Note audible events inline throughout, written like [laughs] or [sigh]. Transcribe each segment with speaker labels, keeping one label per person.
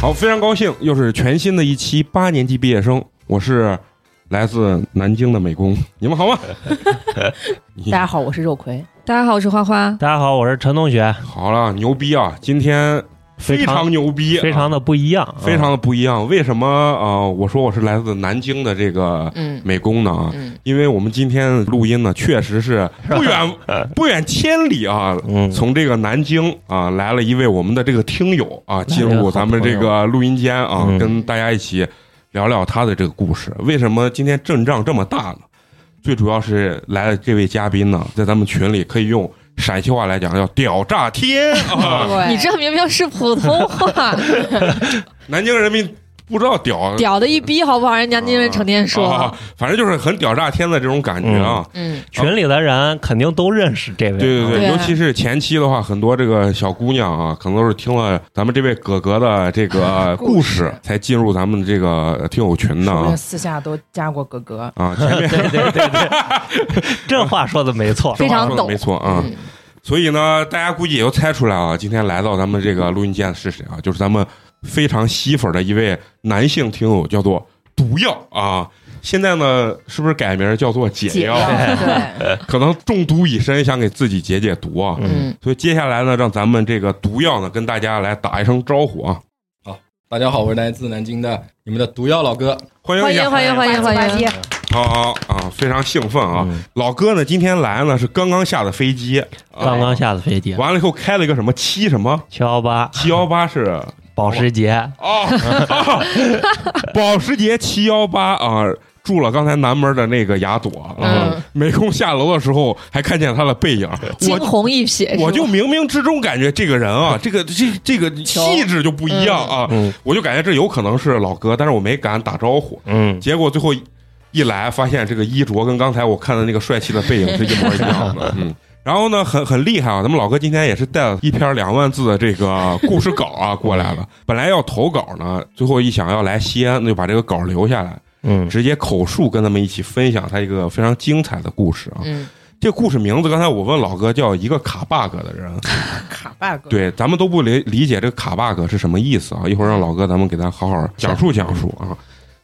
Speaker 1: 好，非常高兴，又是全新的一期八年级毕业生，我是来自南京的美工， [laughs] 你们好吗？
Speaker 2: 大家好，我是肉葵。
Speaker 3: 大家好，我是
Speaker 2: [laughs]
Speaker 3: 花花。
Speaker 4: 大家好，我是陈同学，
Speaker 1: 好了，牛逼啊！今天非
Speaker 4: 非常
Speaker 1: 常牛逼啊，
Speaker 4: 非常的不一样，
Speaker 1: 非常的不一样。为什么啊、呃我说我是来自南京的这个
Speaker 2: 嗯
Speaker 1: 美工呢？啊，
Speaker 2: 嗯，
Speaker 1: 因为我们今天录音呢，确实是不远不远千里啊，
Speaker 4: 嗯，
Speaker 1: 从这个南京啊来了一位我们的这个听友啊，进
Speaker 4: 了一个
Speaker 1: 入
Speaker 4: 好
Speaker 1: 咱们这个录音间啊，
Speaker 4: 嗯
Speaker 1: 跟大家一起聊聊他的这个故事。为什么今天阵仗这么大呢？最主要是来了这位嘉宾呢，在咱们群里可以用陕西话来讲叫“屌炸天”
Speaker 5: [laughs]
Speaker 1: 啊，
Speaker 2: 对，
Speaker 3: 你这明明是普通
Speaker 2: [laughs]
Speaker 3: 话，
Speaker 1: 南京人民不知道屌。
Speaker 3: 屌的一逼，好不好？人家那人成天
Speaker 1: 啊
Speaker 3: 说，
Speaker 1: 反正就是很屌炸天的这种感觉啊！
Speaker 2: 哦嗯
Speaker 4: 群里的人肯定都认识这位，
Speaker 1: 对对
Speaker 3: 对
Speaker 1: 尤其是前期的话，很多这个小姑娘啊，可能都是听了咱们这位哥哥的这个啊故事，才进入咱们这个听友群的
Speaker 2: 是不
Speaker 1: 啊
Speaker 2: 是。私下都加过哥哥？
Speaker 1: 啊，前面
Speaker 4: 对对对对，这话说的没错，
Speaker 3: 非常
Speaker 1: 说的
Speaker 3: 懂
Speaker 1: 没错啊。
Speaker 2: 嗯
Speaker 1: 所以呢，大家估计也都猜出来啊，今天来到咱们这个录音间的是谁啊？就是咱们非常吸粉的一位男性听友，叫做毒药啊。现在呢，是不是改名叫做解药？嗯
Speaker 2: 对，
Speaker 1: 可能中毒已深，想给自己解解毒啊。
Speaker 2: 嗯，
Speaker 1: 所以接下来呢，让咱们这个毒药呢跟大家来打一声招呼啊，
Speaker 5: 大家好，我是来自南京的你们的毒药老哥。
Speaker 1: 欢迎
Speaker 3: 欢
Speaker 1: 一下
Speaker 3: 迎欢迎欢迎
Speaker 2: 吧
Speaker 3: 欢
Speaker 2: 唧
Speaker 3: 迎！
Speaker 2: 吧唧
Speaker 1: 好好啊，非常兴奋啊！
Speaker 4: 嗯
Speaker 1: 老哥呢今天来呢是刚刚下的飞机，啊
Speaker 4: 刚刚下的飞机，
Speaker 1: 完了以后开了一个什么七什么
Speaker 4: 七幺八
Speaker 1: 七幺八是
Speaker 4: 保时捷，
Speaker 1: 哦，啊 [laughs] 保时捷七幺八啊。住了刚才南门的那个雅朵啊
Speaker 2: 嗯，
Speaker 1: 美工下楼的时候还看见他的背影，
Speaker 3: 惊
Speaker 1: 我
Speaker 3: 鸿一瞥，
Speaker 1: 我
Speaker 3: 是
Speaker 1: 就
Speaker 3: 吧
Speaker 1: 冥冥之中感觉这个人
Speaker 3: [laughs]
Speaker 1: 啊，这个这这个气质就不一样啊，
Speaker 4: 嗯
Speaker 1: 我就感觉这有可能是老哥，但是我没敢打招呼，
Speaker 4: 嗯，
Speaker 1: 结果最后一来，发现这个衣着跟刚才我看的那个帅气的背影是一模一样的。嗯，然后呢，很很厉害啊！咱们老哥今天也是带了一篇两万字的这个故事稿啊过来了。本来要投稿呢，最后一想要来西安，那就把这个稿留下来，
Speaker 4: 嗯
Speaker 1: 直接口述跟他们一起分享他一个非常精彩的故事啊。
Speaker 2: 嗯，
Speaker 1: 这故事名字刚才我问老哥叫一个卡 bug 的人，
Speaker 2: 卡 bug。
Speaker 1: 对，咱们都不理理解这个卡 bug 是什么意思啊！一会儿让老哥咱们给咱好好讲述讲述啊。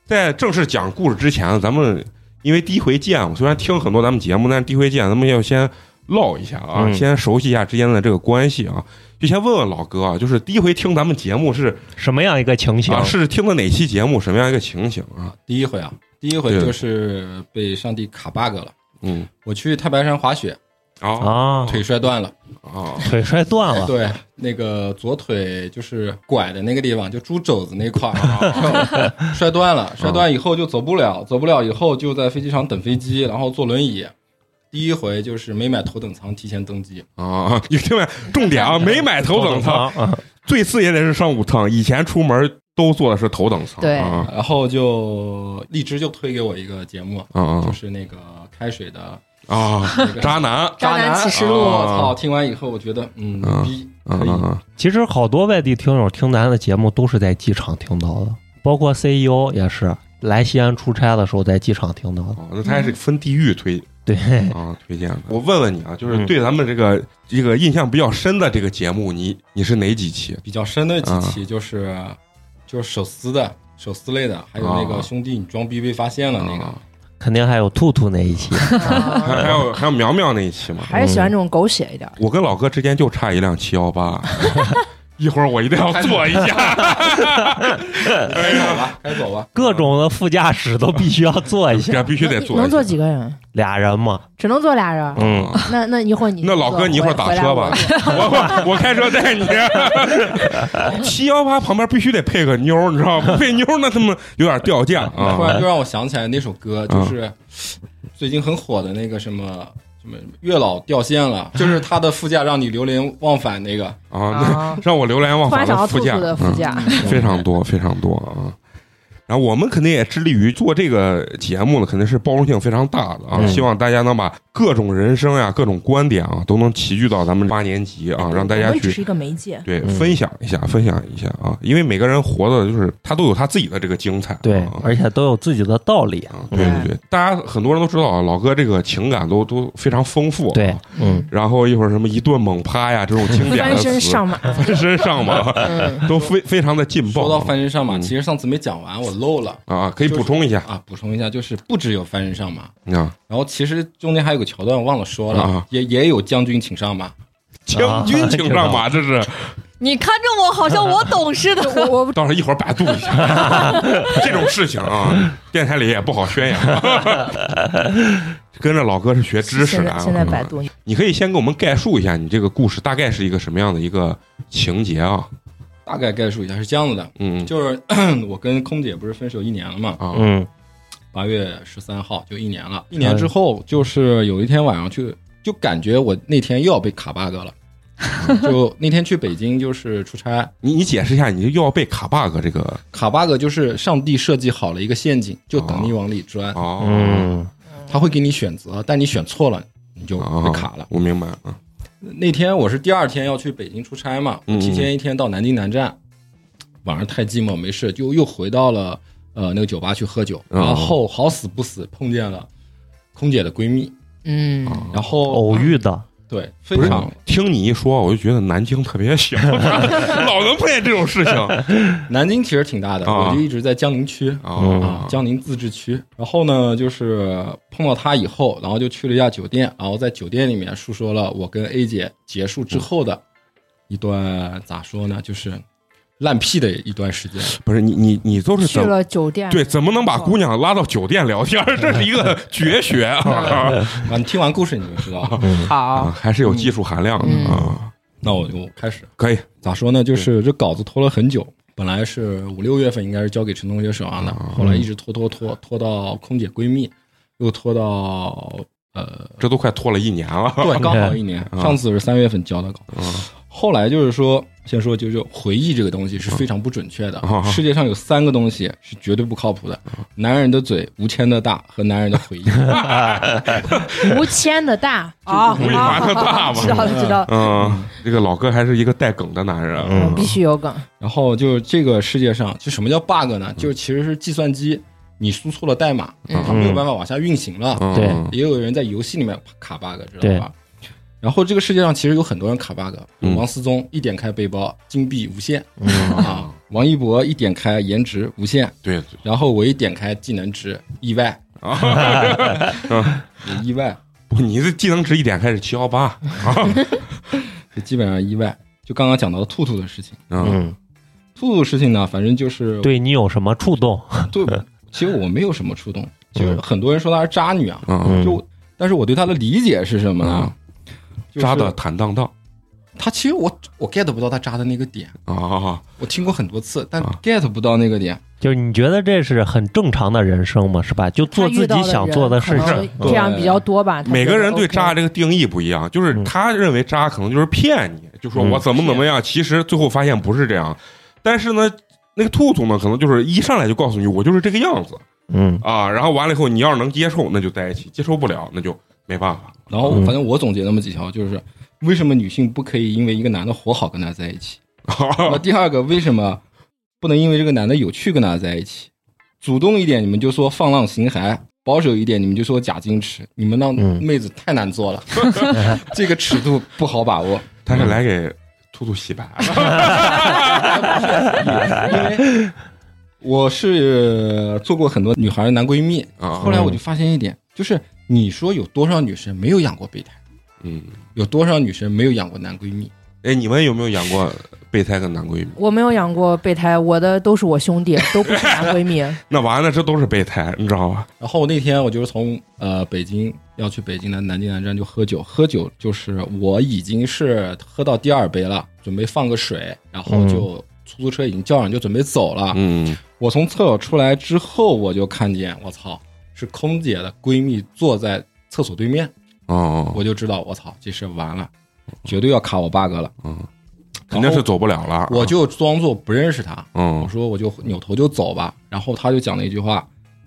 Speaker 1: 在正式讲故事之前，啊咱们因为第一回见，啊我虽然听很多咱们节目，但是第一回见，咱们要先唠一下啊，
Speaker 4: 嗯
Speaker 1: 先熟悉一下之间的这个关系啊。就先问问老哥啊，就是第一回听咱们节目是
Speaker 4: 什么样一个情形
Speaker 1: 啊，？是听的哪期节目，什么样一个情形啊？
Speaker 5: 第一回啊，第一回
Speaker 1: 对
Speaker 5: 就是被上帝卡 bug 了。
Speaker 1: 嗯，
Speaker 5: 我去太白山滑雪，
Speaker 1: 啊
Speaker 4: 啊，
Speaker 5: 腿摔断了。
Speaker 1: 啊，
Speaker 4: 腿摔断了，
Speaker 5: 对，那个左腿就是拐的那个地方，就猪肘子那块儿 [laughs] 摔断了。摔断以后就走不了，走不了以后就在飞机场等飞机，然后坐轮椅。第一回就是没买头等舱，提前登机。
Speaker 1: 啊！你听没？重点啊，没买头等舱，
Speaker 4: 啊，
Speaker 1: 最次也得是商务舱。以前出门都坐的是头等舱。
Speaker 2: 对
Speaker 1: 啊
Speaker 5: 然后就荔枝就推给我一个节目，
Speaker 1: 啊啊
Speaker 5: 就是那个开水的
Speaker 1: 啊！
Speaker 5: 那个
Speaker 1: 渣男
Speaker 3: 渣男
Speaker 5: 男
Speaker 3: 启示
Speaker 1: 录
Speaker 5: 我操！听完以后，我觉得，嗯，
Speaker 1: 嗯
Speaker 5: 逼
Speaker 1: 啊
Speaker 5: 可以。
Speaker 1: 啊
Speaker 4: 其实好多外地听友听咱的节目都是在机场听到的，包括 CEO 也是来西安出差的时候在机场听到的。
Speaker 1: 啊！那他还是分地域推
Speaker 4: 对，
Speaker 1: 啊推荐的。我问问你啊，就是
Speaker 4: 嗯
Speaker 1: 对咱们这个这个印象比较深的这个节目，你你是哪几期？
Speaker 5: 比较深的几
Speaker 1: 啊
Speaker 5: 期就是、就是手撕的、手撕类的，还有那
Speaker 1: 啊
Speaker 5: 个兄弟你装逼被发现了那个。
Speaker 1: 啊
Speaker 4: 肯定还有兔兔那一期。
Speaker 3: 嗯
Speaker 2: 啊
Speaker 1: 还还有还有苗苗那一期嘛？
Speaker 2: 还是喜欢这种狗血一点。
Speaker 1: 我跟老哥之间就差一辆七幺八， [laughs] 一会儿我一定要坐一 [laughs] 下。哎
Speaker 5: 开 [laughs]
Speaker 1: [laughs]
Speaker 5: 走吧，开走吧。
Speaker 4: 各种的副驾驶都必须要坐一
Speaker 5: 嗯
Speaker 4: 下，
Speaker 1: 这必须得坐，
Speaker 2: 能坐？几个人？
Speaker 4: 俩人嘛，
Speaker 2: 只能坐俩人。
Speaker 4: 嗯，
Speaker 2: 那那一会儿你
Speaker 1: 那老哥，你一会儿打车吧， [laughs] 我我我开车带你。啊七幺八旁边必须得配个妞儿，你知道吗？配 [laughs] 妞儿那他妈有点掉价啊
Speaker 5: 突！然就让我想起来那首歌，就是最近很火的那个什么。什么月老掉线
Speaker 1: [laughs]
Speaker 5: 了，就是他的副驾让你流连忘返那个，
Speaker 1: 啊，那
Speaker 2: [laughs] 啊，
Speaker 1: [laughs] 让我流连忘
Speaker 2: 突
Speaker 1: 返
Speaker 2: 然想到
Speaker 1: 的
Speaker 2: 兔
Speaker 1: 副
Speaker 2: 兔
Speaker 1: 驾，
Speaker 2: 的副驾，
Speaker 1: 嗯非常多，非常多啊！然后我们肯定也致力于做这个节目呢，肯定是包容性非常大的啊，
Speaker 4: 嗯
Speaker 1: 希望大家能把各种人生呀、各种观点啊，都能齐聚到咱们八年级啊，让大
Speaker 2: 我
Speaker 1: 家
Speaker 2: 们只
Speaker 1: 去
Speaker 2: 是一个媒介，
Speaker 1: 对
Speaker 4: 嗯
Speaker 1: 分享一下，分享一下啊，因为每个人活的就是他都有他自己的这个精彩啊，
Speaker 4: 对，
Speaker 5: 嗯
Speaker 1: 啊
Speaker 4: 而且都有自己的道理。
Speaker 1: 啊对对对，大家很多人都知道啊，老哥这个情感都都非常丰富，啊
Speaker 4: 对。，嗯，
Speaker 1: 然后一会儿什么一顿猛趴呀，这种经典的
Speaker 2: [laughs] 翻
Speaker 1: 词，
Speaker 2: 身上马，
Speaker 1: 翻身上马，
Speaker 2: 嗯，
Speaker 1: 都非非常的劲
Speaker 5: 说
Speaker 1: 爆
Speaker 5: 到
Speaker 1: 啊
Speaker 5: 翻身上马，
Speaker 1: 嗯
Speaker 5: 其实上次没讲完，我漏了
Speaker 1: 啊！可以补充一下
Speaker 5: 啊，补充一下，就是不只有翻身上马，
Speaker 1: 啊，
Speaker 5: 然后其实中间还有个桥段我忘了说了，
Speaker 1: 啊
Speaker 5: 也也有将军请上马，
Speaker 1: 将军请上马，这是
Speaker 3: 你看着我，好像我懂似的。
Speaker 2: [laughs] 我我
Speaker 1: 到时候一会儿百度一下这种事情啊，电台里也不好宣扬。跟着老哥是学 [laughs] 知识
Speaker 2: 现
Speaker 1: 的
Speaker 2: 在
Speaker 1: 啊，
Speaker 2: 现在百度，
Speaker 1: 你可以先给我们概述一下你这个故事大概是一个什么样的一个情节啊？
Speaker 5: 大概概述一下是这样子的，
Speaker 1: 嗯
Speaker 5: 就是 [clears throat] 我跟空姐不是分手一年了嘛，
Speaker 1: 啊
Speaker 4: 嗯，
Speaker 5: 八月十三号就一年了，一年之后就是有一天晚上去，就感觉我那天又要被卡 bug 了， [laughs] 就那天去北京就是出差，
Speaker 1: 你你解释一下，你又要被卡 bug 这个
Speaker 5: 卡 bug 就是上帝设计好了一个陷阱，就等你往里钻，
Speaker 1: 哦，
Speaker 4: 嗯，
Speaker 5: 他会给你选择，但你选错了你就
Speaker 1: 啊
Speaker 5: 被卡了。
Speaker 1: 我明白啊，
Speaker 5: 那天我是第二天要去北京出差嘛，
Speaker 1: 嗯
Speaker 5: 提前一天到南京南站，晚上太寂寞没事，就又回到了呃那个酒吧去喝酒，
Speaker 1: 嗯
Speaker 5: 然后好死不死碰见了空姐的闺蜜，
Speaker 2: 嗯，
Speaker 1: 哦
Speaker 5: 然后
Speaker 4: 偶遇的，
Speaker 5: 对非
Speaker 1: 不是
Speaker 5: 常
Speaker 1: 听你一说，我就觉得南京特别小，老能碰见这种事情啊
Speaker 5: 南京其实挺大的，
Speaker 1: 啊
Speaker 5: 我就一直在江宁区。啊
Speaker 1: 啊，
Speaker 5: 江宁自治区。然后呢，就是碰到她以后，然后就去了一下酒店，然后在酒店里面述说了我跟 A 姐结束之后的一段咋说呢，就是烂屁的一段时间。
Speaker 1: 不是你你你都是
Speaker 2: 去
Speaker 1: 怎么
Speaker 2: 了哦酒店，
Speaker 1: 对怎么能把姑娘拉到酒店聊天？这是一个绝学啊！
Speaker 5: 啊， [laughs] 你听完故事你就知道了。
Speaker 1: 啊
Speaker 2: 好，
Speaker 1: 还是有技术含量
Speaker 2: 嗯
Speaker 1: 的啊，
Speaker 5: 那我就开始
Speaker 1: 可以
Speaker 5: 咋说呢，就是这稿子拖了很久。本来是五六月份应该是交给陈同学手上的，后来一直拖拖拖拖到空姐闺蜜，又拖到呃
Speaker 1: 这都快拖了一年了。
Speaker 5: 对，刚好一年。上次是三月份交的稿，后来就是说，先说就是回忆这个东西是非常不准确的
Speaker 1: 啊。
Speaker 5: 世界上有三个东西是绝对不靠谱的：男人的嘴、无铅的大和男人的回忆。
Speaker 2: [laughs] 无铅的大
Speaker 1: [laughs]
Speaker 2: 啊，
Speaker 1: 吴亦凡的大
Speaker 2: 知道
Speaker 1: 嘛，
Speaker 2: 了知道了，
Speaker 1: 嗯，这个老哥还是一个带梗的男人啊，
Speaker 2: 必须有梗，
Speaker 5: 然后就是这个世界上，就什么叫 bug
Speaker 1: 嗯
Speaker 5: 呢？就是其实是计算机你输错了代码，它没有办法往下运行了。
Speaker 1: 嗯
Speaker 4: 对
Speaker 5: 也有人在游戏里面卡 bug，知道吧？然后这个世界上其实有很多人卡 bug，有
Speaker 1: 嗯
Speaker 5: 王思聪一点开背包金币无限啊，王一博一点开颜值无限，
Speaker 1: 对
Speaker 5: 然后我一点开技能值，意外，
Speaker 1: 啊，
Speaker 5: [laughs] 意外，
Speaker 1: 不，你这技能值一点开始七幺八啊，
Speaker 5: 就基本上意外。就刚刚讲到的兔兔的事情，
Speaker 1: 嗯
Speaker 4: 嗯，
Speaker 5: 兔兔的事情呢，反正就是
Speaker 4: 对你有什么触动？
Speaker 5: 对，其实我没有什么触动，就是很多人说她是渣女啊，
Speaker 1: 嗯，
Speaker 4: 嗯
Speaker 5: 就但是我对她的理解是什么啊呢？就是
Speaker 1: 扎的坦荡荡
Speaker 5: 她其实我我 get 不到她渣的那个点，
Speaker 1: 啊，
Speaker 5: 我听过很多次，但
Speaker 1: 啊
Speaker 5: get 不到那个点。
Speaker 4: 就是你觉得这是很正常的人生嘛，是吧？就 [laughs] 做自己想做的事
Speaker 2: 他遇到的
Speaker 4: 情
Speaker 2: 人。可能这样比较多吧。他
Speaker 1: 每个人对
Speaker 2: 觉得
Speaker 1: 渣
Speaker 2: OK
Speaker 1: 这个定义不一样，就是
Speaker 4: 嗯
Speaker 1: 他认为渣可能就是骗你，就说
Speaker 4: 嗯
Speaker 1: 我怎么怎么样，其实最后发现不是这样。但是呢，那个兔兔呢，可能就是一上来就告诉你我就是这个样子
Speaker 4: 嗯
Speaker 1: 啊，然后完了以后你要是能接受，那就在一起；接受不了，那就没办法。
Speaker 5: 然后
Speaker 4: 嗯
Speaker 5: 反正我总结那么几条，就是为什么女性不可以因为一个男的活好跟他在一起？
Speaker 1: 啊
Speaker 5: 那第二个，为什么不能因为这个男的有趣跟他在一起？主动一点，你们就说放浪形骸；保守一点，你们就说假矜持。你们让
Speaker 4: 嗯
Speaker 5: 妹子太难做了， [laughs] 这个尺度不好把握。
Speaker 1: 他是来给兔兔洗白的，
Speaker 5: 我是做过很多女孩的男闺蜜，
Speaker 1: [laughs] 啊
Speaker 5: 后来我就发现一点，就是你说有多少女生没有养过备胎，
Speaker 1: 嗯，
Speaker 5: 有多少女生没有养过男闺蜜？
Speaker 1: 哎，你们有没有养过备胎跟男闺蜜？
Speaker 2: 我没有养过备胎，我的都是我兄弟，都不是男闺蜜。
Speaker 1: 那完了，这都是备胎，你知道吧？
Speaker 5: 然后那天我就是从呃北京要去北京的南京南站就喝酒，喝酒就是我已经是喝到第二杯了，准备放个水，然后就出租车已经叫上，就准备走了。
Speaker 1: 嗯，
Speaker 5: 我从厕所出来之后，我就看见我操，是空姐的闺蜜坐在厕所对面，
Speaker 1: 哦，
Speaker 4: 嗯
Speaker 5: 我就知道我操，这事完了，绝对要卡我 bug 了。
Speaker 1: 肯定是走不了
Speaker 4: 啊
Speaker 1: 了。
Speaker 5: 我就装作不认识他，我
Speaker 1: 嗯
Speaker 5: 说我就扭头就走吧。然后他就讲了一句话：“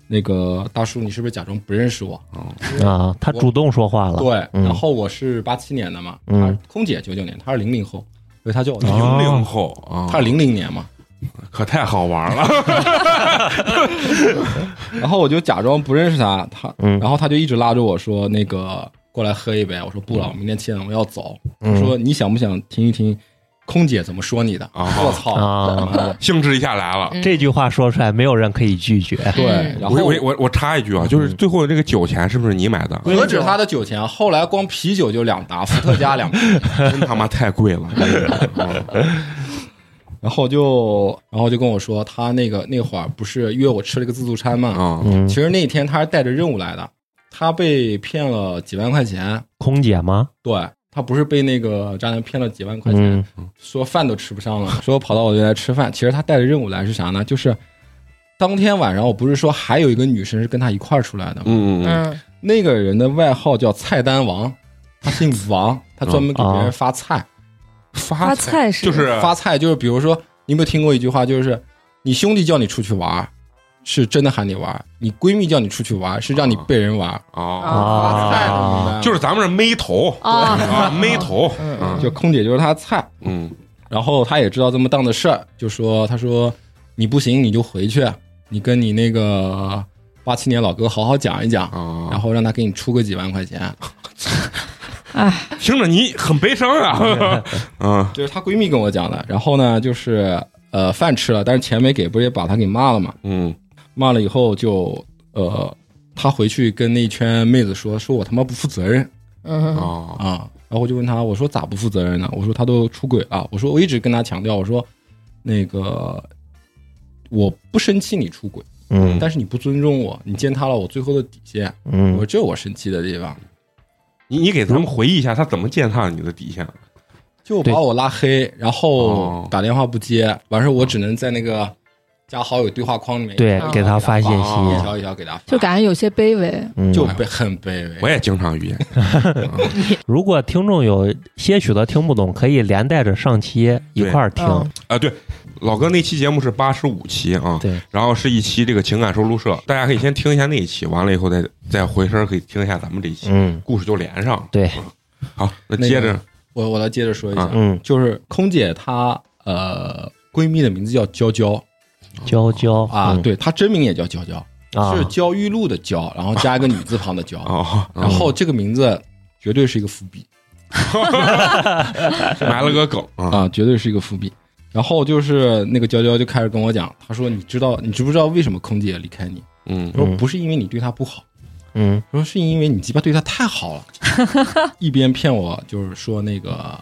Speaker 5: 那个大叔，你是不是假装不认识我
Speaker 4: 啊，他主动说话？”了，
Speaker 5: 对，
Speaker 4: 嗯
Speaker 5: 然后我是八七年的嘛，
Speaker 4: 嗯哦
Speaker 5: 他空姐九九年，他是零零后，所以他叫我大叔。
Speaker 1: 零零后啊，
Speaker 5: 他是零零年嘛，
Speaker 1: 可太好玩了。
Speaker 5: 然后我就假装不认识他，他，
Speaker 4: 嗯
Speaker 5: 然后他就一直拉着我说那个过来喝一杯，我说不了，我明天七点我要走。他
Speaker 4: 嗯
Speaker 5: 说你想不想听一听空姐怎么说你的？
Speaker 1: 啊
Speaker 5: 我操！
Speaker 4: 啊， [laughs]
Speaker 5: 嗯
Speaker 1: 兴致一下来了。
Speaker 4: 这句话说出来，没有人可以拒绝。
Speaker 5: 对，
Speaker 3: 嗯
Speaker 5: 然后
Speaker 1: 我我我我插一句啊，就是最后这个酒钱是不是你买的？
Speaker 5: 何止他的酒钱，后来光啤酒就两打，伏特加
Speaker 4: [laughs]
Speaker 5: 两瓶，
Speaker 1: 真他妈太贵了。嗯
Speaker 5: 然后就然后就跟我说，他那个那会儿不是约我吃了一个自助餐嘛，
Speaker 1: 啊，
Speaker 4: 嗯
Speaker 5: 其，实那天他是带着任务来的，他被骗了几万块钱，
Speaker 4: 空姐吗？
Speaker 5: 对他不是被那个渣男骗了几万块钱，
Speaker 4: 嗯
Speaker 5: 说饭都吃不上了， [laughs] 说跑到我这来吃饭。其实他带着任务来是啥呢？就是当天晚上，我不是说还有一个女生是跟他一块儿出来的吗？
Speaker 1: [laughs] 嗯嗯嗯，
Speaker 3: 嗯
Speaker 5: 那个人的外号叫菜单王，他姓王，他专门给别
Speaker 4: 嗯
Speaker 5: 人发菜。
Speaker 1: 发
Speaker 3: 发菜是
Speaker 1: 就是
Speaker 5: 发菜就是比如说，你有没有听过一句话，就是你兄弟叫你出去玩儿，是真的喊你玩儿；你闺蜜叫你出去玩儿，是让你被人玩儿。
Speaker 1: 啊，
Speaker 5: 发菜的明白
Speaker 4: 啊，
Speaker 5: 吗，
Speaker 1: 就是咱们这妹头
Speaker 3: 啊，
Speaker 1: 啊，妹头，
Speaker 3: 嗯
Speaker 1: 嗯
Speaker 5: 就空姐就是他菜。
Speaker 1: 嗯
Speaker 5: 然后他也知道这么当的事儿，就说：“他说你不行你就回去，你跟你那个八七年老哥好好讲一讲，然
Speaker 1: 啊，
Speaker 5: 后让他给你出个几万块钱。
Speaker 1: 听着你很悲伤啊，嗯”
Speaker 5: 就是她闺蜜跟我讲的。然后呢，就是呃饭吃了，但是钱没给，不是也把他给骂了嘛？
Speaker 1: 嗯
Speaker 5: 骂了以后就呃，他回去跟那一圈妹子说：“说我他妈不负责任
Speaker 3: 嗯
Speaker 1: 啊，
Speaker 5: 啊！”然后我就问他：“我说咋不负责任呢？我说他都出轨了。我说我一直跟他强调，我说那个我不生气你出轨。”
Speaker 4: 嗯
Speaker 5: 但是你不尊重我，你践踏了我最后的底线，我
Speaker 4: 嗯
Speaker 5: 说这我生气的地方，
Speaker 1: 你你给咱们回忆一下，他怎么践踏了你的底线？
Speaker 5: 就
Speaker 4: 对
Speaker 5: 把我拉黑，然后
Speaker 1: 哦
Speaker 5: 打电话不接，完事儿我只能在那个加好友对话框里面，
Speaker 4: 对
Speaker 5: 一条，
Speaker 4: 给他发信
Speaker 5: 一
Speaker 1: 哦
Speaker 4: 息，
Speaker 5: 条一条给他发，
Speaker 2: 就感觉有些卑微。
Speaker 4: 嗯
Speaker 5: 啊就卑很卑
Speaker 1: 我
Speaker 5: 微。
Speaker 1: 也经常遇见，
Speaker 4: 如果听众有些许的听不懂，可以连带着上期一块儿听。
Speaker 2: 嗯
Speaker 1: 啊，对，老哥那期节目是八十五期啊，
Speaker 4: 对，
Speaker 1: 然后是一期这个情感收录社，大家可以先听一下那一期，完了以后再再回身可以听一下咱们这一期，
Speaker 4: 嗯，
Speaker 1: 故事就连上了。
Speaker 4: 对，
Speaker 1: 好，那
Speaker 5: 那个
Speaker 1: 接着，
Speaker 5: 我我来接着说一下，
Speaker 4: 嗯，
Speaker 5: 就是空姐她呃闺蜜的名字叫娇娇
Speaker 4: 娇娇
Speaker 5: 啊，
Speaker 4: 嗯
Speaker 5: 对她真名也叫娇娇，
Speaker 4: 啊，
Speaker 5: 是焦裕禄的娇，然后加一个女字旁的娇，
Speaker 1: 哦，
Speaker 5: 然后这个名字绝对是一个伏笔。
Speaker 1: 埋了个梗啊，
Speaker 5: 啊，绝对是一个伏笔。然后就是那个娇娇就开始跟我讲，她说：“你知道，你知不知道为什么空姐离开你？
Speaker 1: 嗯
Speaker 5: 说
Speaker 4: 嗯
Speaker 5: 不是因为你对她不好，
Speaker 4: 嗯
Speaker 5: 说是因为你鸡巴对她太
Speaker 1: [laughs]
Speaker 5: 好了。”一边骗我就是说那个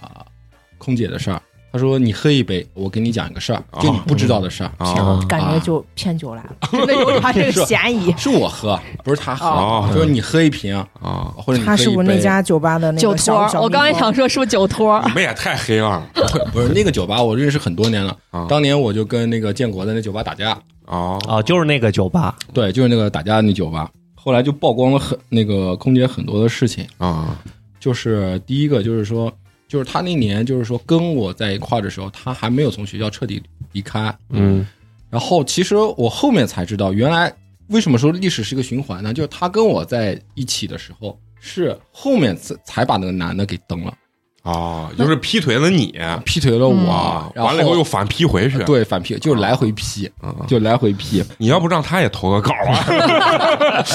Speaker 5: 空姐的事儿，她说：“你喝一杯，我给你讲一个事儿，就你不知道的事儿，。
Speaker 1: 啊，
Speaker 2: 感觉就骗酒来
Speaker 1: [laughs]
Speaker 2: 了，真的有他这个嫌疑
Speaker 5: 是我喝，不是她喝，
Speaker 1: 哦
Speaker 5: 就是你喝一瓶
Speaker 1: 啊，
Speaker 5: 或者你喝
Speaker 6: 他
Speaker 5: 一杯。”
Speaker 6: 是不是那家酒吧的那
Speaker 3: 酒
Speaker 6: 个
Speaker 3: 托
Speaker 6: 小
Speaker 3: 儿，
Speaker 6: 小
Speaker 3: 我刚才
Speaker 6: 蜜蜂
Speaker 3: 想说是不是酒托儿
Speaker 1: 你？们也太黑暗了
Speaker 5: [laughs] 不是那个酒吧，我认识很多年了
Speaker 1: 啊。
Speaker 5: 当年我就跟那个建国的那酒吧打架，
Speaker 1: 啊
Speaker 4: 啊，就是那个酒吧，
Speaker 5: 对，就是那个打架的那酒吧。后来就曝光了很那个空姐很多的事情，
Speaker 1: 啊
Speaker 5: 就是第一个就是说，就是她那年就是说跟我在一块儿的时候，她还没有从学校彻底离开。
Speaker 4: 嗯
Speaker 5: 然后其实我后面才知道，原来为什么说历史是一个循环呢？就是她跟我在一起的时候，是后面才才把那个男的给蹬了，
Speaker 1: 啊，就是劈腿了你
Speaker 5: 劈腿嗯了我
Speaker 1: 啊，，
Speaker 5: 然后
Speaker 1: 完嗯了以后又反劈回去，
Speaker 5: 对反劈，就是来回劈，
Speaker 1: 啊，
Speaker 5: 就来回劈。
Speaker 1: 你要不让他也投个稿 [laughs] 啊？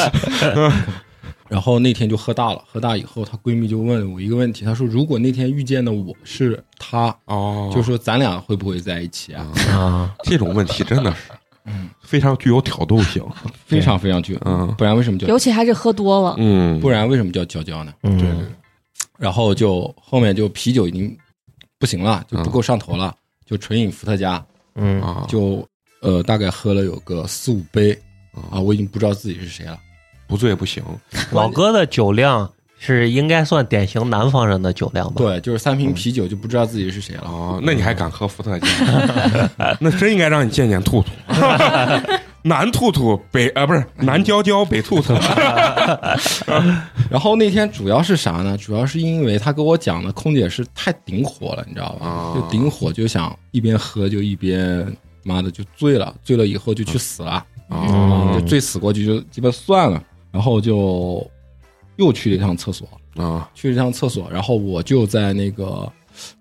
Speaker 5: 然后那天就喝大了，喝大以后，她闺蜜就问我一个问题，她说：“如果那天遇见的我是她，
Speaker 1: 哦，
Speaker 5: 就说咱俩会不会在一起啊
Speaker 4: 啊，
Speaker 1: 这种问题真的是，非常具有挑逗性，？”
Speaker 5: 非常非常绝，
Speaker 1: 嗯
Speaker 5: 不然为什么叫
Speaker 3: 尤其还是喝多了，
Speaker 1: 嗯，
Speaker 5: 不然为什么叫娇娇呢？
Speaker 4: 嗯
Speaker 5: 然后就后面就啤酒已经不行了，就不够上头了，就纯饮伏特加，
Speaker 4: 嗯
Speaker 1: 啊，
Speaker 5: 就呃大概喝了有个四五杯啊，
Speaker 1: 啊
Speaker 5: 我已经不知道自己是谁了。
Speaker 1: 不醉不行，
Speaker 4: 老哥的酒量是应该算典型南方人的酒量吧？
Speaker 5: 对，就是三瓶啤酒就不知道自己是谁了。
Speaker 1: [laughs] 哦，那你还敢喝伏特加？那真应该让你见见兔兔。 [laughs] 南兔兔北啊，不是南娇娇北兔兔，
Speaker 5: 然后那天主要是啥呢？主要是因为他给我讲的空姐是太顶火了，你知道吧？
Speaker 1: 啊
Speaker 5: 就顶火就想一边喝就一边，妈的就醉了，醉了以后就去死了，嗯
Speaker 1: 啊
Speaker 5: 就醉死过去就基本算了。然后就又去了一趟厕所，
Speaker 1: 啊
Speaker 5: 去了一趟厕所，然后我就在那个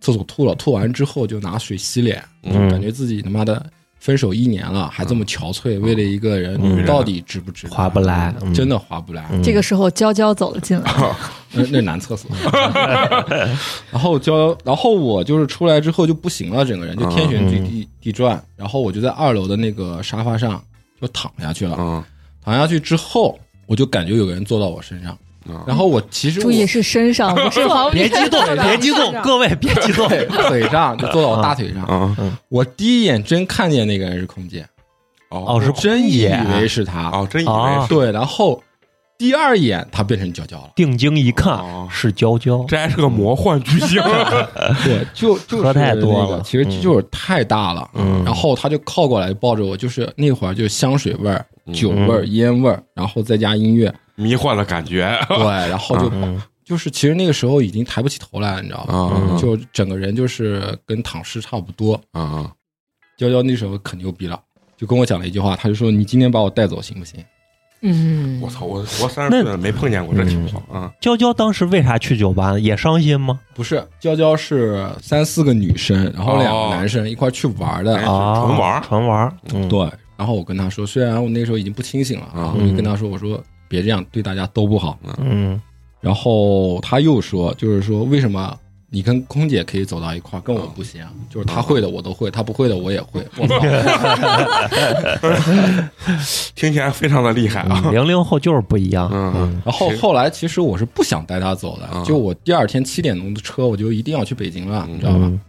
Speaker 5: 厕所吐了，吐完之后就拿水洗脸，
Speaker 4: 嗯
Speaker 5: 感觉自己他妈的分手一年了还这么憔悴，为了一个人
Speaker 4: 嗯
Speaker 5: 到底值不值得？
Speaker 4: 划不来嗯
Speaker 5: 真的划不来。
Speaker 4: 嗯
Speaker 3: 这个时候娇娇走了
Speaker 1: [laughs]
Speaker 3: 进来，
Speaker 5: 那那男厕所。然后教，然后我就是出来之后就不行了，整个人就天旋地地地转。然后我就在二楼的那个沙发上就躺下去了。
Speaker 1: 啊
Speaker 5: 躺下去之后，我就感觉有个人坐到我身上
Speaker 1: 啊，
Speaker 5: 然后我其实
Speaker 3: 注
Speaker 5: 我
Speaker 3: 意是身上，不是旁
Speaker 4: 别
Speaker 3: 边。
Speaker 4: 激动，别激动，各位别激动。
Speaker 5: 腿腿上就坐到我大腿上。
Speaker 1: 啊
Speaker 5: 我第一眼真看见那个人是空姐，
Speaker 1: 哦
Speaker 4: 哦，是
Speaker 5: 真以
Speaker 4: 眼
Speaker 5: 为是他。
Speaker 1: 哦，真以为是
Speaker 5: 对，然后第二眼他变成娇娇了。
Speaker 4: 定睛一
Speaker 1: 哦
Speaker 4: 看是娇娇，
Speaker 1: 这还是个魔幻巨星 [laughs]
Speaker 5: [laughs] 对，就就是
Speaker 4: 喝太多
Speaker 5: 那个
Speaker 4: 了
Speaker 5: 其实
Speaker 4: 嗯
Speaker 5: 就是太大了。
Speaker 4: 嗯
Speaker 5: 然后他就靠过来抱着我，就是那会儿就香水味儿、
Speaker 4: 嗯
Speaker 5: 酒味儿、烟味儿，然后再加音乐，
Speaker 1: 迷幻的感觉
Speaker 5: 对，然后就
Speaker 4: 嗯
Speaker 5: 就是其实那个时候已经抬不起头来了，你知道吧？
Speaker 1: 啊
Speaker 5: 就整个人就是跟躺尸差不多。
Speaker 1: 啊
Speaker 5: 娇娇那时候可牛逼了，就跟我讲了一句话，他就说：“你今天把我带走行不行
Speaker 2: 嗯
Speaker 1: 我，操，我我三十岁了没碰见过这情况啊 [laughs]
Speaker 4: 娇娇当时为啥去酒吧呢？也伤心吗？？”
Speaker 5: 不是，娇娇是三四个女生，然后两
Speaker 1: 哦
Speaker 5: 个男生一块儿去玩的，
Speaker 1: 哎
Speaker 4: 啊，
Speaker 1: 纯玩儿
Speaker 4: 纯玩儿，嗯，
Speaker 5: 对。然后我跟他说，虽然我那时候已经不清醒了，
Speaker 1: 啊
Speaker 5: 然后我就跟他说：“我说别这样，对大家都不好。”
Speaker 4: 嗯
Speaker 5: 然后他又说，就是说为什么你跟空姐可以走到一块儿，跟我不行？啊就是他会的我都会，他不会的我也会。我操！
Speaker 1: 听起来非常的厉害啊
Speaker 4: 嗯，零零后就是不一样，
Speaker 1: 嗯
Speaker 4: 嗯
Speaker 5: 然后
Speaker 1: 是
Speaker 5: 后来其实我是不想带他走
Speaker 1: 啊
Speaker 5: 的，就我第二天七点钟的车我就一定要去北京了，你知道吧？
Speaker 4: 嗯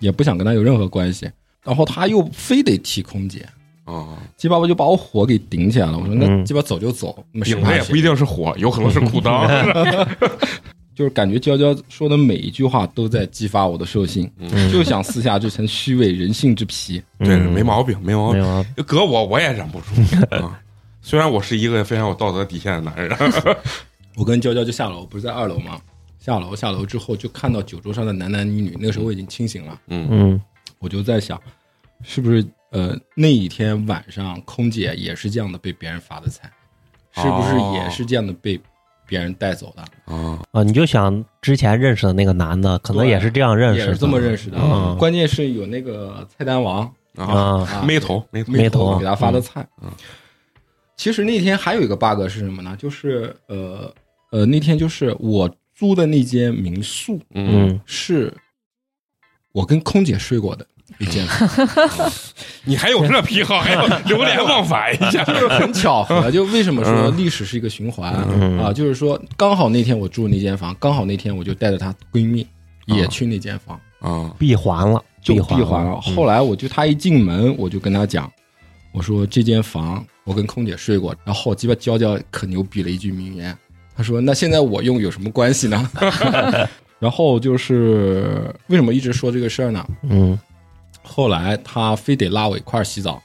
Speaker 5: 也不想跟他有任何关系。然后他又非得提空姐，
Speaker 1: 啊，
Speaker 5: 鸡巴我就把我火给顶起来了。我说那
Speaker 4: 嗯
Speaker 5: 鸡巴走就走，那么谁
Speaker 1: 顶的
Speaker 5: 怕
Speaker 1: 也不一
Speaker 5: 谁？
Speaker 1: 定是火，有可能是裤裆
Speaker 5: 就是感觉娇娇说的每一句话都在激发我的兽性，就想撕下这层虚伪人性之皮。
Speaker 1: [laughs] 对，
Speaker 4: 嗯
Speaker 1: 没毛病，没毛
Speaker 5: 哦
Speaker 4: 没
Speaker 1: 病。
Speaker 4: 有，啊
Speaker 1: 搁我我也忍不住啊。虽然我是一个非常有道德底线的男人，
Speaker 5: [laughs] 我跟娇娇就下楼，不是在二楼吗？下楼，下楼之后就看到酒桌上的男男女女，那个时候我已经清醒了，
Speaker 4: 嗯
Speaker 5: 我就在想，是不是呃那一天晚上空姐也是这样的被别人发的财，是不是也是这样的被别人带走的，
Speaker 1: 啊
Speaker 4: 啊，你就想之前认识的那个男的，可能也是这样认识
Speaker 5: 也
Speaker 4: 的，
Speaker 5: 是这么认识的。
Speaker 4: 嗯
Speaker 5: 关键是有那个菜单王
Speaker 1: 啊，
Speaker 4: 啊，
Speaker 5: 啊，
Speaker 1: 没头没头
Speaker 4: 没啊嗯头
Speaker 5: 给他发的菜。其实那天还有一个 bug 是什么呢？就是呃呃那天就是我租的那间民宿，
Speaker 1: 嗯，
Speaker 4: 嗯，
Speaker 5: 是我跟空姐睡过的一
Speaker 4: [laughs]
Speaker 5: 件事，
Speaker 1: 你还有这癖好，还要流连忘返一
Speaker 5: [laughs]
Speaker 1: 下
Speaker 5: 就是很巧合。就为什么说历史是一个循环
Speaker 4: 嗯
Speaker 5: 啊？就是说，刚好那天我住那间房，刚好那天我就带着她闺蜜也去那间房，
Speaker 1: 啊
Speaker 4: 闭环了，
Speaker 5: 就
Speaker 4: 环
Speaker 5: 闭环了。后
Speaker 1: 嗯
Speaker 5: 来我就她一进门，我就跟她讲，我说这间房我跟空姐睡过，然后鸡巴娇娇可牛逼了一句名言，她说：“那现在我用有什么关
Speaker 1: [laughs]
Speaker 5: 系呢？”然后就是为什么一直说这个事儿呢？
Speaker 4: 嗯
Speaker 5: 后来他非得拉我一块儿洗澡，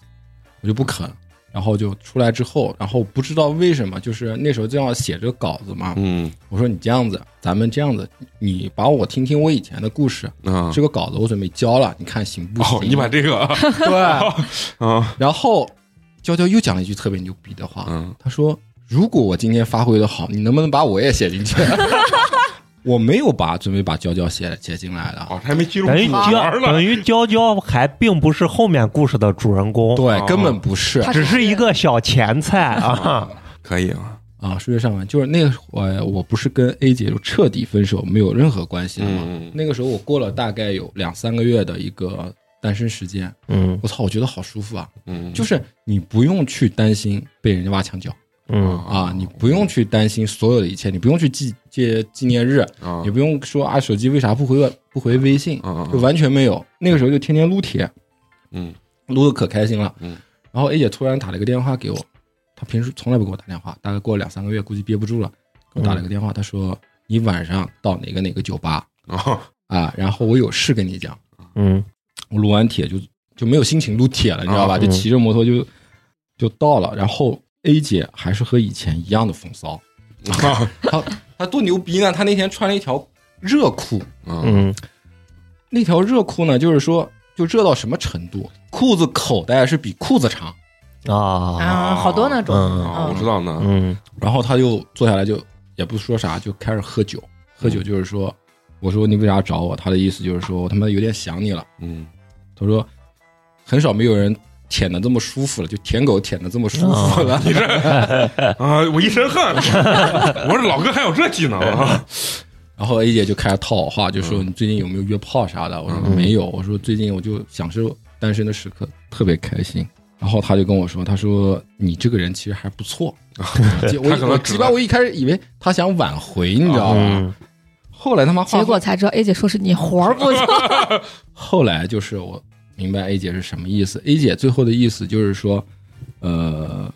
Speaker 5: 我就不肯，然后就出来之后，然后不知道为什么，就是那时候正要写这个稿子嘛，
Speaker 1: 嗯
Speaker 5: 我说你这样子，咱们这样子，你把我听听我以前的故事，
Speaker 1: 啊
Speaker 5: 这个稿子我准备交了，你看行不行？
Speaker 1: 哦，你把这个 [laughs]
Speaker 5: [laughs] 对，
Speaker 1: 啊
Speaker 5: 然后娇娇又讲了一句特别牛逼的话，
Speaker 1: 嗯
Speaker 5: 她说如果我今天发挥的好，你能不能把我也写 [laughs] 进去？我没有把准备把娇娇写写进来的，
Speaker 1: 哦，这还没记住
Speaker 4: 等于
Speaker 1: 主
Speaker 4: 娇
Speaker 1: 玩呢
Speaker 4: 等于娇娇还并不是后面故事的主人公，
Speaker 5: 对，根本不是。
Speaker 4: 只是一个小前菜
Speaker 5: [laughs]
Speaker 4: 啊，
Speaker 1: 可以啊
Speaker 5: 啊，数学上完就是那个我我不是跟 A 姐就彻底分手，没有任何关系了嘛。
Speaker 1: 嗯嗯嗯
Speaker 5: 那个时候我过了大概有两三个月的一个单身时间，
Speaker 4: 嗯
Speaker 5: 我操，我觉得好舒服啊！
Speaker 1: 嗯
Speaker 5: 就是你不用去担心被人家挖墙脚
Speaker 4: 嗯
Speaker 5: 啊，你不用去担心所有的一切，你不用去记借纪念日，
Speaker 1: 啊
Speaker 5: 也不用说啊手机为啥不回不回微信，
Speaker 1: 啊啊
Speaker 5: 就完全没有。那个时候就天天撸铁，
Speaker 1: 嗯 [laughs]
Speaker 5: 撸的可开心了。
Speaker 1: 嗯，
Speaker 5: 然后 A 姐突然打了个电话给我，她平时从来不给我打电话，大概过了两三个月，估计憋不住了，给我打了个电话，她说你晚上到哪个哪个酒吧
Speaker 1: 啊
Speaker 5: 啊，然后我有事跟你讲。
Speaker 4: 嗯
Speaker 5: 我撸完铁就就没有心情撸铁了，你知道吧？
Speaker 1: 啊
Speaker 5: 就骑着摩托就就到了，然后 A 姐还是和以前一样的风骚，
Speaker 1: 啊
Speaker 5: 她她多牛逼呢！她那天穿了一条热裤，
Speaker 1: 嗯
Speaker 4: 嗯
Speaker 5: 那条热裤呢，就是说就热到什么程度，裤子口袋是比裤子长，
Speaker 4: 啊
Speaker 2: 啊，好多那种，
Speaker 4: 嗯
Speaker 1: 啊，我
Speaker 2: 嗯
Speaker 1: 知道呢，
Speaker 4: 嗯
Speaker 5: 然后她就坐下来就也不说啥，就开始喝酒，喝酒就是说，我说你为啥找我？她的意思就是说我他妈有点想你了。
Speaker 1: 嗯
Speaker 5: 他说很少没有人舔的这么舒服了，就舔狗舔的这么舒服了。
Speaker 1: 啊，我一身汗，我说老哥还有这技能啊，
Speaker 5: 然后 A 姐就开始套我话，就
Speaker 1: 嗯
Speaker 5: 说你最近有没有约炮啥的？我说没有，我说最近我就享受单身的时刻，特别开心。然后他就跟我说，他说你这个人其实还
Speaker 1: [laughs]
Speaker 5: 不错。我
Speaker 1: 他可
Speaker 5: 我
Speaker 1: 能啊
Speaker 5: 鸡
Speaker 1: 只
Speaker 5: 巴，我一开始以为他想挽回，你知道吗？
Speaker 4: 嗯
Speaker 5: 后来他妈话
Speaker 3: 结果才知道 A 姐说是你活儿
Speaker 1: [laughs]
Speaker 3: 不
Speaker 1: 嗯
Speaker 3: 错，
Speaker 5: 后来就是我明白 A 姐是什么意思。A 姐最后的意思就是说，呃，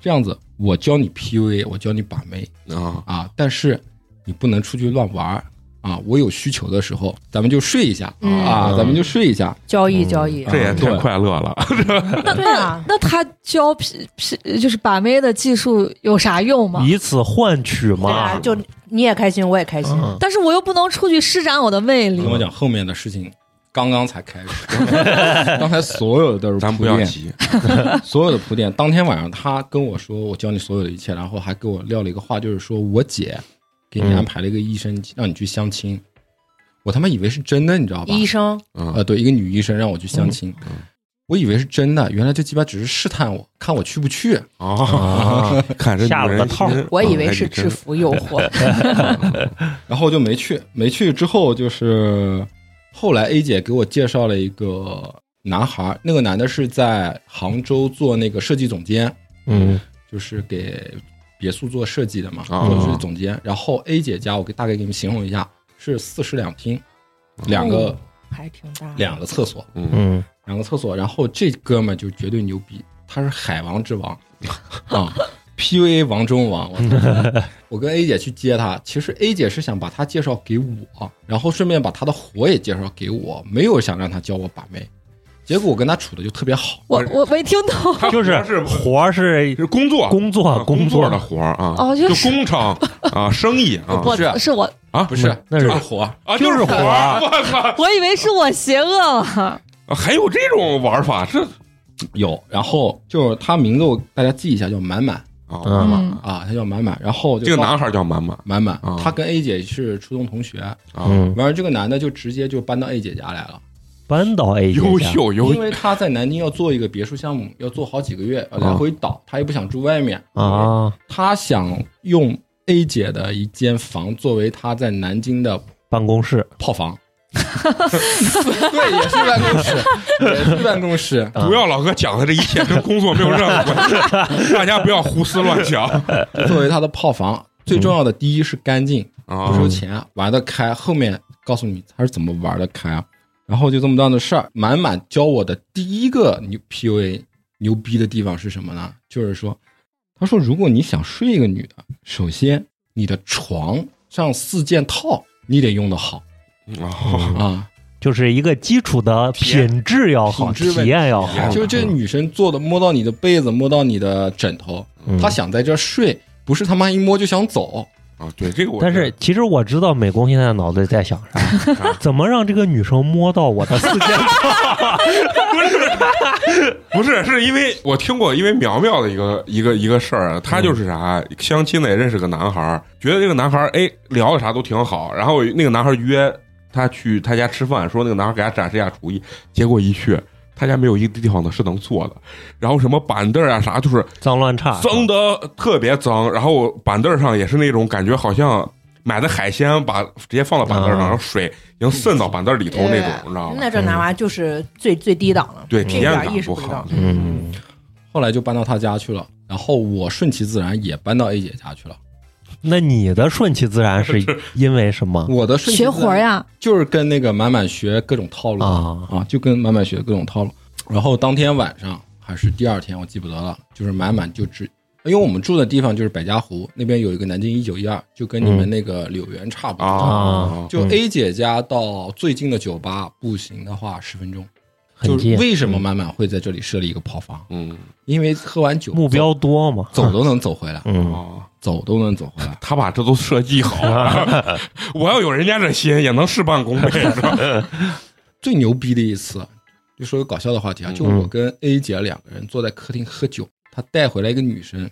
Speaker 5: 这样子，我教你 PUA，我教你把妹，
Speaker 1: 啊
Speaker 5: 啊，但是你不能出去乱玩儿啊！我有需求的时候，咱们就睡一下、
Speaker 2: 嗯
Speaker 5: 啊，咱们就睡一下。
Speaker 2: 交易交易，
Speaker 1: 啊
Speaker 2: 嗯
Speaker 1: 这也太快乐了，
Speaker 2: 对啊，
Speaker 3: 那他教 P P 就是把妹的技术有啥用吗？
Speaker 4: 以此换取
Speaker 2: 对啊，
Speaker 4: 嘛，
Speaker 2: 就你也开心，我也开心，
Speaker 4: 嗯
Speaker 3: 但是我又不能出去施展我的魅力
Speaker 5: 跟，我讲后面的事情，刚刚才开始， [laughs] 刚才所有的都是
Speaker 1: 咱
Speaker 5: 铺
Speaker 1: 不要
Speaker 5: 垫，
Speaker 1: 急，
Speaker 5: 所有的铺垫。当天晚上，他跟我说我教你所有的一切，然后还给我撂了一个话，就是说我姐给你
Speaker 4: 嗯
Speaker 5: 安排了一个医生，让你去相亲。我他妈以为是真的，你知道吧？
Speaker 2: 医生
Speaker 1: 嗯
Speaker 5: 呃，对，一个女医生让我去相亲，我以为是真的，原来这鸡巴只是试探我，看我去不去。
Speaker 1: 啊，看这
Speaker 4: 下
Speaker 1: 女
Speaker 4: 了个
Speaker 1: 人
Speaker 4: 套
Speaker 1: 心
Speaker 2: 我以为
Speaker 1: 还
Speaker 2: 是
Speaker 1: 真
Speaker 2: 制服诱惑，
Speaker 1: 嗯
Speaker 5: 然后就没去，没去之后就是后来 A 姐给我介绍了一个男孩儿，那个男的是在杭州做那个设计总监，
Speaker 4: 嗯
Speaker 5: 就是给别墅做设计的嘛，
Speaker 1: 啊
Speaker 5: 做设计总监。然后 A 姐家我给大概给你们形容一下，是四室两厅，两个、
Speaker 2: [laughs] 还挺大
Speaker 1: [laughs]
Speaker 2: 的，
Speaker 5: 两个厕所，
Speaker 1: 嗯
Speaker 4: 嗯
Speaker 5: 两个厕所。然后这哥们儿就绝对牛逼，他是海王之王啊。PUA 王中王，我操我跟 A 姐去接他，其实 A 姐是想把他介绍给我，然后顺便把他的活也介绍给我，没有想让他教我把妹。结果我跟他处的就特别好，
Speaker 3: 我我没听懂。
Speaker 1: 他
Speaker 4: 就是
Speaker 1: 是
Speaker 4: 活儿是
Speaker 1: 是工作
Speaker 4: 工
Speaker 1: 啊
Speaker 4: 作
Speaker 1: 工作
Speaker 4: 作嗯
Speaker 1: 的活儿啊，
Speaker 3: 哦
Speaker 1: 就
Speaker 3: 就是
Speaker 1: 工程啊，生意啊
Speaker 5: 不是
Speaker 3: 是我，
Speaker 1: 啊
Speaker 5: 不是，
Speaker 4: 那是
Speaker 5: 就是活，
Speaker 1: 啊，
Speaker 4: 就是
Speaker 1: 是
Speaker 4: 活
Speaker 1: 儿
Speaker 4: 儿
Speaker 1: 我操，
Speaker 3: 我以为是我邪恶了。
Speaker 1: 还有这种玩法，这
Speaker 5: 有，然后就是他名字我大家记一下，叫满满
Speaker 1: 啊，
Speaker 4: 嗯
Speaker 3: 嗯，
Speaker 5: 啊，他叫满满。然后就
Speaker 1: 这个
Speaker 5: 到
Speaker 1: 男孩叫满满
Speaker 5: 满满
Speaker 1: 啊，
Speaker 5: 他跟 A 姐是初中同学，
Speaker 1: 啊，
Speaker 4: 嗯，
Speaker 5: 完了这个男的就直接就搬到 A 姐家来了，
Speaker 4: 搬到 A
Speaker 1: 优
Speaker 4: 家，
Speaker 1: 秀优
Speaker 5: 因为他在南京要做一个别墅项目，要做好几个月，呃
Speaker 1: 啊
Speaker 5: 来回倒，他也不想住外面，
Speaker 4: 啊，
Speaker 5: 他想用 A 姐的一间房作为他在南京的
Speaker 4: 办公室
Speaker 5: 炮房。 [laughs] 对，也是办公室，也是办公室。
Speaker 4: 啊
Speaker 1: 不要老哥讲的这一切跟工作没有任何关系，
Speaker 4: [laughs]
Speaker 1: 大家不要胡思乱想 [laughs]
Speaker 5: 作为他的炮房，最重要的第一是干净，
Speaker 1: 啊
Speaker 5: 不收钱，玩得开。后面告诉你他是怎么玩得开啊。然后就这么样的事儿，满满教我的第一个牛 PUA 牛逼的地方是什么呢？就是说，他说如果你想睡一个女的，首先你的床上四件套你得用得好
Speaker 1: 啊
Speaker 5: 啊。
Speaker 4: 就是一个基础的品质要好，
Speaker 5: 体验品质问题
Speaker 4: 体验要好，
Speaker 5: 就是这女生做的，摸到你的被子，摸到你的枕头，
Speaker 4: 嗯
Speaker 5: 她想在这儿睡，不是他妈一摸就想走。
Speaker 1: 啊！对这个我，
Speaker 4: 但是其实我知道美工现在脑子里在想
Speaker 5: [laughs]
Speaker 4: 啥，
Speaker 5: 啊
Speaker 4: 怎么让这个女生摸到我的四件套？
Speaker 1: [laughs] 不是是因为我听过，因为苗苗的一个一个一个事儿啊，她就是啥相亲的也认识个男孩儿，觉得这个男孩儿哎聊的啥都挺好，然后那个男孩儿约她去他家吃饭，说那个男孩儿给她展示一下厨艺，结果一去。他家没有一个地方呢是能做的，然后什么板凳啊啥，就是
Speaker 4: 脏乱差，
Speaker 1: 脏的特别脏，然后板凳上也是那种感觉，好像买的海鲜把直接放到板凳上，
Speaker 4: 啊
Speaker 1: 然后水已经渗到板凳里头那种
Speaker 2: 对，
Speaker 1: 你知道吗？
Speaker 2: 那这男娃就是最最低档了，
Speaker 1: 对，
Speaker 2: 这
Speaker 1: 体
Speaker 2: 一
Speaker 1: 验
Speaker 2: 点
Speaker 1: 感
Speaker 2: 意识
Speaker 1: 不
Speaker 2: 不知
Speaker 1: 好
Speaker 2: 道。。
Speaker 4: 嗯，
Speaker 5: 后来就搬到她家去了，然后我顺其自然也搬到 A 姐家去了。
Speaker 4: 那你的顺其自然是因为什么
Speaker 5: 我的顺其自
Speaker 3: 学活儿
Speaker 5: 然
Speaker 3: 呀，
Speaker 5: 就是跟那个满满学各种套路
Speaker 4: 啊？
Speaker 5: 啊，就跟满满学各种套路。然后当天晚上还是第二天，我记不得了，就是满满就直，因为我们住的地方就是百家湖那边有一个南京一九一二，就跟你们那个柳园差不多。
Speaker 1: 啊
Speaker 4: 啊
Speaker 5: 就
Speaker 4: 嗯
Speaker 5: A 姐家到最近的酒吧步行的话十分钟，
Speaker 4: 很
Speaker 5: 就是
Speaker 4: 近。
Speaker 5: 为什么满满会在这里设立一个炮房？
Speaker 1: 嗯
Speaker 5: 因为喝完酒
Speaker 4: 目标多嘛？
Speaker 5: 走
Speaker 4: [laughs]
Speaker 5: 走都能走回来，
Speaker 4: 嗯，
Speaker 1: 哦，
Speaker 5: 走都能走回来。
Speaker 1: 他把这都设计好 [laughs] 了，我要有人家这心，也能事半功倍，是吧？
Speaker 5: 最牛逼的一次，就说个搞笑的话题啊，
Speaker 1: 嗯
Speaker 5: 就我跟 A 姐两个人坐在客厅喝酒，她带回来一个女生，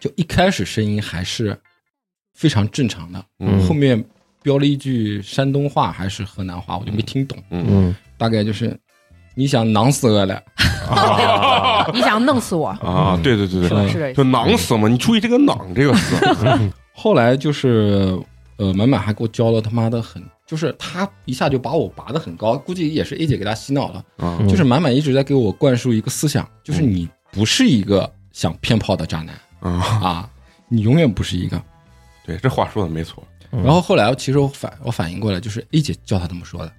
Speaker 5: 就一开始声音还是非常正常的，
Speaker 4: 嗯
Speaker 5: 后面标了一句山东话还是河南话，我就没听懂，
Speaker 1: [laughs] [laughs] 嗯，
Speaker 4: 嗯
Speaker 5: 大概就是你想囊死我了，
Speaker 1: 啊
Speaker 2: 你想弄死我，
Speaker 1: 啊，对对对
Speaker 2: 是吧
Speaker 1: 对，
Speaker 2: 是
Speaker 1: 就
Speaker 2: 的，
Speaker 1: 囊死嘛，你注意这个“囊”这个词，
Speaker 5: 后来就是，呃，满满还给我教了他妈的很，就是他一下就把我拔得很高，估计也是 A 姐给他洗脑了。
Speaker 1: 啊
Speaker 4: 嗯
Speaker 5: 就是满满一直在给我灌输一个思想，就是你不是一个想骗炮的渣男
Speaker 1: 啊，
Speaker 5: 啊，你永远不是一个。
Speaker 1: 对，这话说的没错。
Speaker 4: 嗯
Speaker 5: 然后后来其实我反我反应过来，就是 A 姐教他这么说的，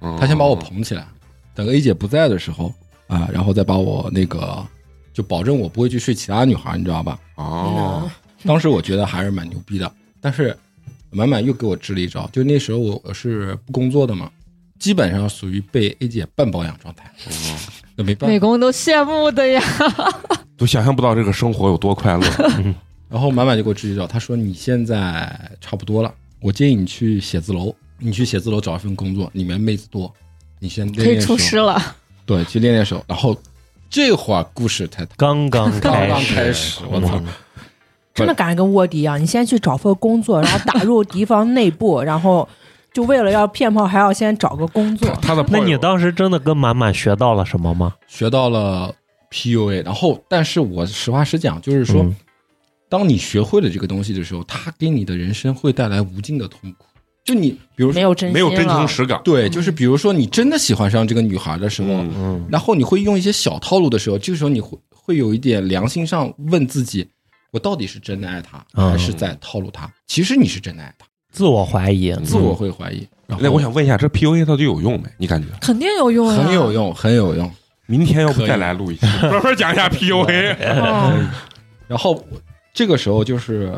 Speaker 1: 嗯
Speaker 5: 他先把我捧起来，等 A 姐不在的时候啊，然后再把我那个就保证我不会去睡其他女孩，你知道吧？
Speaker 1: 哦，
Speaker 5: 当时我觉得还是蛮牛逼的，但是满满又给我支了一招，就那时候我我是不工作的嘛，基本上属于被 A 姐半包养状态，那没办
Speaker 3: 美
Speaker 5: 法。
Speaker 3: 工都羡慕的呀。
Speaker 1: 都想象不到这个生活有多快乐。
Speaker 5: 然后满满就给我支一招，他说你现在差不多了，我建议你去写字楼，你去写字楼找一份工作，里面妹子多，你先练
Speaker 3: 可以
Speaker 5: 练
Speaker 3: 出
Speaker 5: 手，
Speaker 3: 师了，
Speaker 5: 对，去练练手。然后这会儿故事才
Speaker 4: 刚刚
Speaker 5: 刚
Speaker 4: 开
Speaker 1: 哎
Speaker 5: 刚
Speaker 4: 始，
Speaker 5: 开始，我操！
Speaker 2: 真的感觉跟卧底一啊样。你先去找份工作，然后打入敌方内部，然后就为了要骗炮，还要先找个工作。
Speaker 1: 他的
Speaker 4: 那
Speaker 1: 朋友
Speaker 4: 你当时真的跟满满学到了什么吗？
Speaker 5: 学到了 PUA，然后但是我实话实讲，就是说。
Speaker 4: 嗯
Speaker 5: 当你学会了这个东西的时候，它给你的人生会带来无尽的痛苦。就你，比如
Speaker 2: 没
Speaker 5: 说，
Speaker 2: 有真
Speaker 1: 没有真
Speaker 2: 心啊了
Speaker 1: 情，实感。
Speaker 5: 对，就是比如说，你真的喜欢上这个女孩的时候，
Speaker 1: 嗯
Speaker 4: 嗯
Speaker 5: 然后你会用一些小套路的时候，这个时候你会会有一点良心上问自己，我到底是真的爱她，
Speaker 4: 嗯
Speaker 5: 还是在套路她？其实你是真的爱她，
Speaker 4: 自我怀疑，
Speaker 5: 自我会怀疑。然
Speaker 1: 嗯
Speaker 5: 后
Speaker 1: 那我想问一下，这 PUA 到底有用没？你感觉？
Speaker 3: 肯定有用呀，
Speaker 5: 很有用，很有用。
Speaker 1: 明天要不
Speaker 5: 可以
Speaker 1: 再来录一期， [laughs] 专门讲一下 PUA。
Speaker 3: 嗯。
Speaker 5: 然后我这个时候就是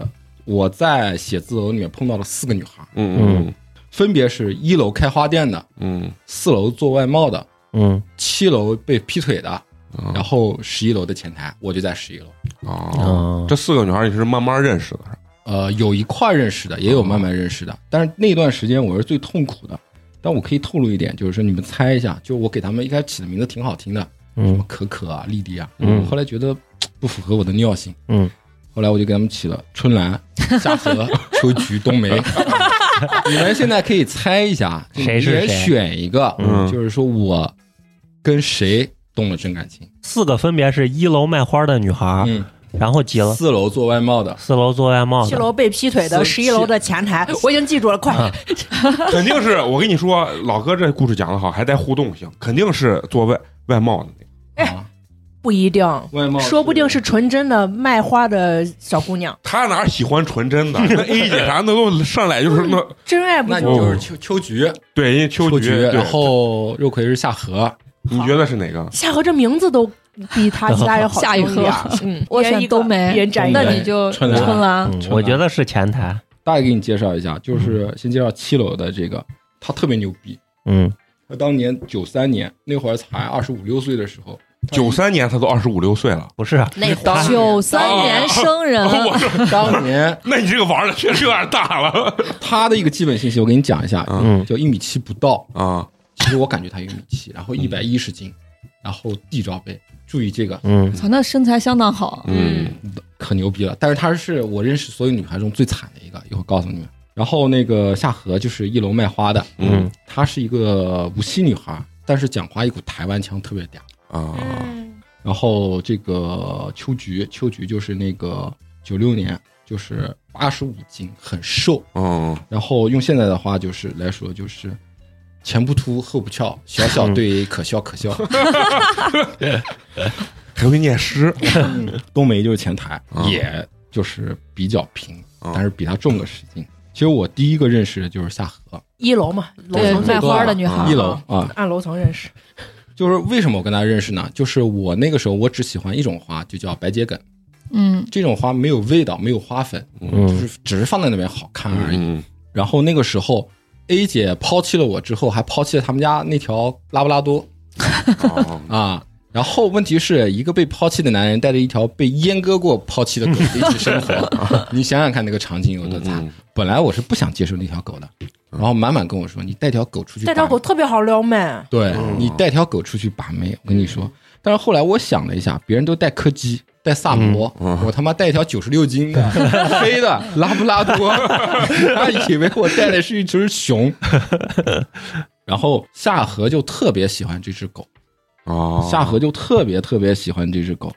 Speaker 5: 我在写字楼里面碰到了四个女孩，
Speaker 1: 嗯嗯
Speaker 5: 分别是一楼开花店的，
Speaker 1: 嗯
Speaker 5: 四楼做外贸的，
Speaker 4: 嗯
Speaker 5: 七楼被劈腿的，
Speaker 1: 嗯
Speaker 5: 然后十一楼的前台，我就在十一楼。
Speaker 1: 哦，
Speaker 4: 啊，
Speaker 1: 这四个女孩你是慢慢认 [laughs] 识的，
Speaker 5: 呃，有一块认识的，也有慢慢认识的，但是那段时间我是最痛苦的。但我可以透露一点，就是说你们猜一下，就我给他们一开始起的名字挺好听的，什么
Speaker 4: 嗯
Speaker 5: 可可啊、丽丽啊，
Speaker 4: 嗯
Speaker 5: 后来觉得嘖不符合我的尿性，
Speaker 4: 嗯，
Speaker 5: 后来我就给他们起了
Speaker 2: [laughs]
Speaker 5: 春兰、夏荷、秋菊、冬梅。你们现在可以猜一下，就
Speaker 4: 谁是
Speaker 5: 一人
Speaker 4: 谁
Speaker 5: 选一个，
Speaker 1: 嗯
Speaker 5: 就是说我跟谁动了真感情？
Speaker 4: 四个分别是一楼卖花的女
Speaker 1: 啊
Speaker 4: 孩，
Speaker 5: 嗯，
Speaker 4: 然后几楼
Speaker 5: 四楼做外贸的，
Speaker 4: 四楼做外
Speaker 5: 啊
Speaker 4: 贸
Speaker 2: 七
Speaker 4: 的，
Speaker 2: 楼被劈腿的，
Speaker 5: 四
Speaker 2: 十一楼的前台，我已经记住了，
Speaker 5: 啊
Speaker 2: 快！
Speaker 1: 肯定是我跟你说，老哥这故事讲的好，还带互动性，肯定是做外外贸的那个。
Speaker 5: 啊，
Speaker 2: 不一定，
Speaker 5: 外贸
Speaker 2: 说不定是纯真的卖花的小姑娘，
Speaker 1: 他哪喜欢纯真 [laughs] 的？那 A 姐啥的都上来就是那，
Speaker 2: 真爱不
Speaker 5: 那你
Speaker 2: 就
Speaker 5: 就是秋秋菊，
Speaker 1: 对，人家秋
Speaker 5: 秋
Speaker 1: 菊，对
Speaker 5: 然后肉葵是夏荷，
Speaker 1: 你觉得是哪个？
Speaker 2: 夏荷这名字都比他其他人
Speaker 3: [laughs]
Speaker 2: 好
Speaker 3: 夏雨
Speaker 2: 听一
Speaker 3: 荷
Speaker 2: 点儿。嗯，
Speaker 3: 我
Speaker 2: 一人
Speaker 3: 选
Speaker 2: 一个
Speaker 3: 冬梅
Speaker 2: 一人占一
Speaker 5: 冬
Speaker 3: 那
Speaker 2: 个。
Speaker 5: 梅
Speaker 3: 你就
Speaker 5: 春兰
Speaker 3: 春兰
Speaker 4: 嗯
Speaker 5: 春
Speaker 4: 我
Speaker 5: 兰
Speaker 4: 觉得是前台，
Speaker 5: 大概给你介绍一下，就是
Speaker 1: 嗯
Speaker 5: 先介绍七楼的这个，他特别牛逼。
Speaker 4: 嗯
Speaker 5: 他当年九三年那会儿才二十五六岁的时候，
Speaker 1: 九三年他都二十五六岁了，
Speaker 4: 不是，啊
Speaker 2: 那会
Speaker 1: 当
Speaker 2: 儿
Speaker 1: 时
Speaker 3: 九三年生
Speaker 1: [laughs]
Speaker 3: 人，
Speaker 1: 我说
Speaker 5: 当年
Speaker 1: 那你这个玩的确实有点大了
Speaker 5: 他的一个基本信息我给你讲一下，
Speaker 1: 嗯
Speaker 4: 嗯
Speaker 5: 就一米七不到，
Speaker 1: 啊！
Speaker 5: 其实我感觉他一米七，然后一百一十斤，然后 D 罩杯，注意这个
Speaker 4: 嗯
Speaker 3: 操，那身材相当好，
Speaker 1: 嗯
Speaker 5: 可牛逼了。但是他是我认识所有女孩中最惨的一个，一会儿告诉你们。然后那个夏荷就是一楼卖花的，
Speaker 1: 嗯
Speaker 4: 嗯
Speaker 5: 她是一个无锡女孩，但是讲话一股台湾腔，特别嗲。
Speaker 1: 啊，
Speaker 5: 然后这个秋菊，秋菊就是那个九六年，就是八十五斤，很瘦。
Speaker 1: 嗯
Speaker 5: 然后用现在的话就是来说，就是前不凸后不翘，小小
Speaker 1: [laughs]
Speaker 5: 对可笑可笑。
Speaker 1: 还会念诗，
Speaker 5: 冬梅就是前台，
Speaker 1: 嗯
Speaker 5: 也就是比较平，
Speaker 1: 嗯
Speaker 5: 但是比她重个十斤。其实我第一个认识的就是夏荷，
Speaker 2: 一楼嘛，楼
Speaker 3: 对，
Speaker 2: 层
Speaker 3: 卖
Speaker 2: 最多
Speaker 3: 花
Speaker 2: 了
Speaker 3: 的女孩
Speaker 5: 一，楼
Speaker 1: 嗯
Speaker 5: 啊，
Speaker 2: 按楼层认识。
Speaker 5: 就是为什么我跟她认识呢？就是我那个时候我只喜欢一种花，就叫白桔梗，
Speaker 3: 嗯，
Speaker 5: 这种花没有味道，没有花粉，
Speaker 1: 嗯
Speaker 5: 就
Speaker 4: 嗯
Speaker 5: 是只是放在那边好看而已。
Speaker 1: [laughs] 嗯
Speaker 5: 然后那个时候 A 姐抛弃了我之后，还抛弃了他们家那条拉布拉多
Speaker 1: 哦
Speaker 5: 啊。然后问题是一个被抛弃的男人带着一条被阉割过抛弃的狗一起生活，你想想看那个场景有多惨。
Speaker 1: 嗯
Speaker 5: 本来我是不想接受那条狗的，然后满满跟我说：“你带条狗出去，
Speaker 2: 带条狗，特别好撩妹，
Speaker 5: 对、你带条狗出去把妹。”我跟你
Speaker 2: 嗯
Speaker 5: 说，但是后来我想了一下，别人都带柯基。带萨摩，我他妈带一条九十六斤的黑的拉布拉多，他以为我带的是一只熊。然后夏荷就特别喜欢这只狗，
Speaker 1: 哦，
Speaker 5: 夏荷就特别特别喜欢这只狗。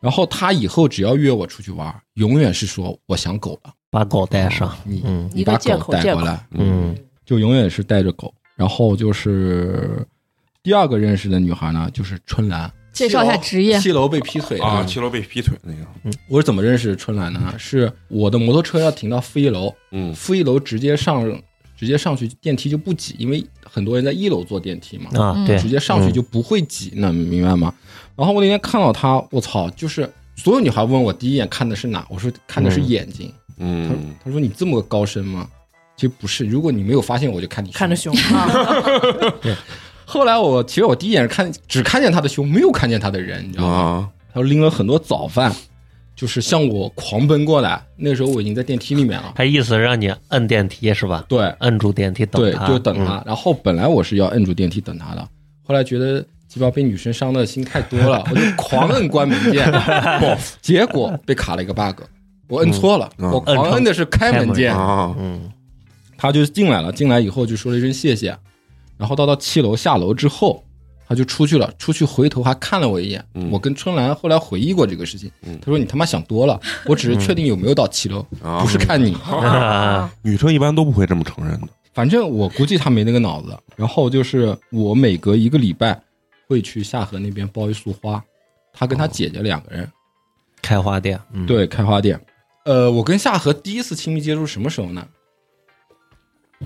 Speaker 5: 然后他以后只要约我出去玩，永远是说我想狗了，
Speaker 4: 把狗带上，
Speaker 5: 你
Speaker 4: 嗯
Speaker 5: 你
Speaker 2: 一个
Speaker 5: 把
Speaker 2: 借
Speaker 5: 狗
Speaker 2: 口
Speaker 5: 带
Speaker 2: 借
Speaker 5: 过
Speaker 2: 口
Speaker 5: 来，
Speaker 4: 嗯
Speaker 5: 就永远是带着狗。然后就是第二个认识的女孩呢，就是春兰。
Speaker 3: 介绍一下职业
Speaker 5: 七楼被劈腿
Speaker 1: 啊，
Speaker 5: 的
Speaker 1: 七楼被劈腿那个，
Speaker 5: 我是怎么认识春兰的呢？是我的摩托车要停到负一楼，
Speaker 1: 嗯
Speaker 5: 负一楼直接上，直接上去电梯就不挤，因为很多人在一楼坐电梯嘛，
Speaker 4: 啊，
Speaker 3: 嗯
Speaker 4: 对，
Speaker 5: 直接上去
Speaker 4: 嗯
Speaker 5: 就不会挤，那明白吗？然后我那天看到她，我操，就是所有女孩问我第一眼看的是哪，我说看的是眼睛。她
Speaker 1: 嗯，
Speaker 5: 她说你这么高深吗？其实不是，如果你没有发现，我就看你
Speaker 2: 看着
Speaker 3: [laughs]
Speaker 5: 胸。
Speaker 2: 凶啊，
Speaker 5: 后来我其实我第一眼是看只看见她的胸，没有看见她的人，你知道吗？
Speaker 1: 啊，
Speaker 5: 他拎了很多早饭，就是向我狂奔过来。那时候我已经在电梯里面了，
Speaker 4: 他意思让你摁电梯是吧？
Speaker 5: 对
Speaker 4: 摁住电梯等
Speaker 5: 对，
Speaker 4: 他，
Speaker 5: 就等他
Speaker 4: 嗯。。
Speaker 5: 然后本来我是要摁住电梯等他的，后来觉得鸡巴被女生伤的心太多了，我就狂摁关门键，结果被卡了一个 bug，我摁错了，
Speaker 1: 嗯
Speaker 5: 我狂摁的是开门键，
Speaker 1: 啊，
Speaker 4: 嗯
Speaker 5: 他就进来了。进来以后就说了一声谢谢，然后到到七楼下楼之后。他就出去了，出去回头还看了我一眼。
Speaker 1: 嗯
Speaker 5: 我跟春兰后来回忆过这个事情，
Speaker 1: 嗯
Speaker 5: 他说：“你他妈想多了，我只是确定有没有到七楼，
Speaker 1: 啊
Speaker 5: 不是看你。
Speaker 4: 啊，
Speaker 1: 女生一般都不会这么承认的。
Speaker 5: 反正我估计他没那个脑子。然后就是我每隔一个礼拜会去下河那边包一束花，他跟他姐姐两个人、
Speaker 4: 开花店，嗯，
Speaker 5: 对开花店。呃，我跟夏荷第一次亲密接触是什么时候呢？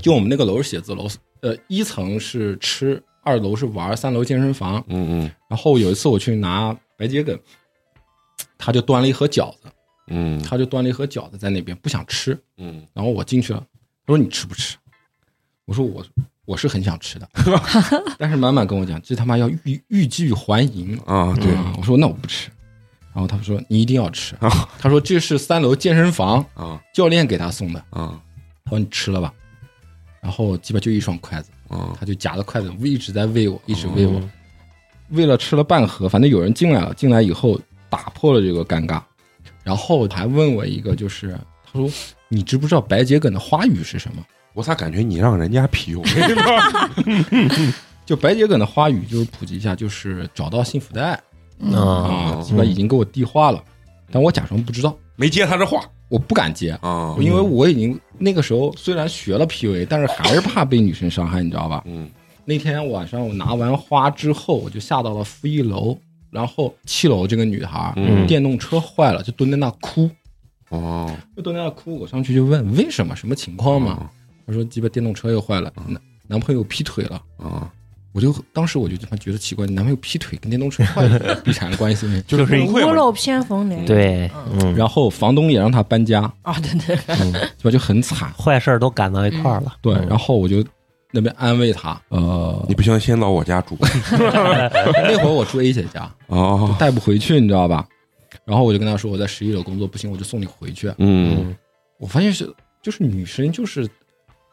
Speaker 5: 就我们那个楼是写字楼，呃，一层是吃，二楼是玩，三楼健身房。
Speaker 1: 嗯嗯
Speaker 5: 然后有一次我去拿白桔梗，他就端了一盒饺子，
Speaker 1: 嗯
Speaker 5: 他就端了一盒饺子在那边不想吃，
Speaker 1: 嗯，
Speaker 5: 然后我进去了，他说你吃不吃？我说我我是很想吃的，但是满满跟我讲这他妈要欲欲拒还迎
Speaker 1: 啊，对
Speaker 5: 啊！我说那我不吃，然后他们说你一定要吃，他说这是三楼健身房
Speaker 1: 啊
Speaker 5: 教练给他送的，
Speaker 1: 啊
Speaker 5: 他说你吃了吧，然后鸡巴就一双筷子，
Speaker 1: 啊
Speaker 5: 他就夹着筷子一直在喂我，一直喂
Speaker 4: 哦
Speaker 5: 我，喂了吃了半盒，反正有人进来了，进来以后打破了这个尴尬，然后还问我一个就是他说你知不知道白桔梗的花语是什么？
Speaker 1: 我咋感觉你让人家 PUA 呢？
Speaker 5: 就白桔梗的花语，就是普及一下，就是找到幸福的爱
Speaker 1: 哦
Speaker 4: 啊，
Speaker 5: 啊，基本已经给我递话了，但我假装不知道，
Speaker 1: 没接他这话
Speaker 5: 我不敢接，
Speaker 1: 啊
Speaker 5: 因为我已经那个时候虽然学了 PUA，但是还是怕被女生伤害，你知道吧？
Speaker 1: 嗯
Speaker 5: 那天晚上我拿完花之后，我就下到了负一楼，然后七楼这个女孩、
Speaker 1: 嗯
Speaker 5: 电动车坏了，就蹲在那哭，
Speaker 1: 哦
Speaker 5: 就蹲在那哭，我上去就问为什么，什么情况嘛？她说鸡巴电动车又坏了，
Speaker 1: 哦
Speaker 5: 男男朋友劈腿了。
Speaker 1: 啊，？
Speaker 5: 我就当时我就他妈觉得奇怪，你男朋友劈腿跟电动车坏有什么必然关系呢
Speaker 1: 就是
Speaker 2: 屋漏偏逢连
Speaker 4: 对，嗯，
Speaker 5: 然后房东也让他搬家，
Speaker 2: 啊，对对，
Speaker 5: 嗯对吧？就很惨。
Speaker 4: 坏事儿都赶到一块儿了，
Speaker 5: 对，
Speaker 4: 嗯
Speaker 5: 然后我就那边安慰他，呃
Speaker 1: 你，不行，先到我家住
Speaker 5: 那会儿我住 A 姐家，
Speaker 1: 哦，
Speaker 5: 带不回去，你知道吧？然后我就跟他说我在十一楼工作，不行我就送你回去。
Speaker 1: 嗯
Speaker 5: 我发现是就是女生就是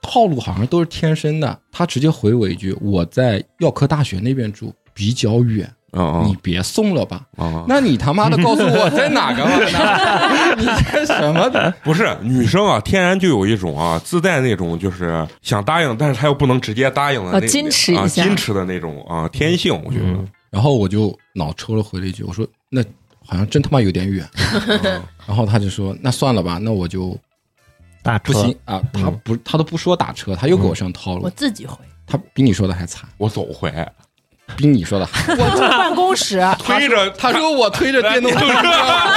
Speaker 5: 套路好像都是天生的，她直接回我一句我在药科大学那边住，比较远，
Speaker 1: 啊
Speaker 5: 你别送了吧。
Speaker 1: 啊，
Speaker 5: [laughs] 那你他妈的告诉我在哪个玩呢？你这什么的？
Speaker 1: 不是女生啊，天然就有一种啊自带那种就是想答应，但是她又不能直接答应的
Speaker 3: 啊
Speaker 1: 那
Speaker 3: 矜持
Speaker 1: 啊
Speaker 3: 一下
Speaker 1: 矜持的那种啊天性，我觉得
Speaker 4: 嗯
Speaker 5: 然后我就脑抽了回了一句，我说那好像真他妈有点远。啊然后他就说那算了吧，那我就
Speaker 4: 大
Speaker 5: 不
Speaker 4: 车
Speaker 5: 行啊。他不，他都不说打车，他又给我上套路
Speaker 2: 我。自己回，
Speaker 5: 他比你说的还惨，
Speaker 1: 我走回
Speaker 5: 比你说的还。
Speaker 2: 我住办公
Speaker 5: [laughs]
Speaker 2: 室，
Speaker 5: 啊
Speaker 1: 推着
Speaker 5: 他说我推着电动车，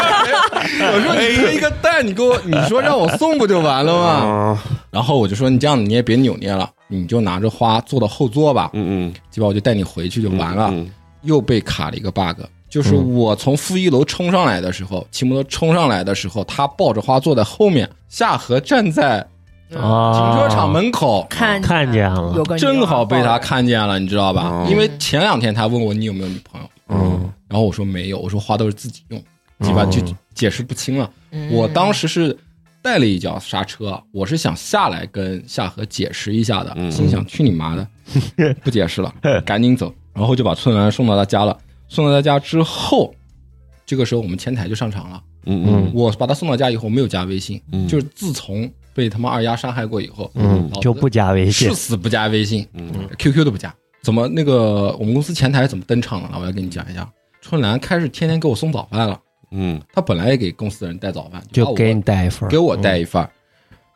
Speaker 5: 我说你推一个蛋，你给我，你说让我送不就完了吗？
Speaker 1: 啊，
Speaker 5: 然后我就说你这样你也别扭捏了，你就拿着花坐到后座吧，
Speaker 1: 嗯嗯，
Speaker 5: 鸡巴我就带你回去就完了。
Speaker 1: 嗯
Speaker 5: 又被卡了一个 bug，就是我从负一楼冲上来的时候，骑摩托冲上来的时候，他抱着花坐在后面，夏荷站在
Speaker 4: 啊，
Speaker 5: 停车场门口
Speaker 2: 嗯看
Speaker 4: 看见了
Speaker 2: 有个女
Speaker 5: 正
Speaker 2: 孩
Speaker 5: 好被
Speaker 2: 抱
Speaker 5: 他
Speaker 2: 着
Speaker 5: 看见了，你知道吧？
Speaker 1: 啊哦
Speaker 5: 因为前两天他问我你有没有女朋友，
Speaker 1: 嗯，
Speaker 5: 然后我说没有，我说花都是自己用，鸡巴
Speaker 1: 嗯
Speaker 5: 就解释不清了。
Speaker 2: 嗯
Speaker 5: 我当时是带了一脚刹车，我是想下来跟夏荷解释一下
Speaker 1: 嗯
Speaker 5: 的，心想去你妈的，不解释了，赶紧走，然后就把春兰送到他家了。送到他家之后，这个时候我们前台就上场了。
Speaker 1: 嗯嗯
Speaker 5: 我把他送到家以后没有加微信，
Speaker 1: 嗯
Speaker 5: 就是自从被他妈二丫伤害过以后，
Speaker 4: 嗯
Speaker 5: 老，子
Speaker 4: 就不加微信
Speaker 5: 誓，死不加微信
Speaker 1: 嗯
Speaker 5: ，QQ 都不加。怎么那个我们公司前台怎么登场了？我要跟你讲一下，春兰开始天天给我送早饭了。
Speaker 1: 嗯
Speaker 5: 她本来也给公司的人带早饭，把
Speaker 4: 就
Speaker 5: 我
Speaker 4: 给你带一份儿，嗯
Speaker 5: 给我带一份儿、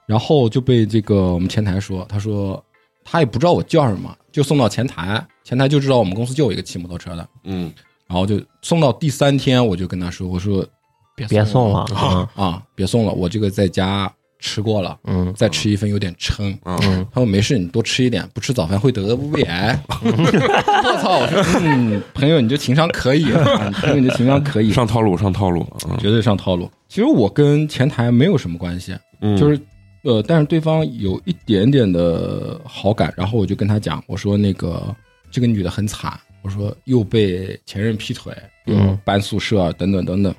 Speaker 5: 然后就被这个我们前台说，他说他也不知道我叫什么，就送到前台，前台就知道我们公司就有一个骑摩托车的，
Speaker 1: 嗯
Speaker 5: 然后就送到第三天，我就跟他说，我说别
Speaker 4: 别
Speaker 5: 送
Speaker 4: 送了啊，
Speaker 5: 啊，别送了，我这个在家吃过了，
Speaker 4: 嗯
Speaker 5: 再吃一份有点撑。
Speaker 1: 嗯
Speaker 5: 他说没事，你多吃一点，不吃早饭会得胃癌。 [laughs] 我操！我说，嗯，朋友你这情商可以，啊，朋友你这情商可以
Speaker 1: 嗯，，上套路上套路，
Speaker 5: 绝对上套路。其实我跟前台没有什么关系，
Speaker 1: 嗯
Speaker 5: 就是呃，但是对方有一点点的好感，然后我就跟他讲，我说那个这个女的很惨，我说又被前任劈腿，又
Speaker 4: 嗯
Speaker 5: 搬宿舍啊等等等等。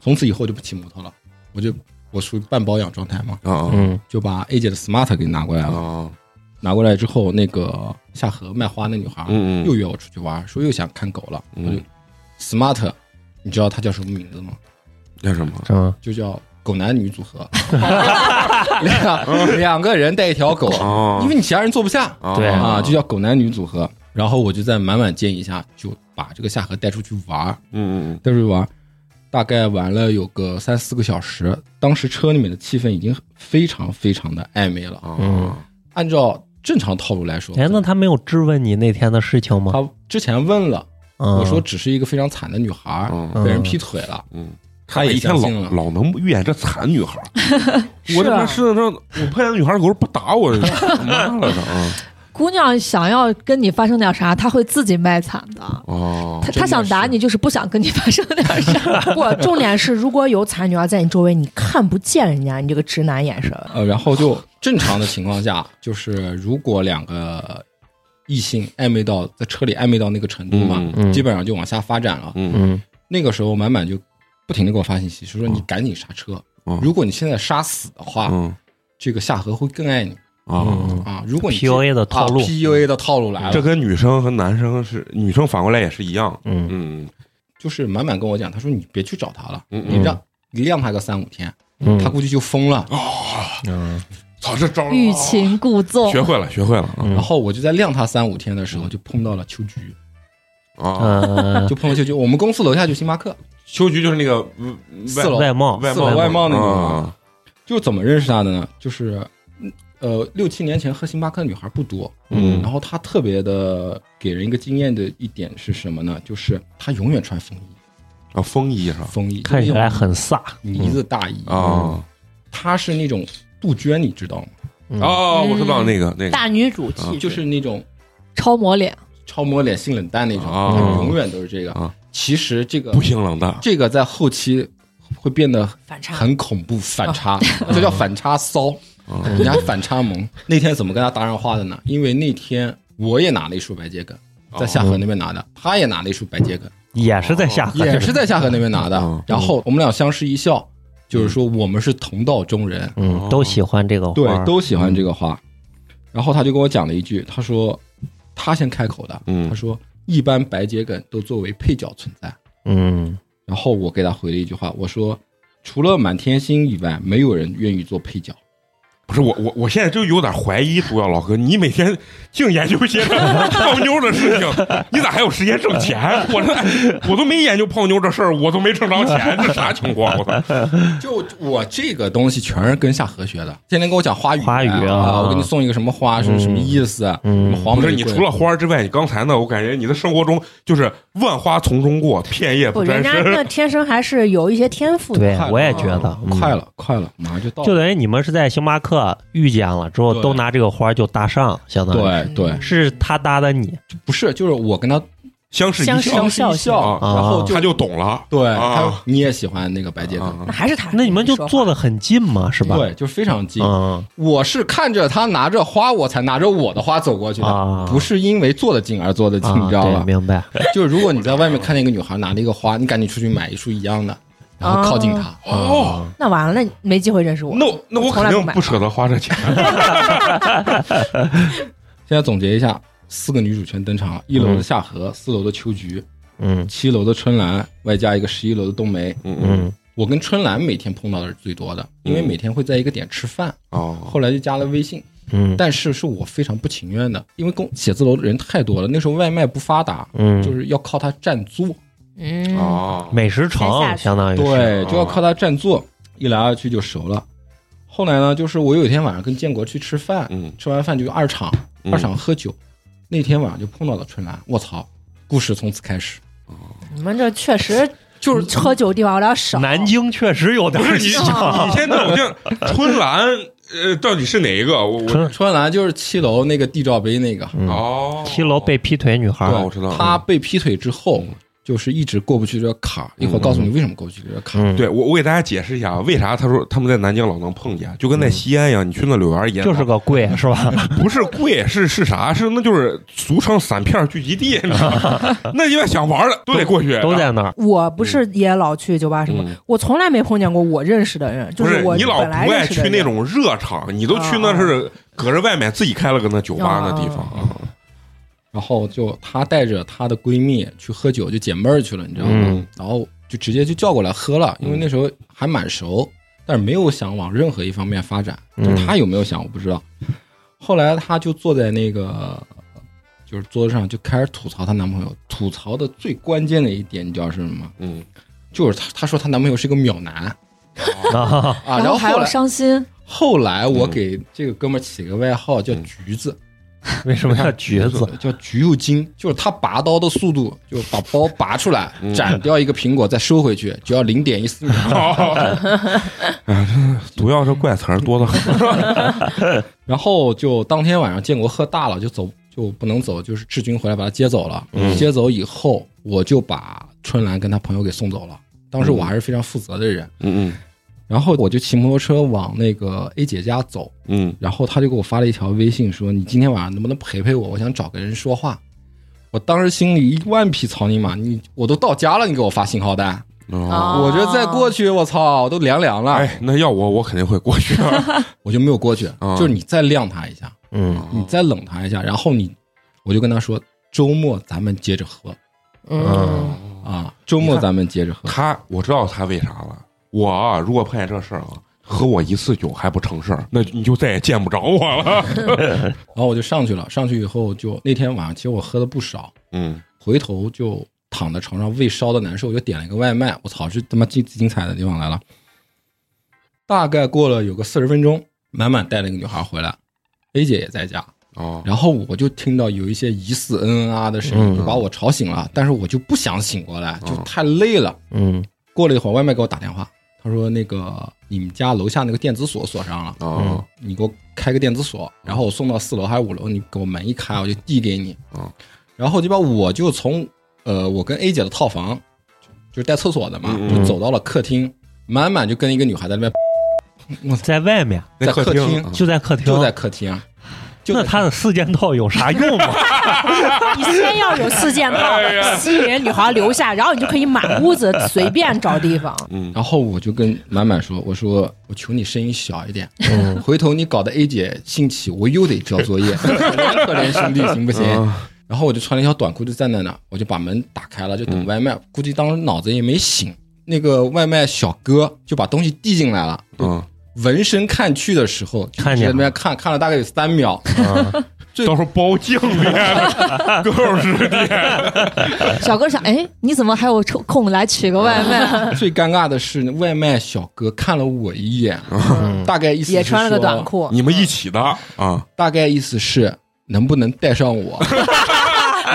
Speaker 5: 从此以后就不骑摩托了，我就我属于半保养状态嘛，
Speaker 1: 啊
Speaker 4: 嗯
Speaker 5: 就把 A 姐的 smart 给拿过来
Speaker 1: 啊
Speaker 5: 了。
Speaker 1: 啊
Speaker 5: 拿过来之后，那个下河卖花那女孩
Speaker 1: 嗯嗯
Speaker 5: 又约我出去玩，说又想看狗了。我就
Speaker 1: 嗯
Speaker 5: smart，你知道她叫什么名字吗？
Speaker 1: 叫什么？
Speaker 4: 是吗？
Speaker 5: 就叫狗男女组合，两两个人带一条狗，
Speaker 1: 哦
Speaker 5: 因为你其他人坐不下
Speaker 4: 对
Speaker 5: 啊，就叫狗男女组合。然后我就在满满建议下，就把这个夏荷带出去玩儿，
Speaker 1: 嗯嗯
Speaker 5: 带出去玩儿，大概玩了有个三四个小时。当时车里面的气氛已经非常非常的暧昧了。
Speaker 1: 啊
Speaker 5: 按照正常套路来说，
Speaker 4: 哎，那他没有质问你那天的事情吗？
Speaker 5: 他之前问了，
Speaker 4: 嗯
Speaker 5: 我说只是一个非常惨的女孩儿，
Speaker 1: 嗯
Speaker 4: 嗯
Speaker 5: 被人劈腿了，
Speaker 1: 嗯，
Speaker 5: 他
Speaker 1: 一
Speaker 5: 也
Speaker 1: 天
Speaker 5: 相
Speaker 1: 老
Speaker 5: 信了。
Speaker 1: 老能遇见这惨女孩儿，我
Speaker 2: 是
Speaker 1: 他
Speaker 2: 啊
Speaker 1: 妈是这，我碰见女孩儿狗不打我，妈了嗯这
Speaker 3: 姑娘想要跟你发生点啥，她会自己卖惨的。
Speaker 1: 啊哦
Speaker 3: 她
Speaker 5: 真的
Speaker 3: 她想打
Speaker 5: 是
Speaker 3: 你，就是不想跟你发生点啥。
Speaker 2: [laughs] 不，重点是如果有惨女孩在你周围，你看不见人家，你这个直男眼神。
Speaker 5: 呃，然后就正常的情况下，就是如果两个异性暧昧到在车里暧昧到那个程度嘛，
Speaker 4: 嗯
Speaker 5: 基本上就往下发展了。
Speaker 1: 嗯
Speaker 4: 嗯
Speaker 5: 那个时候，满满就不停的给我发信息，就说你赶紧刹车，
Speaker 1: 嗯
Speaker 5: 如果你现在刹死的话，
Speaker 1: 哦嗯
Speaker 5: 这个夏荷会更爱你
Speaker 1: 啊。
Speaker 4: 嗯
Speaker 5: 啊。如果你
Speaker 4: PUA 的套路
Speaker 5: 啊、，PUA 的套路来了，
Speaker 1: 嗯这跟女生和男生是女生反过来也是一样，
Speaker 4: 嗯
Speaker 1: 嗯
Speaker 5: 就是满满跟我讲，他说你别去找他了，
Speaker 1: 嗯哦
Speaker 5: 你让你晾他个三五天，
Speaker 4: 嗯，
Speaker 5: 他估计就疯了。
Speaker 4: 嗯
Speaker 1: 操这招儿啊
Speaker 3: 欲擒故纵
Speaker 1: 学，会了，学会了啊
Speaker 5: 然后我就在晾他三五天的
Speaker 1: 嗯
Speaker 5: 时候，就碰到了秋菊，
Speaker 1: 啊！
Speaker 4: 嗯
Speaker 5: 就碰到秋菊。我们公司楼下就星巴克，
Speaker 1: 秋菊就是那个嗯
Speaker 5: 四楼
Speaker 4: 外贸
Speaker 1: 外
Speaker 5: 四
Speaker 1: 贸
Speaker 5: 楼外贸那种。
Speaker 1: 啊
Speaker 5: 就怎么认识她的呢？就是，嗯呃，六七年前喝星巴克的女孩不多，
Speaker 1: 嗯
Speaker 5: 然后她特别的给人一个惊艳的一点是什么呢？就是她永远穿风衣，
Speaker 1: 啊，风衣是吧？
Speaker 5: 风衣
Speaker 4: 看起来很飒
Speaker 5: 呢子大衣，
Speaker 1: 啊
Speaker 5: 她是那种杜鹃，你知道吗？
Speaker 4: 嗯
Speaker 1: 哦，我知道那个那个
Speaker 2: [laughs] 大女主
Speaker 1: 啊
Speaker 2: 气质
Speaker 5: 就是那种
Speaker 3: 超模脸，
Speaker 5: 超模脸、性冷淡那种，
Speaker 1: 啊
Speaker 5: 她永远都是这
Speaker 1: 啊
Speaker 5: 个。其实这个
Speaker 1: 不行冷淡，
Speaker 5: 这个在后期会变得
Speaker 2: 反差
Speaker 5: 很恐怖反差，这叫反差骚，人家反差萌。那天怎么跟他搭上话的呢？因为那天我也拿了一束白桔梗，
Speaker 4: 哦
Speaker 5: 在夏河那边拿的，他也拿了一束白桔梗，
Speaker 4: 也是在下河
Speaker 5: 也是在夏河那边拿
Speaker 1: 嗯
Speaker 4: 哦
Speaker 5: 的。然后我们俩相视一笑，就是说我们是同道中人，
Speaker 4: 嗯，都喜欢这个花
Speaker 5: 对，
Speaker 4: 儿，嗯
Speaker 5: 都喜欢这个花。然后他就跟我讲了一句，他说他先开口的，
Speaker 1: 嗯
Speaker 5: 他说一般白桔梗都作为配角存在。
Speaker 4: 嗯
Speaker 5: 然后我给他回了一句话，我说除了满天星以外，没有人愿意做配角。
Speaker 1: 不是我我我现在就有点怀疑毒药老哥，你每天 [laughs] 净研究些泡妞的事
Speaker 2: [laughs]
Speaker 1: 情，你咋还有时间挣钱？我这我都没研究泡妞这事儿，我都没挣着
Speaker 2: [laughs]
Speaker 1: 钱，这啥情况？我操！
Speaker 5: 就我这个东西全是跟夏荷学的，天天跟我讲花语，
Speaker 4: 花语啊
Speaker 5: 啊，我给你送一个什么花是什么意思，啊什么
Speaker 4: 嗯，
Speaker 5: 黄
Speaker 1: 不
Speaker 5: 玫
Speaker 1: 是
Speaker 5: 瑰。
Speaker 1: 你除了花儿之外，你刚才呢？我感觉你的生活中就是万花丛中过，片叶
Speaker 2: 不，
Speaker 1: 不
Speaker 2: 人
Speaker 1: 沾
Speaker 2: 家那
Speaker 1: 身。
Speaker 2: 天生还是有一些天赋的。
Speaker 5: 啊
Speaker 4: 对，我也觉得嗯
Speaker 5: 快了，快了，马上就到
Speaker 4: 就
Speaker 5: 了。
Speaker 4: 等于你们是在星巴克遇见了之后，
Speaker 5: 对
Speaker 4: 都拿这个花儿就搭上，相当于嗯
Speaker 5: 对对，哎
Speaker 4: 是他搭的你，
Speaker 5: 不是，就是我跟他
Speaker 1: 相视一
Speaker 2: 相视
Speaker 1: 笑
Speaker 2: 一，
Speaker 5: 是一笑，
Speaker 4: 啊
Speaker 5: 然后就
Speaker 1: 他就懂了。
Speaker 5: 对，
Speaker 1: 啊
Speaker 5: 他你也喜欢那个白介腾，
Speaker 1: 啊
Speaker 2: 那还是他。
Speaker 4: 那你们就
Speaker 2: 说话
Speaker 4: 坐的很近嘛，是吧？
Speaker 5: 对，就非常近。
Speaker 4: 嗯，
Speaker 5: 我是看着他拿着花，我才拿着我的花走过去
Speaker 4: 啊
Speaker 5: 的，不是因为坐得近而坐得近，
Speaker 4: 啊，
Speaker 5: [laughs] 你知道
Speaker 4: 对，
Speaker 5: 吧？
Speaker 4: 明白。
Speaker 5: 就是如果你在外面看见一个女孩拿了一个花，你赶紧出去买一束一样的，然后靠近
Speaker 4: 啊
Speaker 5: 她。
Speaker 1: 哦，
Speaker 2: 那完了，那你没机会认识我。
Speaker 1: 那我那我
Speaker 2: 从
Speaker 1: 肯
Speaker 2: 来不
Speaker 1: 定
Speaker 2: 买
Speaker 1: 不舍得花这
Speaker 2: [laughs]
Speaker 1: 钱。
Speaker 5: 现在总结一下，四个女主全登场：一楼的夏荷，四楼的秋菊，
Speaker 4: 嗯
Speaker 5: 七楼的春兰，外加一个十一楼的冬梅。
Speaker 1: 嗯嗯
Speaker 4: 嗯
Speaker 5: 我跟春兰每天碰到的是最多的，因为每天会在一个点吃饭。
Speaker 2: 嗯
Speaker 1: 哦，
Speaker 5: 后来就加了微信，
Speaker 4: 嗯
Speaker 5: 但是是我非常不情愿的，因为公写字楼的人太多了，那时候外卖不发达，
Speaker 4: 嗯，
Speaker 5: 就是要靠它占座，
Speaker 2: 嗯，
Speaker 1: 哦，
Speaker 4: 美食
Speaker 2: 先下
Speaker 4: 城，
Speaker 2: 去
Speaker 4: 相哎当于是啊
Speaker 5: 对，就要靠它占座，一来二去就熟了。后来呢，就是我有一天晚上跟建国去吃饭，
Speaker 1: 嗯，
Speaker 5: 吃完饭就二厂，
Speaker 1: 嗯
Speaker 5: 二厂喝酒，那天晚上就碰到了春兰，我操，故事从此开始。
Speaker 2: 你们这确实就是喝酒地方有点少。
Speaker 4: 南京确实有点
Speaker 1: 不
Speaker 4: 儿
Speaker 1: 是你
Speaker 4: 像
Speaker 5: [laughs]
Speaker 1: 你先等我听，春兰呃，到底是哪一个？我我
Speaker 4: 春
Speaker 5: 春兰就是七楼那个地罩杯那个，
Speaker 4: 嗯
Speaker 1: 哦，
Speaker 4: 七楼被劈腿女孩
Speaker 1: 啊，
Speaker 4: 儿，
Speaker 1: 我知道，嗯
Speaker 5: 她被劈腿之后，就是一直过不去这个坎儿。一会儿告诉你为什么过不去这个坎儿。
Speaker 4: 嗯，，
Speaker 1: 对我，我给大家解释一下啊，为啥他说他们在南京老能碰见，啊就跟在西安一样，你去那柳园也
Speaker 4: 就是个贵是
Speaker 5: [laughs]
Speaker 4: 吧？
Speaker 1: 不是贵，是是啥？是那就是俗称散片聚集
Speaker 4: [laughs]
Speaker 1: 地，你知道吗？那因为想玩的都得过去，
Speaker 4: 都
Speaker 5: 啊
Speaker 4: 在那儿。
Speaker 2: 我不是也老去酒吧什么，
Speaker 1: 嗯
Speaker 2: 我从来没碰见过我认识的人，就
Speaker 1: 不是
Speaker 2: 我
Speaker 1: 你老
Speaker 2: 本来
Speaker 1: 不
Speaker 2: 认
Speaker 1: 爱
Speaker 2: 识的
Speaker 1: 去
Speaker 2: 人
Speaker 1: 那种热场，你都去那是隔着外面自己开了个那酒吧那地方
Speaker 2: 哦
Speaker 1: 啊。
Speaker 5: 然后就她带着她的闺蜜去喝酒，就解闷儿去了，你知道吗？
Speaker 4: 嗯
Speaker 5: 然后就直接就叫过来喝了，
Speaker 1: 嗯
Speaker 5: 因为那时候还蛮熟，但是没有想往任何一方面发展。就
Speaker 4: 嗯
Speaker 5: 她有没有想，我不知道。后来她就坐在那个就是桌子上，就开始吐槽她男朋友。吐槽的最关键的一点，你知道是什么吗？
Speaker 1: 嗯，
Speaker 5: 就是她她说她男朋友是个秒男
Speaker 1: [laughs]
Speaker 4: 啊，
Speaker 5: 啊。
Speaker 3: 然
Speaker 5: 然后
Speaker 3: 还
Speaker 5: 后
Speaker 3: 有
Speaker 5: 来
Speaker 3: 伤心，
Speaker 5: 后来我
Speaker 1: 嗯
Speaker 5: 给这个哥们儿起个外号叫
Speaker 1: 嗯
Speaker 5: 橘子。
Speaker 4: 为什么
Speaker 5: [laughs]
Speaker 4: 叫橘子？
Speaker 5: 叫橘右京，就是他拔刀的速度，就把包拔出来
Speaker 1: [laughs] 嗯，
Speaker 5: 斩掉一个苹果，再收回去，只要零点
Speaker 1: [laughs]
Speaker 5: 一四秒。
Speaker 1: 毒药这怪词儿多得很。
Speaker 5: 然后就当天晚上建国喝大了，就走就不能走，就是志军回来把他接走了。
Speaker 1: 嗯
Speaker 5: 接走以后，我就把春兰跟他朋友给送走了。当时我还是非常负责的人，
Speaker 1: 嗯
Speaker 5: 然后我就骑摩托车往那个 A 姐家走，
Speaker 1: 嗯
Speaker 5: 然后他就给我发了一条微信说：“你今天晚上能不能陪陪我？我想找个人说话。”我当时心里一万匹草泥马，你我都到家了，你给我发信号弹，
Speaker 1: 嗯
Speaker 3: 啊
Speaker 1: 哦，
Speaker 5: 我觉得再过去，我操，我都凉凉了，
Speaker 1: 哎，那要我我肯定会过去。啊
Speaker 5: 我就没有过去。
Speaker 1: 嗯
Speaker 5: 就是你再晾他一下，
Speaker 4: 嗯，
Speaker 5: 你再冷他一下，然后你，我就跟他说，周末咱们接着喝
Speaker 2: 嗯，
Speaker 5: 啊，周末咱们接着喝。
Speaker 1: 嗯他我知道他为啥了。我啊如果碰见这事儿啊，喝我一次酒还不成事儿，那你就再也见不着我了。
Speaker 5: 然后我就上去了，上去以后就那天晚上，其实我喝的不少，
Speaker 1: 嗯，
Speaker 5: 回头就躺在床上胃烧的难受，我就点了一个外卖。我操，这他妈最精彩的地方来了！大概过了有个四十分钟，满满带了一个女孩回来，A 姐也在家。
Speaker 1: 哦，
Speaker 5: 然后我就听到有一些疑似嗯嗯啊的声
Speaker 4: 嗯
Speaker 5: 音，就把我吵醒了。但是我就不想醒过来，就太累了。
Speaker 4: 嗯
Speaker 5: 过了一会儿，外卖给我打电话，他说那个你们家楼下那个电子锁锁上了，
Speaker 1: 哦，
Speaker 5: 你给我开个电子锁，然后我送到四楼还是五楼，你给我门一开，我就递给你
Speaker 1: 嗯。
Speaker 5: 然后这边我就从呃我跟 A 姐的套房，就就是带厕所的嘛
Speaker 1: 嗯，嗯
Speaker 5: 就走到了客厅，满满就跟一个女孩在那边，
Speaker 4: 在外面
Speaker 1: 那
Speaker 5: 在
Speaker 1: 客
Speaker 5: 客
Speaker 1: 厅
Speaker 5: 厅
Speaker 1: 啊
Speaker 4: 就在客厅，
Speaker 5: 就在客厅。啊就
Speaker 4: 那
Speaker 5: 在
Speaker 4: 他的四件套有啥用啊？
Speaker 5: [laughs]
Speaker 2: 你先要有四件套
Speaker 1: 哎呀
Speaker 2: 吸引人女孩留下，然后你就可以满屋子随便找地方。
Speaker 1: 嗯
Speaker 5: 然后我就跟满满说：“我说我求你声音小一点，
Speaker 4: 嗯
Speaker 5: 回头你搞得 A 姐兴起，我又得交作业， [laughs] 可怜可怜兄弟行不行？”
Speaker 4: 嗯
Speaker 5: 然后我就穿了一条短裤就站在那儿，我就把门打开了，就
Speaker 4: 嗯
Speaker 5: 等外卖。估计当时脑子也没醒，那个外卖小哥就把东西递进来了。
Speaker 1: 嗯，
Speaker 5: 闻声看去的时候，就
Speaker 4: 看见
Speaker 5: 在
Speaker 4: 了
Speaker 5: 那边看看了大概有
Speaker 4: [laughs]
Speaker 5: 三秒，
Speaker 1: 到时候包镜里，更是
Speaker 3: 小哥想，哎，你怎么还有抽空来取个外卖？
Speaker 5: 最尴尬的是外卖小哥看了我一眼，
Speaker 4: 嗯
Speaker 5: 大概意思是
Speaker 2: 也穿了个
Speaker 5: 说
Speaker 2: 短，裤，
Speaker 1: 你们一起的啊，
Speaker 5: 大概意思是能不能带上我。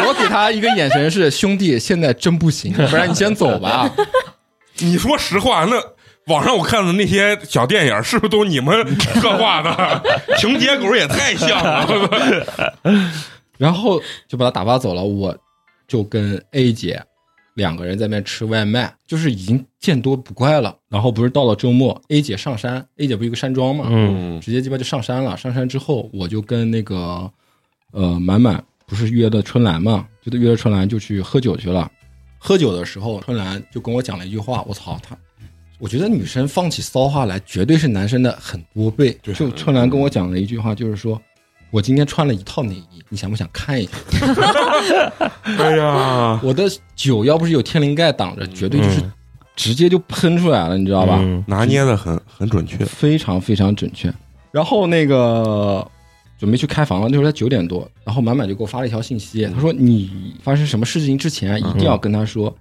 Speaker 5: 我给他一个眼神是兄弟，现在真不行，不然你先走吧。
Speaker 1: 你说实话，那网上我看的那些小电影，是不是都你们策划的？情节狗也太像了，
Speaker 5: 然后就把他打发走了。我就跟 A 姐两个人在那边吃外卖，就是已经见多不怪了。然后不是到了周末，A 姐上山，A 姐不是有个山庄嘛，
Speaker 4: 嗯，
Speaker 5: 直接鸡巴就上山了。上山之后，我就跟那个呃满满不是约的春兰嘛，就约着春兰就去喝酒去了。喝酒的时候，春兰就跟我讲了一句话，我操她！我觉得女生放起骚话来，绝对是男生的很多倍。
Speaker 1: 对
Speaker 5: 就春兰跟我讲了一句话，就是说我今天穿了一套内衣，你想不想看一下？
Speaker 1: 哎呀，
Speaker 5: 我的酒要不是有天灵盖挡着，绝对就是
Speaker 4: 嗯
Speaker 5: 直接就喷出来了，你知道吧？
Speaker 4: 嗯
Speaker 1: 拿捏的很很准确，
Speaker 5: 非常非常准确。然后那个准备去开房了，那时候才九点多，然后满满就给我发了一条信息，他说你发生什么事情之前一定要跟他说，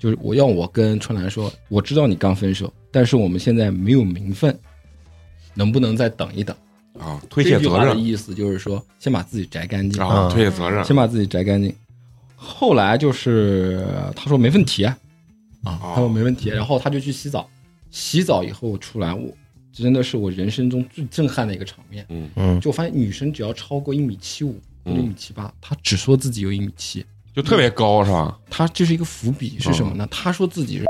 Speaker 5: 就是我要我跟春兰说，我知道你刚分手，但是我们现在没有名分，能不能再等一等？
Speaker 1: 啊，推卸
Speaker 5: 这句
Speaker 1: 责
Speaker 5: 话的
Speaker 1: 任
Speaker 5: 意思就是说，先把自己摘干净，
Speaker 1: 啊，
Speaker 4: 嗯
Speaker 1: 推卸责任
Speaker 5: 先把自己摘干净。后来就是他说没问题啊，
Speaker 1: 啊
Speaker 5: 他说没问题，然后他就去洗澡，洗澡以后出来，我真的是我人生中最震撼的一个场面。
Speaker 1: 嗯
Speaker 4: 嗯，
Speaker 5: 就我发现女生只要超过一米七五或者一
Speaker 1: 嗯
Speaker 5: 米七八，她只说自己有一米七，
Speaker 1: 就特别高是吧？
Speaker 5: 她这是一个伏笔是什么呢？她说自己是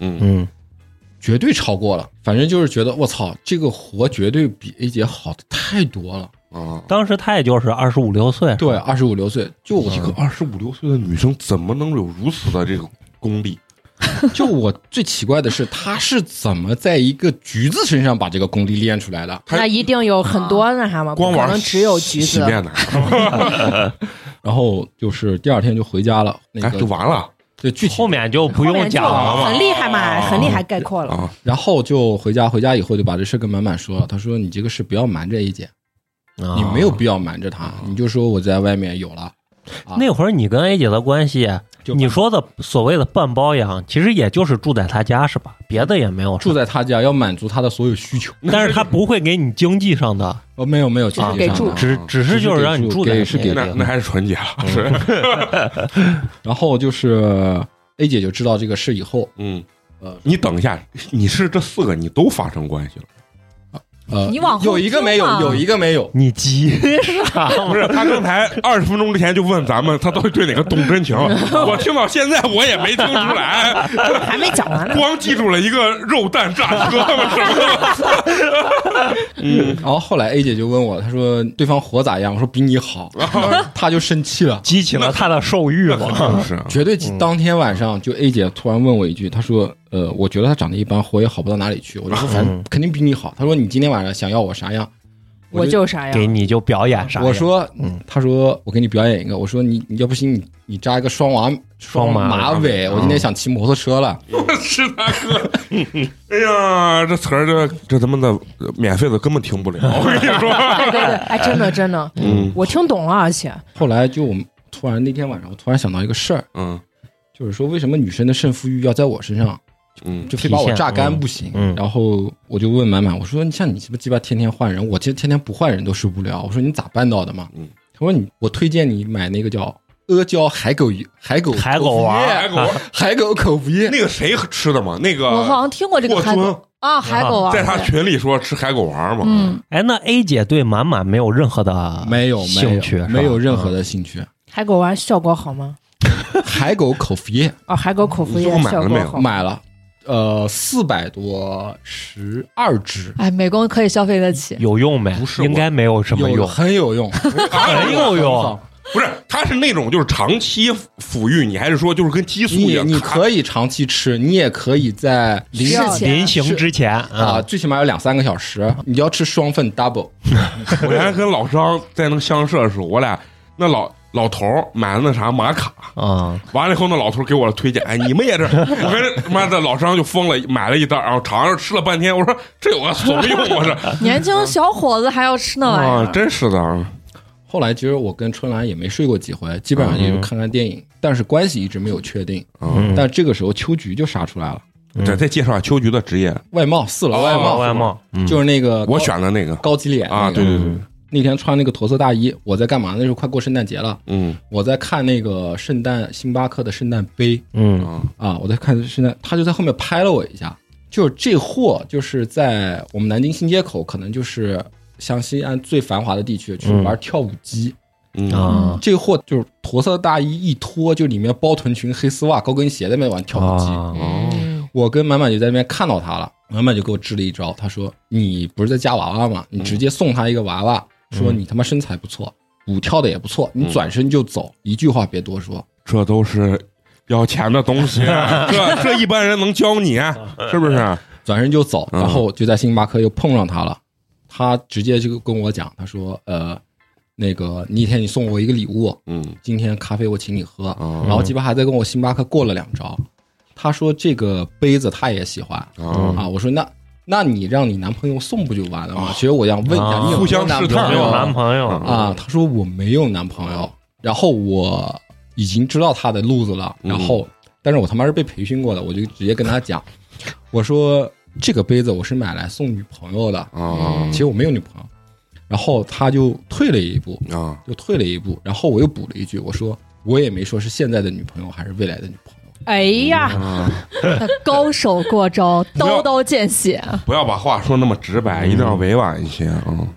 Speaker 1: 嗯，
Speaker 4: 嗯
Speaker 5: 绝对超过了，反正就是觉得我操，这个活绝对比 A 姐好的太多了。
Speaker 1: 啊，
Speaker 4: 当时他也就是二十五六岁，
Speaker 5: 对，二十五六岁，就我
Speaker 1: 一个二十五六岁的女生怎么能有如此的这个功力？
Speaker 5: 就我最奇怪的是，她是怎么在一个橘子身上把这个功力练出来的？
Speaker 1: 还
Speaker 2: 那一定有很多那啥嘛，
Speaker 1: 啊光
Speaker 2: 不啊可
Speaker 1: 玩
Speaker 2: 能只有橘
Speaker 1: 洗
Speaker 2: 子。
Speaker 1: 面奶，
Speaker 5: 然后就是第二天就回家了，那
Speaker 1: 哎，[laughs]
Speaker 5: 个
Speaker 1: 就完了
Speaker 5: 对具体
Speaker 4: 后面就不
Speaker 2: 后
Speaker 4: 用
Speaker 2: 面就
Speaker 4: 讲了嘛。
Speaker 2: 很厉害嘛，很厉害概括了。
Speaker 1: 啊！
Speaker 5: 然后就回家，回家以后就把这事跟满满说了。他说：“你这个事不要瞒着 A 姐，
Speaker 4: 啊
Speaker 5: 你没有必要瞒着她，你就说我在外面有了。啊
Speaker 4: 那会儿你跟 A 姐的关系，
Speaker 5: 就
Speaker 4: 你说的所谓的半包养，其实也就是住在她家是吧？别的也没有
Speaker 5: 住
Speaker 4: 在，
Speaker 5: 在她家，要满足她的所有需求。
Speaker 4: 但是她不会给你经济上的，
Speaker 5: 哦，没有没有，
Speaker 2: 就是给住
Speaker 5: 啊
Speaker 4: 只只是就是让你住在
Speaker 5: 给是给
Speaker 4: 那
Speaker 1: 那
Speaker 4: 边
Speaker 1: 那还是纯洁了，是
Speaker 5: 然后就是 A 姐就知道这个事以后，
Speaker 1: 嗯
Speaker 5: 呃。
Speaker 1: 你等一下，你是这四个你都发生关系了？
Speaker 5: 呃，
Speaker 3: 你往后
Speaker 5: 有一个没有
Speaker 3: 听，嘛
Speaker 5: 有一个没有，
Speaker 4: 你急 [laughs] 啥？
Speaker 1: [laughs] 不是，他刚才二十分钟之前就问咱们，他到底对哪个动真情？我听到现在我也没听出来，
Speaker 2: 还没讲完呢，
Speaker 1: 光记住了一个肉蛋炸车 [laughs] 嘛，什么？嗯 [laughs]
Speaker 5: 然后后来 A 姐就问我，她说对方活咋样？我说比你
Speaker 4: [laughs]
Speaker 5: 好，她就生气了，
Speaker 4: 激起了她的兽欲嘛？
Speaker 1: 是啊
Speaker 5: 绝 [laughs] 对当天晚上就 A 姐突然问我一句，她说：“呃，我觉得他长得一般，活也好不到哪里去。”我就说：“反
Speaker 4: 嗯
Speaker 5: 正肯定比你好。”她说：“你今天晚上想要我啥样？”
Speaker 2: 我就啥
Speaker 4: 给
Speaker 2: 样？
Speaker 4: 你就表演啥呀？
Speaker 5: 我说
Speaker 4: 嗯：“
Speaker 5: 她说我给你表演一个。”我说：“你你要不行，你你扎一个双马
Speaker 4: 双马嗯
Speaker 5: 马尾。我今天想骑摩托车了。
Speaker 1: [laughs] 是大哥，哎呀，这词儿这这他妈的呃免费的根本听不 [laughs] 了，我跟你说，
Speaker 2: 对对对，哎，真的真的，
Speaker 1: 嗯
Speaker 2: 我听懂了，而且
Speaker 5: 后来就我们突然那天晚上，我突然想到一个事儿，
Speaker 1: 嗯
Speaker 5: 就是说为什么女生的胜负欲要在我身上，
Speaker 1: 嗯，
Speaker 5: 就非把
Speaker 4: 体
Speaker 5: 我
Speaker 4: 现
Speaker 5: 榨干
Speaker 4: 嗯
Speaker 5: 不行？
Speaker 4: 嗯
Speaker 5: 然后我就问满满，我说：“你像你鸡巴鸡巴天天换人，我其实天天不换人都受不了。”我说：“你咋办到的嘛？”
Speaker 1: 嗯
Speaker 5: 他说：“你我推荐你买那个叫阿胶海狗海狗
Speaker 4: 海狗
Speaker 5: 口服
Speaker 4: 丸
Speaker 5: 液
Speaker 1: 海狗
Speaker 5: 海狗口服液。
Speaker 1: [laughs] 那个谁吃的嘛？那个
Speaker 3: 我好像听过这个
Speaker 1: 霍
Speaker 3: 海
Speaker 1: 尊
Speaker 3: 狗啊，海狗丸，
Speaker 1: 在他群里说吃海狗丸嘛，
Speaker 3: 嗯，
Speaker 4: 哎，那 A 姐对满满没有任何的
Speaker 5: 没有没
Speaker 4: 兴
Speaker 5: 有
Speaker 4: 趣，是吧嗯
Speaker 5: 没有任何的兴趣。
Speaker 2: 海狗丸效果好吗？
Speaker 5: 海狗口服液
Speaker 2: 哦，海狗口服
Speaker 1: 你
Speaker 2: 液
Speaker 1: 最后买
Speaker 2: 效
Speaker 1: 了没
Speaker 2: 果
Speaker 1: 有
Speaker 2: 好吗，
Speaker 5: 买了，呃，四百多十二支，
Speaker 3: 哎，美工可以消费得起，
Speaker 4: 有用没？
Speaker 1: 不是我
Speaker 4: 应该没有什么
Speaker 5: 有
Speaker 4: 用，哦哎
Speaker 5: 很
Speaker 4: [laughs]
Speaker 5: 有用，
Speaker 4: 很有用。
Speaker 1: 不是，他是那种就是长期抚育你，还是说就是跟激素一
Speaker 5: 你
Speaker 1: 样？
Speaker 4: 啊
Speaker 5: 你
Speaker 1: 咔
Speaker 5: 可以长期吃，你也可以在临
Speaker 3: 需
Speaker 5: 时
Speaker 3: 要钱
Speaker 4: 临行之前
Speaker 5: 啊，
Speaker 1: 嗯
Speaker 4: 啊，
Speaker 5: 最起码有两三个小时，你要吃双份 double。
Speaker 1: 我原来跟老张在那个相社的时候，我俩那老老头儿买了那啥玛卡，
Speaker 4: 啊，
Speaker 1: 完了以后那老头儿给我推荐，哎，你们也这，我跟他妈的老张就疯了，买了一袋，然后尝尝吃了半天，我说这有个什么用？我说
Speaker 3: 年轻小伙子还要吃那玩意
Speaker 1: 啊，
Speaker 3: 儿，
Speaker 1: 真是的，
Speaker 5: 后来其实我跟春兰也没睡过几回，基本上也就看看电影，但是关系一直没有确定。
Speaker 1: 嗯，
Speaker 5: 但这个时候秋菊就杀出来了，
Speaker 1: 再再介绍下秋菊的职业，
Speaker 5: 外贸四楼
Speaker 1: 哦
Speaker 5: 外
Speaker 4: 外
Speaker 5: 贸，
Speaker 4: 外贸，嗯
Speaker 5: 就是那个高
Speaker 1: 我选的那个
Speaker 5: 高级脸
Speaker 1: 啊，
Speaker 5: 那个
Speaker 1: 对对对，
Speaker 5: 那天穿那个驼色大衣，我在干嘛？那时候快过圣诞节了，
Speaker 1: 嗯
Speaker 5: 我在看那个圣诞星巴克的圣诞杯
Speaker 4: 嗯
Speaker 1: 啊，
Speaker 5: 啊，我在看圣诞，他就在后面拍了我一下，就是这货就是在
Speaker 4: 嗯
Speaker 5: 我们南京新街口，可能就是像西安最繁华的地区去玩跳舞机，
Speaker 1: 嗯
Speaker 4: 啊
Speaker 5: 这货就是驼色大衣一脱，就里面包臀裙、黑丝袜、高跟鞋在那边往跳舞机。
Speaker 4: 啊
Speaker 1: 哦，
Speaker 2: 嗯
Speaker 5: 我跟满满就在那边看到他了，满满就给我支了一招，他说：“你不是在夹娃娃吗？你直接送他一个娃娃，
Speaker 4: 嗯
Speaker 5: 说你他妈身材不错，舞跳的也不错，你转身就走，一句话别多说。
Speaker 1: 这都是要钱的东西，啊这这一般人能教你啊是不是？
Speaker 5: 转身就走，
Speaker 1: 嗯
Speaker 5: 然后就在星巴克又碰上他了。他直接就跟我讲，他说：“呃，那个那天你送我一个礼物，
Speaker 1: 嗯
Speaker 5: 今天咖啡我请你喝。
Speaker 1: 哦
Speaker 5: 然后鸡巴还在跟我星巴克过了两招，他说这个杯子他也喜欢
Speaker 1: 哦
Speaker 5: 啊。我说那那你让你男朋友送不就完了吗？其实我想问一下，
Speaker 4: 啊
Speaker 5: 你有没有
Speaker 1: 互相
Speaker 5: 男
Speaker 1: 试
Speaker 5: 朋
Speaker 1: 探
Speaker 4: 有没
Speaker 5: 友
Speaker 4: 有
Speaker 1: 啊
Speaker 4: 男朋友
Speaker 5: 啊？？他说我没有男朋友，然后我已经知道他的路子了，
Speaker 1: 嗯
Speaker 5: 然后但是我他妈是被培训过的，我就直接跟他讲，我说这个杯子我是买来送女朋友的，
Speaker 1: 啊
Speaker 5: 其实我没有女朋友。然后他就退了一步，
Speaker 1: 啊！
Speaker 5: 就退了一步，然后我又补了一句，我说我也没说是现在的女朋友还是未来的女朋友，
Speaker 3: 哎
Speaker 1: 嗯
Speaker 3: 呀，
Speaker 1: 啊
Speaker 3: 高手过招，刀刀见血。
Speaker 1: 啊不要把话说那么直白，一定要委婉一些啊！嗯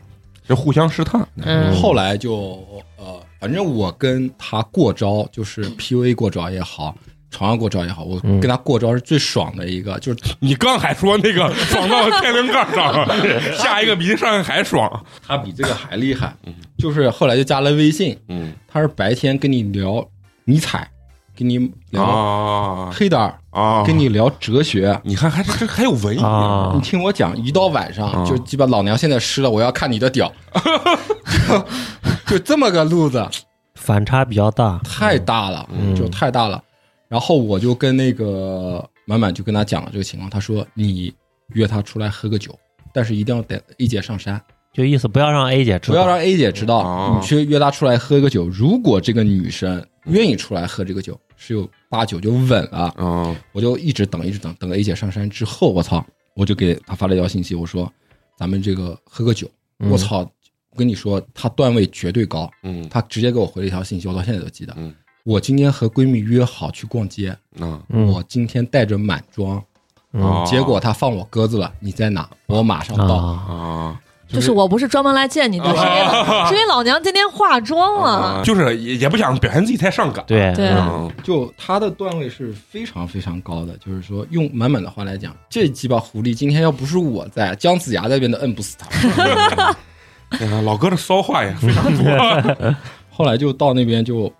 Speaker 1: 这互相试探，
Speaker 2: 嗯
Speaker 5: 后来就呃，反正我跟他过招，就是 PUA 过招也好，床上过招也好，我跟他过招是最爽的一个，就是
Speaker 1: 你刚还说那个爽到天灵盖上了，下一个比上一个还爽。
Speaker 5: 他比这个还厉害，就是后来就加了微信，
Speaker 1: 嗯
Speaker 5: 他是白天跟你聊尼采，跟你聊
Speaker 1: 啊
Speaker 5: 黑德尔，
Speaker 1: 啊！
Speaker 5: 跟你聊哲学。
Speaker 1: 你看，还是这还有文艺
Speaker 5: 嗯
Speaker 1: 呢
Speaker 4: 啊
Speaker 5: 你听我讲，一到晚
Speaker 1: 啊
Speaker 5: 上就鸡巴老娘现在湿了，我要看你的屌， [laughs] 就就这么个路子，
Speaker 4: 反差比较大，
Speaker 5: 太大了，
Speaker 4: 嗯
Speaker 5: 就太大了。然后我就跟那个满满就跟他讲了这个情况，他说你约他出来喝个酒，但是一定要带 A 姐上山，
Speaker 4: 就意思不要让 A 姐知
Speaker 5: 不要让
Speaker 4: 道。
Speaker 5: A 姐知
Speaker 1: 哦
Speaker 5: 道你去约她出来喝个酒。如果这个女生愿意出来喝这个酒，十有八九就稳了。
Speaker 1: 啊
Speaker 5: 我就一直等，一直等，等 A 姐上山之后，我操，我就给她发了一条信息，我说咱们这个喝个酒。
Speaker 4: 嗯
Speaker 5: 我操，我跟你说，她段位绝对高，
Speaker 1: 嗯
Speaker 5: 她直接给我回了一条信息，我到现在都记得。
Speaker 1: 嗯
Speaker 5: 我今天和闺蜜约好去逛街，
Speaker 1: 啊
Speaker 4: 嗯
Speaker 5: 我今天带着满装，
Speaker 1: 哦
Speaker 5: 结果她放我鸽子了。你在哪？我马上到。
Speaker 4: 啊，
Speaker 1: 啊！
Speaker 3: 就是我不是专门来见你的，是因为是因为老娘今天化妆了。
Speaker 1: 就是也也不想表现自己太上赶。
Speaker 4: 对
Speaker 3: 对
Speaker 4: 嗯
Speaker 1: 嗯
Speaker 5: 就她的段位是非常非常高的，就是说用满满的话来讲，这鸡巴狐狸今天要不是我在，姜子牙在那边都摁不死她。
Speaker 1: [laughs] 哎呀老哥这骚话也非常多。
Speaker 5: [laughs] 后来就到那边就，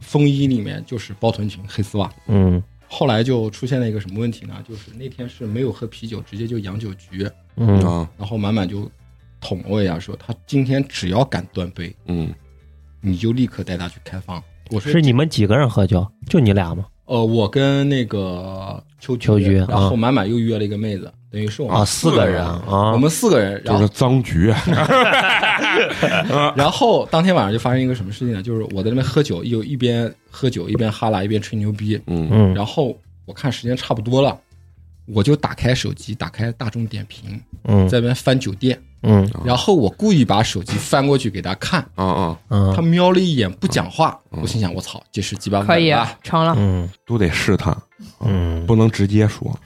Speaker 5: 风衣里面就是包臀裙、黑丝袜。
Speaker 4: 嗯
Speaker 5: 后来就出现了一个什么问题呢？就是那天是没有喝啤酒，直接就洋酒局，
Speaker 4: [laughs] 嗯
Speaker 1: 啊
Speaker 5: 然后满满就捅我一下说，他今天只要敢端杯，
Speaker 1: 嗯
Speaker 5: 你就立刻带他去开房。我说
Speaker 4: 是你们几个人喝酒？就你俩吗？
Speaker 5: 呃，我跟那个秋菊
Speaker 4: 秋菊
Speaker 5: 然后
Speaker 4: 啊
Speaker 5: 满满又约了一个妹子，等于是我们、
Speaker 4: 啊，四个人
Speaker 1: 四
Speaker 4: 啊
Speaker 5: 我，们四个人，
Speaker 1: 就
Speaker 5: 然后、
Speaker 1: 是脏局，啊 [laughs]
Speaker 5: 然后当天晚上就发生一个什么事情呢？就是我在那边喝酒，又一边喝酒一边哈喇一边吹牛逼，
Speaker 1: 嗯
Speaker 4: 嗯
Speaker 5: 然后我看时间差不多了。我就打开手机，打开大众点评，
Speaker 4: 嗯
Speaker 5: 在那边翻酒店，
Speaker 4: 嗯
Speaker 1: 啊
Speaker 5: 然后我故意把手机翻过去给他看，
Speaker 1: 啊啊，
Speaker 5: 他
Speaker 4: 嗯
Speaker 5: 瞄了一眼不讲话，
Speaker 1: 嗯
Speaker 5: 我心想我操，这是鸡巴
Speaker 2: 可以
Speaker 5: 稳
Speaker 2: 啊
Speaker 5: 吧？
Speaker 2: 成了，
Speaker 4: 嗯
Speaker 1: 都得试探，
Speaker 4: 嗯
Speaker 1: 不能直接说。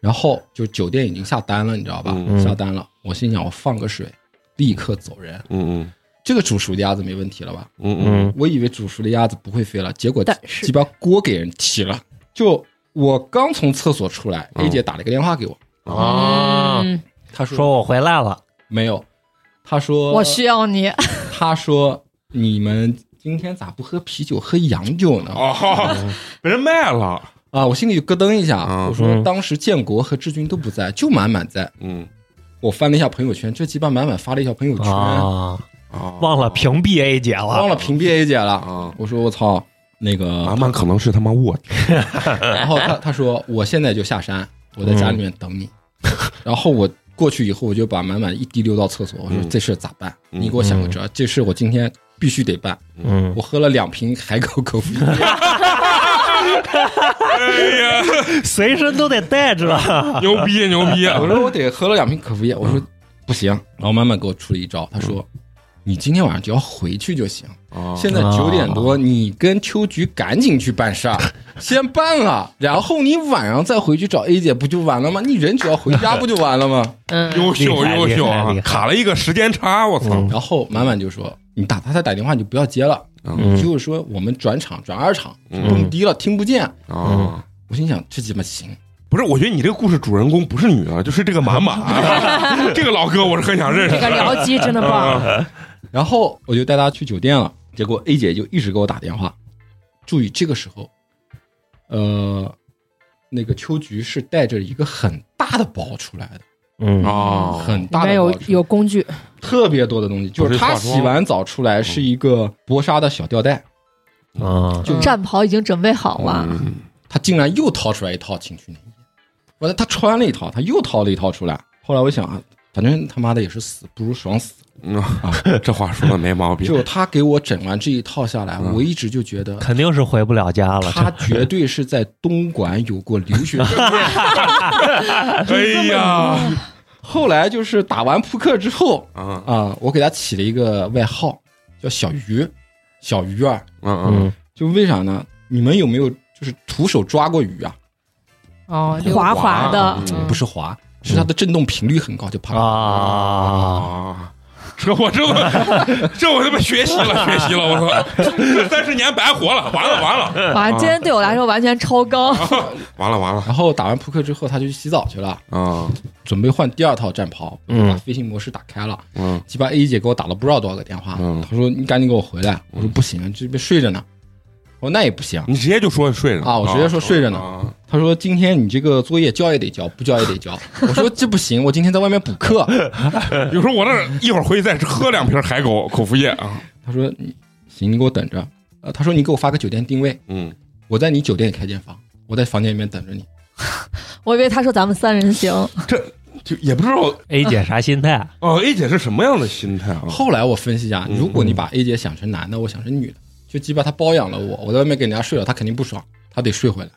Speaker 5: 然后就酒店已经下单了，你知道吧？
Speaker 1: 嗯
Speaker 5: 下单了，我心想我放个水，立刻走人。
Speaker 1: 嗯嗯
Speaker 5: 这个煮熟的鸭子没问题了吧？
Speaker 1: 嗯嗯
Speaker 4: 嗯
Speaker 5: 我以为煮熟的鸭子不会飞了，结果
Speaker 2: 但是
Speaker 5: 鸡巴锅给人踢了。就我刚从厕所出来
Speaker 1: 嗯
Speaker 5: ，A 姐打了个电话给我，
Speaker 4: 啊，
Speaker 2: 嗯
Speaker 5: 她说
Speaker 4: 说我回来了，
Speaker 5: 没有，她说
Speaker 3: 我需要你，
Speaker 5: 她说你们今天咋不喝啤酒喝洋酒呢？
Speaker 1: 哦，被人卖了。
Speaker 5: 啊，我心里就咯噔一下，
Speaker 1: 嗯
Speaker 5: 我说
Speaker 4: 嗯
Speaker 5: 当时建国和志军都不在，就满满在。
Speaker 1: 嗯
Speaker 5: 我翻了一下朋友圈，这鸡巴满满发了一条朋友圈，
Speaker 4: 啊，
Speaker 1: 啊，
Speaker 4: 忘了屏蔽 A 姐了，
Speaker 5: 忘了屏蔽 A 姐了。
Speaker 1: 啊，
Speaker 5: 我说我操，那个
Speaker 1: 阿，曼可能是他妈卧底。
Speaker 5: 然后他他说我现在就下山，我在家里面等你。
Speaker 1: 嗯
Speaker 5: 然后我过去以后，我就把满满一滴溜到厕所，我说
Speaker 1: 嗯
Speaker 5: 这事儿咋办？
Speaker 1: 嗯
Speaker 5: 你给我想个辙，这事我今天必须得办。
Speaker 4: 嗯
Speaker 5: 我，喝了两瓶海口口服液，
Speaker 1: [laughs] 哎
Speaker 4: 随身都得带着。
Speaker 1: 牛逼牛逼！啊
Speaker 5: 我说我得喝了两瓶口服液，我说
Speaker 1: 嗯
Speaker 5: 不行。然后满满给我出了一招，他说你今天晚上只要回去就行。
Speaker 1: 啊
Speaker 5: 现在
Speaker 4: 啊
Speaker 5: 九点多，你跟秋菊赶紧去办事儿，
Speaker 1: [laughs]
Speaker 5: 先办了，然后你晚上再回去找 A 姐，不就完了吗？你人只要回家不就完了吗？
Speaker 2: 嗯，
Speaker 1: 优秀
Speaker 4: 厉害
Speaker 1: 优秀啊
Speaker 4: 厉害厉害
Speaker 1: 卡了一个时间差，我操！
Speaker 4: 嗯
Speaker 5: 然后满满就说：“你打他，他打电话你就不要接了，
Speaker 1: 嗯
Speaker 4: 嗯
Speaker 5: 就是说我们转场转二场，
Speaker 1: 嗯
Speaker 5: 蹦迪了听不见。
Speaker 1: 啊，
Speaker 5: 我心想这鸡巴行，
Speaker 1: 不是，我觉得你这个故事主人公不是女的，就是这个满
Speaker 5: [laughs]
Speaker 1: 满，这个老哥我是很想认识
Speaker 2: 这个
Speaker 1: 的。
Speaker 2: 僚机真的棒，
Speaker 5: 然后我就带他去酒店了。结果 A 姐就一直给我打电话。注意，这个时候，呃，那个秋菊是带着一个很大的包出来的，
Speaker 4: 嗯
Speaker 1: 啊，
Speaker 5: 很
Speaker 2: 里
Speaker 5: 大
Speaker 2: 面
Speaker 5: 的包
Speaker 2: 有
Speaker 5: 出来，
Speaker 2: 有工具，
Speaker 5: 特别多的东西。就
Speaker 1: 不
Speaker 5: 是
Speaker 1: 是化
Speaker 5: 她
Speaker 1: 妆
Speaker 5: 洗完澡出来是一个薄纱的小吊带，
Speaker 4: 啊，
Speaker 3: 就战袍已经准备好了，
Speaker 1: 嗯
Speaker 5: 她竟然又掏出来一套情趣内衣。完了，她穿了一套，她又掏了一套出来。后来我想啊，反正他妈的也是死不如爽死。
Speaker 1: 嗯， [laughs] 这话说的没毛病。
Speaker 5: 就她给我整完这一套下来，我一直就觉得
Speaker 4: 肯定是回不了家嗯了。
Speaker 5: 他绝对是在东莞有过留学生。
Speaker 4: [laughs]
Speaker 1: 哎呀，
Speaker 5: 后来就是打完扑克之后
Speaker 1: 嗯
Speaker 5: 啊、我给他起了一个外号叫小鱼，小鱼儿。
Speaker 1: 嗯
Speaker 4: 嗯，
Speaker 5: 就为啥呢？你们有没有就是徒手抓过鱼啊？
Speaker 2: 哦，
Speaker 3: 溜
Speaker 2: 滑
Speaker 1: 滑
Speaker 2: 滑的，
Speaker 1: 嗯
Speaker 5: 不是滑，是它的震动频率很高，就啪。
Speaker 4: 啊，
Speaker 1: 啊，这我这我 [laughs] 这我他妈学习
Speaker 5: [laughs]
Speaker 1: 了学习了，我操，这三十年白活了，完了完
Speaker 5: [laughs]
Speaker 4: 嗯
Speaker 1: 了
Speaker 3: [laughs]
Speaker 4: 啊
Speaker 3: 哇，今天对我来说完全超纲，
Speaker 1: 完了完了
Speaker 5: 然后打完扑克之后，他就去洗澡去了，
Speaker 1: 啊，
Speaker 5: 准备换第二套战袍，
Speaker 4: 嗯
Speaker 5: 把飞行模式打开了。
Speaker 1: 嗯
Speaker 5: 鸡巴 A 姐给我打了不知道多少个电话，
Speaker 1: 嗯
Speaker 5: 她说你赶紧给我回来。我说不行，这边睡着呢。我说那也不行，
Speaker 1: 你直接就说睡着呢
Speaker 5: 啊我直接说睡着呢
Speaker 1: 啊
Speaker 5: 他说：“今天你这个作业交也得交，不交也得交。”
Speaker 1: [laughs]
Speaker 5: 我说：“这不行，我今天在外面补课。
Speaker 1: 有时候我那儿一会儿回去再喝两瓶海狗口服液啊，”
Speaker 5: 他说：“你行，你给我等着。”呃，他说：“你给我发个酒店定位，
Speaker 1: 嗯，
Speaker 5: 我在你酒店开间房，我在房间里面等着你。
Speaker 3: 我以为他说咱们三人行，
Speaker 1: 就也不知道
Speaker 4: A 姐啥心态？
Speaker 1: 哦，A 姐是什么样的心态啊”？
Speaker 5: 后来我分析一下，
Speaker 1: 嗯
Speaker 5: 如果你把 A 姐想成男的，我想成女的，就鸡巴她包养了我，我在外面给人家睡了，她肯定不爽，她得睡回来。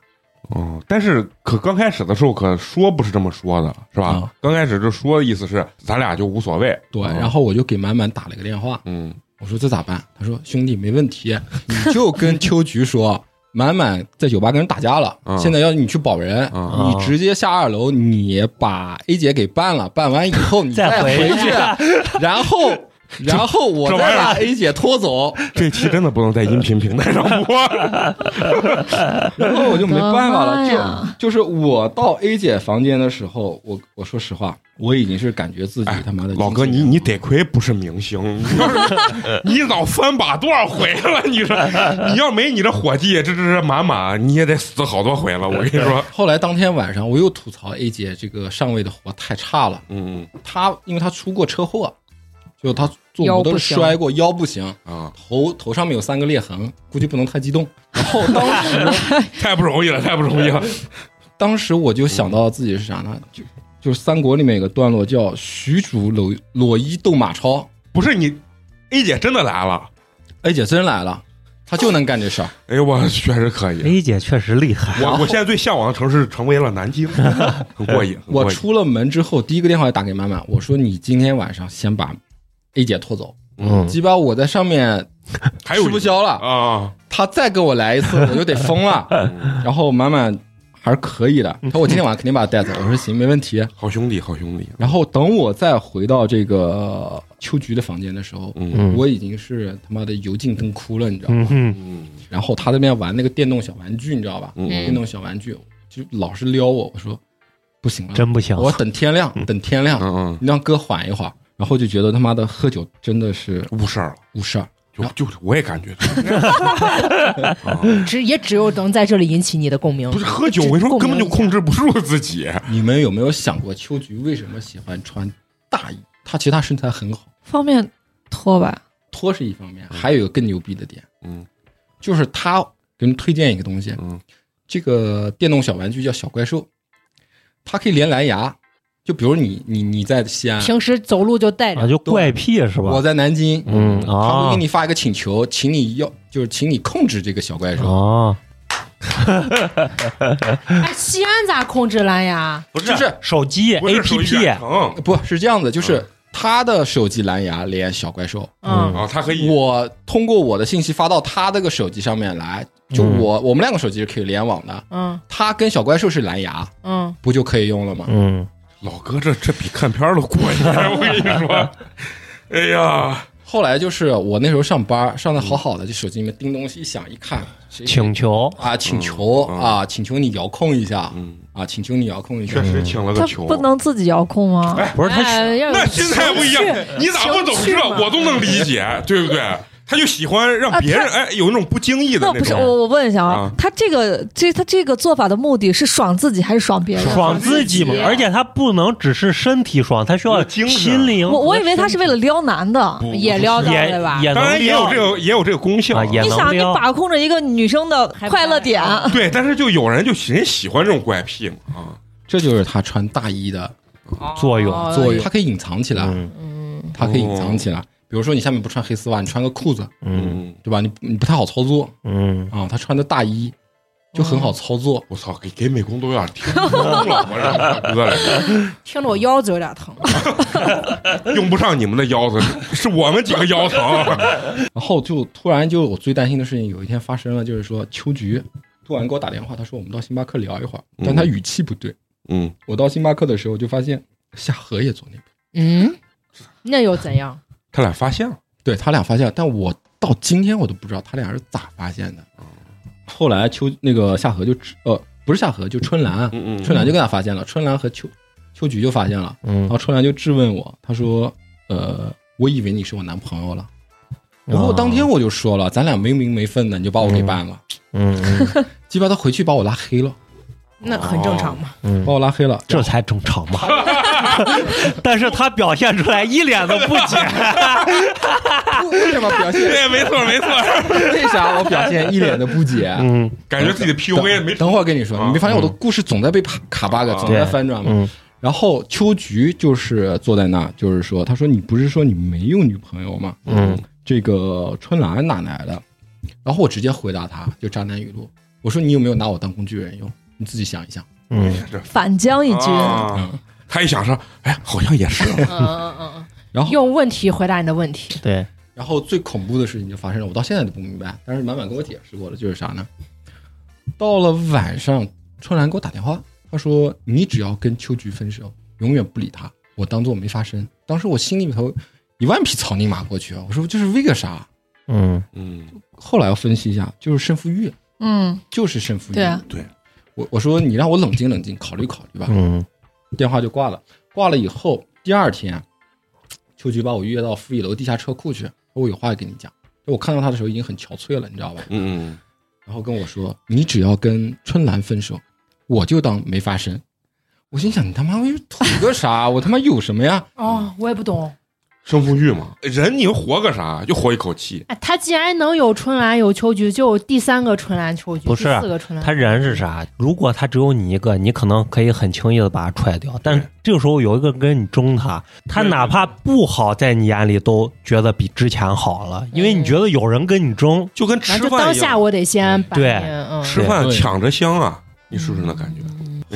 Speaker 1: 哦，但是可刚开始的时候可说不是这么说的，是吧？
Speaker 5: 啊
Speaker 1: 刚开始就说的意思是咱俩就无所谓，
Speaker 5: 对，
Speaker 1: 啊
Speaker 5: 然后我就给满满打了个电话，
Speaker 1: [laughs] 嗯
Speaker 5: 我说这咋办？他说：“兄弟，没问题，你就跟秋菊说，满满在酒吧跟人打架了，
Speaker 1: 嗯
Speaker 5: 现在要你去保人。”
Speaker 1: 啊，
Speaker 4: 啊
Speaker 5: 你直接下二楼，你把 A 姐给办了，办完以后你
Speaker 4: 再
Speaker 5: 回
Speaker 4: 回
Speaker 1: [laughs]
Speaker 4: 去
Speaker 5: 去，然后然后我
Speaker 1: 这玩
Speaker 5: 再
Speaker 1: 意儿
Speaker 5: 把 A 姐拖走，
Speaker 1: 这期真的不能在音频平台上播。
Speaker 5: 然后我就没办法
Speaker 3: 我的妈
Speaker 5: 了
Speaker 3: 呀。
Speaker 5: 就就是我到 A 姐房间的时候，我我说实话，我已经是感觉自己他妈的
Speaker 1: 哎老哥，你你得亏不是明星，你要 [laughs] 是你老翻把多少回了？你说你要没你这伙计，这这这满满，你也得死好多回了。我跟你说，
Speaker 5: 后来当天晚上，我又吐槽 A 姐这个上位的活太差了。
Speaker 1: 嗯
Speaker 5: 她因为她出过车祸，就她坐
Speaker 2: 腰
Speaker 5: 摩托
Speaker 2: 不行
Speaker 5: 摔过，腰不行，
Speaker 1: 啊，
Speaker 5: 头头上面有三个裂痕，估计不能太激动。然后当时
Speaker 1: 太不容易了，太不容易了。
Speaker 5: 当时我就想到自己是啥呢？就就是三国里面有个段落叫“许褚裸裸衣斗马超
Speaker 1: 不是你，A 姐真的来了，”。
Speaker 5: A 姐真来了，她就能干这事儿。
Speaker 1: 哎呦，我确实可以。
Speaker 4: A 姐确实厉害，
Speaker 1: 我我现在最向往的城市成为了南
Speaker 5: [laughs]
Speaker 1: 京，很过瘾。很
Speaker 5: [laughs]
Speaker 1: 过
Speaker 5: 我
Speaker 1: 瘾
Speaker 5: 出了门之后，第一个电话就打给满满，我说：“你今天晚上先把 A 姐拖走，
Speaker 4: 嗯，
Speaker 5: 鸡巴我在上面
Speaker 1: 还有
Speaker 5: 吃不消了，
Speaker 1: 啊，
Speaker 5: 她再跟我来
Speaker 1: [laughs]
Speaker 5: 一次，我就得疯了。”
Speaker 1: 嗯
Speaker 5: 然后满满还是可以的，她说：“我今天晚上肯定把她带走。”我说：“行，没问题。
Speaker 1: 好兄弟，好兄弟”，
Speaker 5: 然后等我再回到这个秋菊的房间的时候，
Speaker 1: 嗯
Speaker 5: 我已经是他妈的油尽灯枯了，你知道吗？
Speaker 4: 嗯哼，
Speaker 1: 嗯
Speaker 5: 然后他在那边玩那个电动小玩具，你知道吧？
Speaker 1: 嗯
Speaker 5: 电动小玩具就老是撩我，我说不行了，
Speaker 4: 真不行，
Speaker 5: 我要等天亮，等天亮，
Speaker 1: 嗯
Speaker 5: 你让哥缓一会儿。然后就觉得他妈的喝酒真的是
Speaker 1: 嗯，误事儿了。
Speaker 5: 误事儿，
Speaker 1: 就就我也
Speaker 5: [laughs]
Speaker 1: 感觉，啊
Speaker 2: 只也只有能在这里引起你的共鸣
Speaker 1: 不。是喝酒，我跟你说根本就控制不住自己。
Speaker 5: 你们有没有想过秋菊为什么喜欢穿大衣？她其实她身材很好，
Speaker 3: 方便脱吧，
Speaker 5: 脱是一方面，还有一个更牛逼的点，
Speaker 1: 嗯，
Speaker 5: 就是她给你们推荐一个东西，
Speaker 1: 嗯，
Speaker 5: 这个电动小玩具叫小怪兽，它可以连蓝牙，就比如你你你在西安，
Speaker 2: 平时走路就带
Speaker 4: 啊，
Speaker 2: 着，
Speaker 4: 就怪癖是
Speaker 5: 我
Speaker 4: 吧？
Speaker 5: 在南京，
Speaker 4: 嗯
Speaker 5: 他会
Speaker 4: 啊
Speaker 5: 给你发一个请求，请你要就是请你控制这个小怪兽，
Speaker 4: 啊，
Speaker 2: 哎，西安咋控制蓝牙？
Speaker 4: 不
Speaker 5: 是就是
Speaker 4: 手机
Speaker 1: 不是手机啊远
Speaker 4: APP，
Speaker 1: 程
Speaker 5: 不是这样子，
Speaker 1: 嗯
Speaker 5: 就是他的手机蓝牙连小怪兽，
Speaker 2: 嗯，
Speaker 1: 啊，它可以
Speaker 5: 我通过我的信息发到他这个手机上面来，就
Speaker 4: 嗯
Speaker 5: 我我们两个手机是可以联网的，
Speaker 2: 嗯
Speaker 5: 他跟小怪兽是蓝牙，
Speaker 2: 嗯，
Speaker 5: 不就可以用了吗？
Speaker 4: 嗯，
Speaker 5: [laughs]
Speaker 1: 老哥这这比看片儿都过瘾，我跟你说，哎呀，
Speaker 5: 后来就是我那时候上班，上的好好的，就手机里面叮咚一响，一看，谁
Speaker 4: 请求
Speaker 5: 啊，请求
Speaker 1: 嗯嗯
Speaker 5: 啊，请求你遥控一下
Speaker 1: 嗯，
Speaker 5: 啊，请求你遥控一下
Speaker 1: 确。实请了
Speaker 3: 他
Speaker 1: 个球
Speaker 3: 不。能自己遥控吗？
Speaker 4: 不是他
Speaker 3: 哎要有
Speaker 1: 那心态不一样
Speaker 2: 情绪，
Speaker 1: 你咋不懂
Speaker 2: 情绪
Speaker 1: 这？
Speaker 2: 嘛
Speaker 1: 我都能理解，对不对？他就喜欢让
Speaker 3: 啊
Speaker 1: 别人
Speaker 3: 他
Speaker 1: 哎有那种不经意的
Speaker 3: 那
Speaker 1: 那
Speaker 3: 不是我，
Speaker 1: 种。
Speaker 3: 我问一下
Speaker 1: 啊
Speaker 3: 啊，他这个这他这个做法的目的是爽自己还是爽别人？
Speaker 4: 爽自己嘛，而且他不能只是身体爽，他需要
Speaker 1: 精神
Speaker 4: 心灵和身体。
Speaker 3: 我我以为他是为了撩男的
Speaker 1: 不，
Speaker 2: 也撩到
Speaker 4: 也
Speaker 2: 对吧？
Speaker 4: 也
Speaker 1: 当
Speaker 4: 能
Speaker 1: 然也有
Speaker 4: 撩
Speaker 1: 这个也有这个功效
Speaker 4: 啊，也
Speaker 3: 你
Speaker 4: 能
Speaker 3: 想，你
Speaker 4: 撩。
Speaker 3: 把控着一个女生的快乐点，
Speaker 4: 啊
Speaker 1: 对，但是就有人就人喜欢这种怪癖嘛啊，
Speaker 5: 这就是他穿大衣的
Speaker 4: 作用
Speaker 2: 哦
Speaker 5: 作用，它可以隐藏起来，
Speaker 4: 嗯
Speaker 3: 嗯，
Speaker 5: 它可以隐藏起
Speaker 1: 哦
Speaker 5: 来。比如说你下面不穿黑丝袜，你穿个裤子，
Speaker 4: 嗯
Speaker 1: 嗯，
Speaker 5: 对吧？你你不太好操作
Speaker 4: 嗯，
Speaker 5: 啊。他穿的大衣就很好操作，
Speaker 1: 我操，给给美工都有点听懵了，我这大哥来
Speaker 2: 听着我腰子有点疼。
Speaker 1: 着用不上你们的腰子，是我们几个腰疼。啊
Speaker 5: 然后就突然就我最担心的事情有一天发生了，就是说秋菊突然给我打电话，她说我们到星巴克聊一会儿，但她语气不对。
Speaker 1: 嗯，
Speaker 5: 我到星巴克的时候就发现夏荷也坐那边，
Speaker 2: 嗯，那又怎样？
Speaker 1: 他俩发现了，
Speaker 5: 对他俩发现，但我到今天我都不知道他俩是咋发现的。
Speaker 1: 嗯
Speaker 5: 后来秋那个夏荷就知呃不是夏荷就春兰，啊
Speaker 1: 嗯
Speaker 5: 春兰就跟他发现了，春兰和秋秋菊就发现了，
Speaker 4: 嗯
Speaker 5: 然后春兰就质问我，她说呃我以为你是我男朋友了，
Speaker 1: 啊
Speaker 5: 然后当天我就说了，咱俩没名没分的你就把我给办了，
Speaker 4: 嗯嗯
Speaker 5: 鸡巴他回去把我拉黑了，
Speaker 2: 那很正常嘛。
Speaker 4: 嗯
Speaker 5: 把我拉黑了，
Speaker 4: 这才正常嘛。 [laughs] 但是他表现出来一脸的不解，
Speaker 5: [laughs] 为什么表现？
Speaker 1: 对，没错没错，
Speaker 5: 为啥我表现一脸的不解？
Speaker 4: 嗯
Speaker 1: [laughs] 感觉自己的 PUA 没
Speaker 5: 等会儿跟你说，
Speaker 1: 啊
Speaker 5: 你没发现我的故事总在被卡卡 bug，
Speaker 1: 啊
Speaker 5: 总在翻转吗？
Speaker 4: 嗯
Speaker 5: 然后秋菊就是坐在那，就是说，他说你不是说你没有女朋友吗？
Speaker 4: 嗯，
Speaker 5: 这个春兰哪来的？然后我直接回答他，就渣男语录，我说你有没有拿我当工具人用？你自己想一想。
Speaker 4: 嗯
Speaker 3: 反将一军。
Speaker 1: 啊他一想说，哎，好像也是，
Speaker 2: 嗯嗯嗯嗯。
Speaker 5: 然后，
Speaker 2: 用问题回答你的问题。
Speaker 4: 对，
Speaker 5: 然后最恐怖的事情就发生了，我到现在都不明白，但是满满跟我解释过了，就是啥呢？到了晚上，春兰给我打电话，她说你只要跟秋菊分手，永远不理她，我当做没发生。当时我心里头一万匹草泥马过去啊，我说这是为个啥？
Speaker 4: 嗯
Speaker 1: 嗯，
Speaker 5: 后来我分析一下，就是胜负欲，
Speaker 3: 嗯，
Speaker 5: 就是胜负欲。
Speaker 3: 对啊
Speaker 1: 对，
Speaker 5: 我我说你让我冷静冷静，考虑考虑吧。
Speaker 4: 嗯
Speaker 5: 电话就挂了，挂了以后，第二天，秋菊把我约到负一楼地下车库去，我有话跟你讲。就我看到他的时候已经很憔悴了，你知道吧？
Speaker 1: 嗯
Speaker 5: 然后跟我说，你只要跟春兰分手，我就当没发生。我心想，你他妈我图
Speaker 4: [laughs]
Speaker 5: 个啥？我他妈有什么呀？
Speaker 2: 哦，我也不懂。
Speaker 1: 胜负欲嘛，人你活个啥？就活一口气，
Speaker 2: 哎，他既然能有春兰有秋菊，就有第三个春兰秋菊，
Speaker 4: 不是
Speaker 1: 啊
Speaker 2: 第四个春兰。
Speaker 4: 他人是啥？如果他只有你一个，你可能可以很轻易的把他踹掉，但是这个时候有一个跟你争他，他哪怕不好，在你眼里都觉得比之前好了，因为你觉得有人跟你争，
Speaker 1: 就跟
Speaker 2: 反
Speaker 1: 吃
Speaker 2: 正就
Speaker 1: 饭
Speaker 2: 当
Speaker 1: 一
Speaker 2: 下
Speaker 1: 样，
Speaker 2: 我得先把
Speaker 4: 对
Speaker 2: 你嗯，
Speaker 1: 吃饭抢着香啊，你是不是那感觉？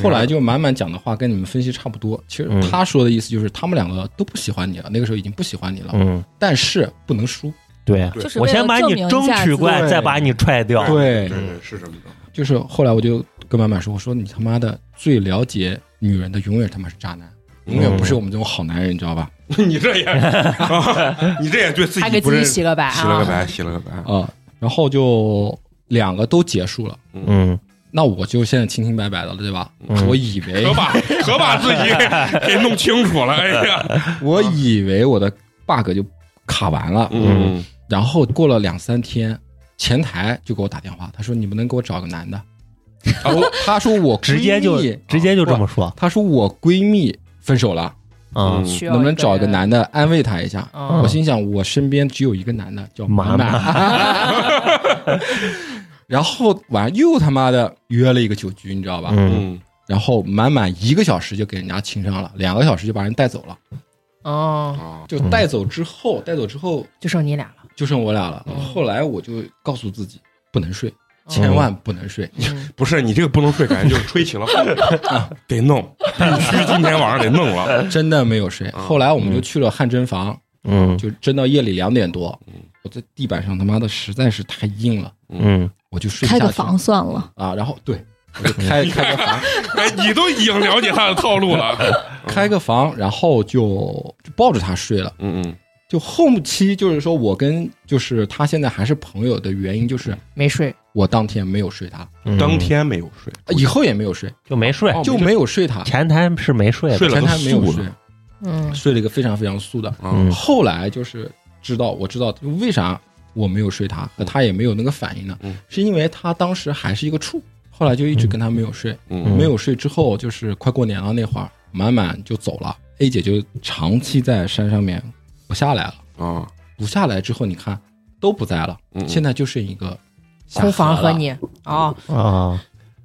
Speaker 5: 后来就满满讲的话跟你们分析差不多。其实
Speaker 4: 嗯
Speaker 5: 他说的意思就是，他们两个都不喜欢你了，那个时候已经不喜欢你了，
Speaker 4: 嗯，
Speaker 5: 但是不能输。
Speaker 4: 对，
Speaker 1: 对
Speaker 3: 就是
Speaker 4: 我
Speaker 3: 为了
Speaker 4: 先把
Speaker 3: 证
Speaker 4: 你
Speaker 3: 明一
Speaker 4: 争
Speaker 3: 下
Speaker 4: 取
Speaker 3: 自
Speaker 4: 过来，
Speaker 5: 对
Speaker 4: 再把你踹掉，
Speaker 5: 对
Speaker 1: 对对是这么着， [laughs]
Speaker 5: 就是后来我就跟满满说：“我说你他妈的最了解女人的，永远他妈是渣男，永远不
Speaker 4: 嗯
Speaker 5: 是我们这种好男人，你知道吧？
Speaker 1: 你这也， [laughs] 你这也对自
Speaker 2: 还给
Speaker 1: 己不
Speaker 2: 自己
Speaker 1: 认
Speaker 2: 洗个白
Speaker 1: 洗了个
Speaker 2: 啊。
Speaker 1: 白，洗了个白，
Speaker 5: 啊、然后就两个都结束了，
Speaker 4: 嗯
Speaker 5: 那我就现在清清白白的了，对吧？
Speaker 4: 嗯
Speaker 5: 我以为
Speaker 1: 可把可把自己给弄清楚了，哎呀，
Speaker 5: 我以为我的 bug 就卡完了，
Speaker 4: 嗯
Speaker 5: 然后过了两三天，前台就给我打电话，他说你们能给我找个
Speaker 4: [laughs]
Speaker 5: 男的？他说他说我
Speaker 4: 哦直接就
Speaker 5: 闺蜜啊
Speaker 4: 直接就这么说，
Speaker 5: 他说我闺蜜分手了，
Speaker 4: 啊，
Speaker 1: 嗯
Speaker 2: 需要
Speaker 5: 能不能
Speaker 2: 一
Speaker 5: 找一个
Speaker 2: 人？
Speaker 5: 男的安慰她一下？
Speaker 2: 嗯
Speaker 5: 我心想，我身边只有一个男的叫
Speaker 4: 满
Speaker 5: 满，然后晚上又他妈的约了一个酒局，你知道吧？
Speaker 4: 嗯
Speaker 1: 嗯
Speaker 5: 然后满满一个小时就给人家亲上了，两个小时就把人带走了。
Speaker 2: 哦，
Speaker 1: 啊，
Speaker 5: 就带走之后，带走之后
Speaker 2: 就剩你俩了。
Speaker 5: 就剩我俩了。后来我就告诉自己不能睡，
Speaker 2: 嗯
Speaker 5: 千万不能睡。
Speaker 2: 嗯
Speaker 1: 不是你这个不能睡，感觉就是吹
Speaker 2: [laughs]
Speaker 1: 起了，啊得弄，必须今天晚上得弄了，
Speaker 5: 真的没有睡。后来我们就去了汗蒸房，
Speaker 4: 嗯
Speaker 5: 就蒸到夜里两点多
Speaker 1: 嗯。
Speaker 5: 我在地板上他妈的实在是太硬了，
Speaker 4: 嗯
Speaker 5: 我就睡不
Speaker 3: 开
Speaker 5: 下去
Speaker 3: 个房算了，
Speaker 5: 啊，然后对，我就
Speaker 1: [laughs]
Speaker 5: 开开个房，
Speaker 1: 哎，你都已经了解他的套路了，
Speaker 5: 开个房，然后就就抱着他睡了。
Speaker 1: 嗯嗯
Speaker 5: 就后期就是说我跟就是他现在还是朋友的原因，就是
Speaker 2: 没睡，
Speaker 5: 我当天没有睡他，
Speaker 4: 嗯
Speaker 1: 当天没有睡，
Speaker 2: 哎
Speaker 5: 以后也没有睡，
Speaker 4: 就没
Speaker 1: 哦
Speaker 4: 睡，
Speaker 5: 就哦没
Speaker 1: [laughs]
Speaker 5: 有睡他，
Speaker 4: 前台是没睡的，
Speaker 1: 睡了
Speaker 5: 前
Speaker 1: 个
Speaker 5: 台没有
Speaker 1: 素
Speaker 5: 睡
Speaker 1: 了，
Speaker 2: 嗯
Speaker 5: 睡了一个非常非常素的。
Speaker 1: 嗯
Speaker 4: 嗯
Speaker 5: 后来就是知道，我知道为啥我没有睡他，可他也没有那个反应呢
Speaker 1: 嗯，
Speaker 5: 是因为他当时还是一个处，后来就一直跟他没有睡，
Speaker 1: 嗯
Speaker 5: 没有睡之后就是快过年了那会儿，满满就走了，A 姐就长期在山上面不下来了，
Speaker 1: 啊，
Speaker 5: 不下来之后你看都不在了，
Speaker 1: 嗯
Speaker 5: 现在就剩一个下
Speaker 2: 空房
Speaker 5: 河
Speaker 2: 和
Speaker 5: 了
Speaker 2: 你啊，
Speaker 4: 啊，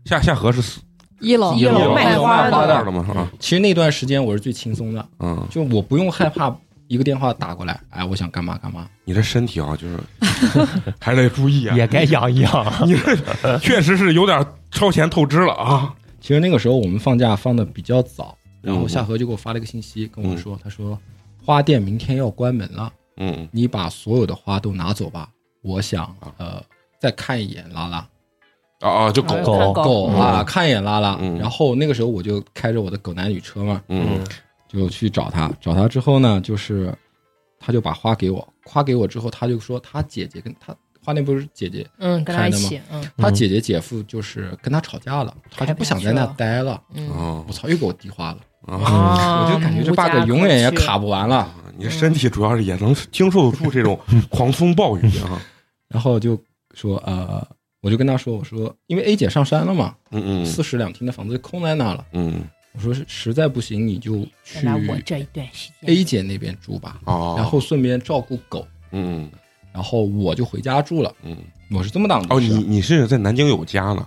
Speaker 1: 下下河是死
Speaker 3: 一楼
Speaker 2: 一楼哦卖花
Speaker 1: 花
Speaker 2: 的
Speaker 1: 的了吗？啊，
Speaker 5: 其实那段时间我是最轻松的，
Speaker 1: 嗯，
Speaker 5: 就我不用害怕一个电话打过来，哎，我想干嘛干嘛。
Speaker 1: 你这身体啊，就是 [laughs] 还得注意啊，
Speaker 4: 也该养一养。
Speaker 1: 你这确实是有点超前透支了啊。
Speaker 5: 其实那个时候我们放假放的比较早，然后
Speaker 1: 嗯
Speaker 5: 夏荷就给我发了一个信息跟我说，他说花店明天要关门了，
Speaker 1: 嗯，
Speaker 5: 你把所有的花都拿走吧，我想呃再看一眼拉拉
Speaker 1: 啊啊，就狗，
Speaker 4: 狗
Speaker 2: 看
Speaker 5: 狗
Speaker 4: 嗯
Speaker 5: 啊，看一眼拉拉
Speaker 1: 嗯。
Speaker 5: 然后那个时候我就开着我的狗男女车嘛，
Speaker 1: 嗯
Speaker 5: 就去找他，找他之后呢，就是他就把花给我，花给我之后，他就说他姐姐跟他花店不是姐姐，
Speaker 2: 嗯，跟他一
Speaker 5: 看着吗
Speaker 2: 起，嗯
Speaker 5: 他姐姐姐夫就是跟他吵架了，他就不想在那待了。
Speaker 2: 嗯
Speaker 1: 啊
Speaker 5: 我操，又给我递花了，
Speaker 1: 啊，
Speaker 2: 啊，
Speaker 5: [laughs] 我就感觉这
Speaker 2: 无家
Speaker 5: bug
Speaker 2: 可
Speaker 5: 永远也
Speaker 2: 去
Speaker 5: 卡不完了。
Speaker 1: 你这身体主要是也能经受住这种狂风暴雨啊。
Speaker 5: 然后就说呃，我就跟他说，我说因为 A 姐上山了嘛，
Speaker 1: 嗯嗯
Speaker 5: 四室两厅的房子就空在那了。
Speaker 1: 嗯，
Speaker 5: 我说是实在不行你就去
Speaker 2: 来我这一段时间
Speaker 5: A 姐那边住吧，
Speaker 1: 哦，
Speaker 5: 然后顺便照顾狗，
Speaker 1: 嗯
Speaker 5: 然后我就回家住了。
Speaker 1: 嗯，
Speaker 5: 我是这么啊当的。
Speaker 1: 哦，你你是在南京有家呢。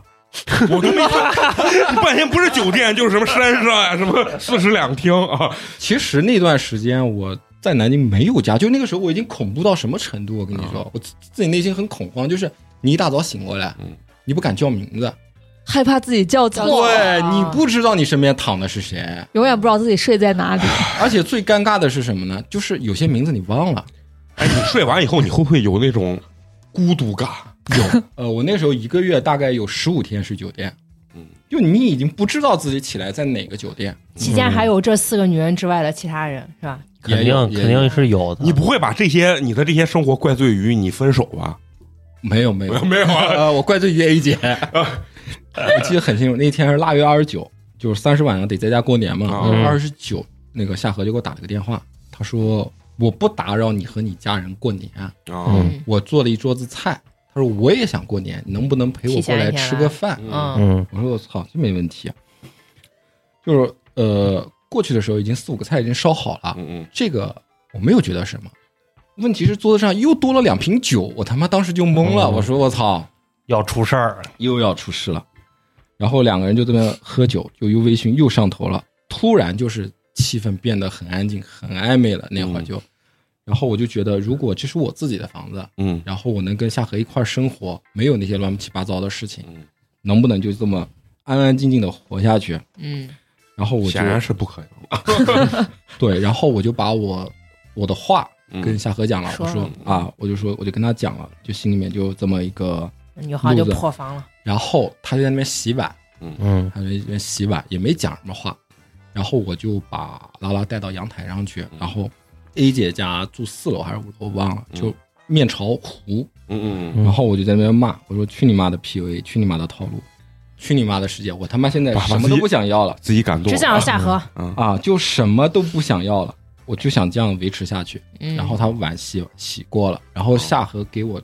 Speaker 1: 我都没看，半天不是酒店就是什么山上呀、什么四室两厅啊，
Speaker 5: 其实那段时间我在南京没有家，就那个时候我已经恐怖到什么程度？我跟你
Speaker 1: 啊
Speaker 5: 说，我自自己内心很恐慌，就是你一大早醒过来，
Speaker 1: 嗯
Speaker 5: 你不敢叫名字，
Speaker 3: 害怕自己叫错，
Speaker 5: 对你不知道你身边躺的是谁，
Speaker 1: 啊
Speaker 3: 永远不知道自己睡
Speaker 1: [laughs]
Speaker 3: 在哪里。
Speaker 5: 而且最尴尬的是什么呢？就是有些名字你忘了。
Speaker 1: 哎，你睡完以后你会不会有那种孤独感？
Speaker 5: 呃，我那时候一个月大概有十五天睡酒店，
Speaker 1: 嗯，
Speaker 5: 就你已经不知道自己起来在哪个酒店，
Speaker 2: 期间还有这四个女人之外的其他人是吧？
Speaker 4: [laughs] 肯
Speaker 5: 也
Speaker 4: 定
Speaker 5: 有
Speaker 4: 肯定是有的。
Speaker 1: 你不会把这些你的这些生活怪罪于你分手吧？
Speaker 5: 没有没有
Speaker 1: 没有啊，
Speaker 5: 呃，我怪罪于 A 姐， [laughs] 我记得很清楚，那天是腊月二十九，就是三十晚上得在家过年嘛
Speaker 1: 嗯，
Speaker 5: 二十九那个夏荷就给我打了个电话，他说我不打扰你和你家人过年，
Speaker 1: 啊，
Speaker 2: 嗯
Speaker 5: 我做了一桌子菜，他说我也想过年，你能不能陪我过来吃个饭？
Speaker 2: 嗯
Speaker 4: 嗯
Speaker 5: 我说我操，这没问题、啊，就是呃，过去的时候已经四五个菜已经烧好了，
Speaker 1: 嗯
Speaker 5: 这个我没有觉得什么。问题是桌子上又多了两瓶酒，我他妈当时就懵了，
Speaker 4: 嗯
Speaker 5: 我说我操，
Speaker 4: 要出事儿，
Speaker 5: 又要出事了。然后两个人就这么喝酒，就又微醺又上头了。突然就是气氛变得很安静，很暧昧了。那会儿
Speaker 1: 嗯
Speaker 5: 就，然后我就觉得，如果这是我自己的房子，
Speaker 1: 嗯
Speaker 5: 然后我能跟夏荷一块儿生活，没有那些乱七八糟的事情，
Speaker 1: 嗯
Speaker 5: 能不能就这么安安静静的活下去？
Speaker 2: 嗯
Speaker 5: 然后
Speaker 1: 嗯，
Speaker 5: 我就
Speaker 1: 显然是不可能了。
Speaker 2: [laughs]
Speaker 5: 对，然后我就把我我的话跟
Speaker 1: 嗯
Speaker 5: 夏荷讲了，
Speaker 2: 说
Speaker 5: 我说啊，我就说我就跟他讲了，就心里面就这么一个，
Speaker 2: 嗯女孩就
Speaker 5: 路子
Speaker 2: 破防了，
Speaker 5: 然后他就在那边洗碗，
Speaker 4: 嗯
Speaker 5: 他在那边洗碗，也没讲什么话。然后我就把拉拉带到阳台上去，
Speaker 1: 嗯
Speaker 5: 然后 A 姐家住四楼还是五楼，我忘了，就面朝湖。
Speaker 1: 嗯
Speaker 4: 嗯
Speaker 5: 然后我就在那边骂，我说去你妈的 PUA，去你妈的套路，去你妈的世界，我他妈现在
Speaker 1: 把把
Speaker 5: 什么
Speaker 1: 自
Speaker 5: 都
Speaker 1: 己
Speaker 5: 不想要了
Speaker 1: 自己感动
Speaker 2: 只想要下河。
Speaker 1: 啊，
Speaker 5: 啊，就什么都不想要了，我就想这样维持下去。
Speaker 2: 嗯，
Speaker 5: 然后他碗洗洗过了，然后夏荷给我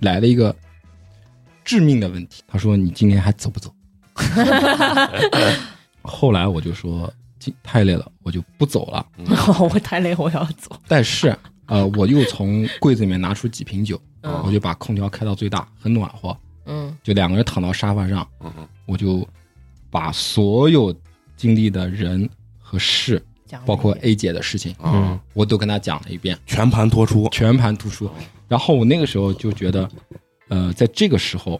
Speaker 5: 来了一个致命的问题，他说你今天还走不 [laughs] 走？后来我就说今太累了，我就不走了。
Speaker 2: [laughs] 我太累，我要走。
Speaker 5: 但是呃，我又从柜子里面拿出几瓶酒，
Speaker 2: 嗯
Speaker 5: 我就把空调开到最大，很暖和，
Speaker 2: 嗯
Speaker 5: 就两个人躺到沙发上，
Speaker 1: 嗯嗯
Speaker 5: 我就把所有经历的人和事，
Speaker 2: 讲了
Speaker 5: 包括
Speaker 2: 一遍
Speaker 5: A 姐的事情，
Speaker 1: 嗯，
Speaker 5: 我都跟她讲了一遍。
Speaker 1: 全盘托出。
Speaker 5: 全盘突出。
Speaker 1: 嗯
Speaker 5: 然后我那个时候就觉得，呃，在这个时候，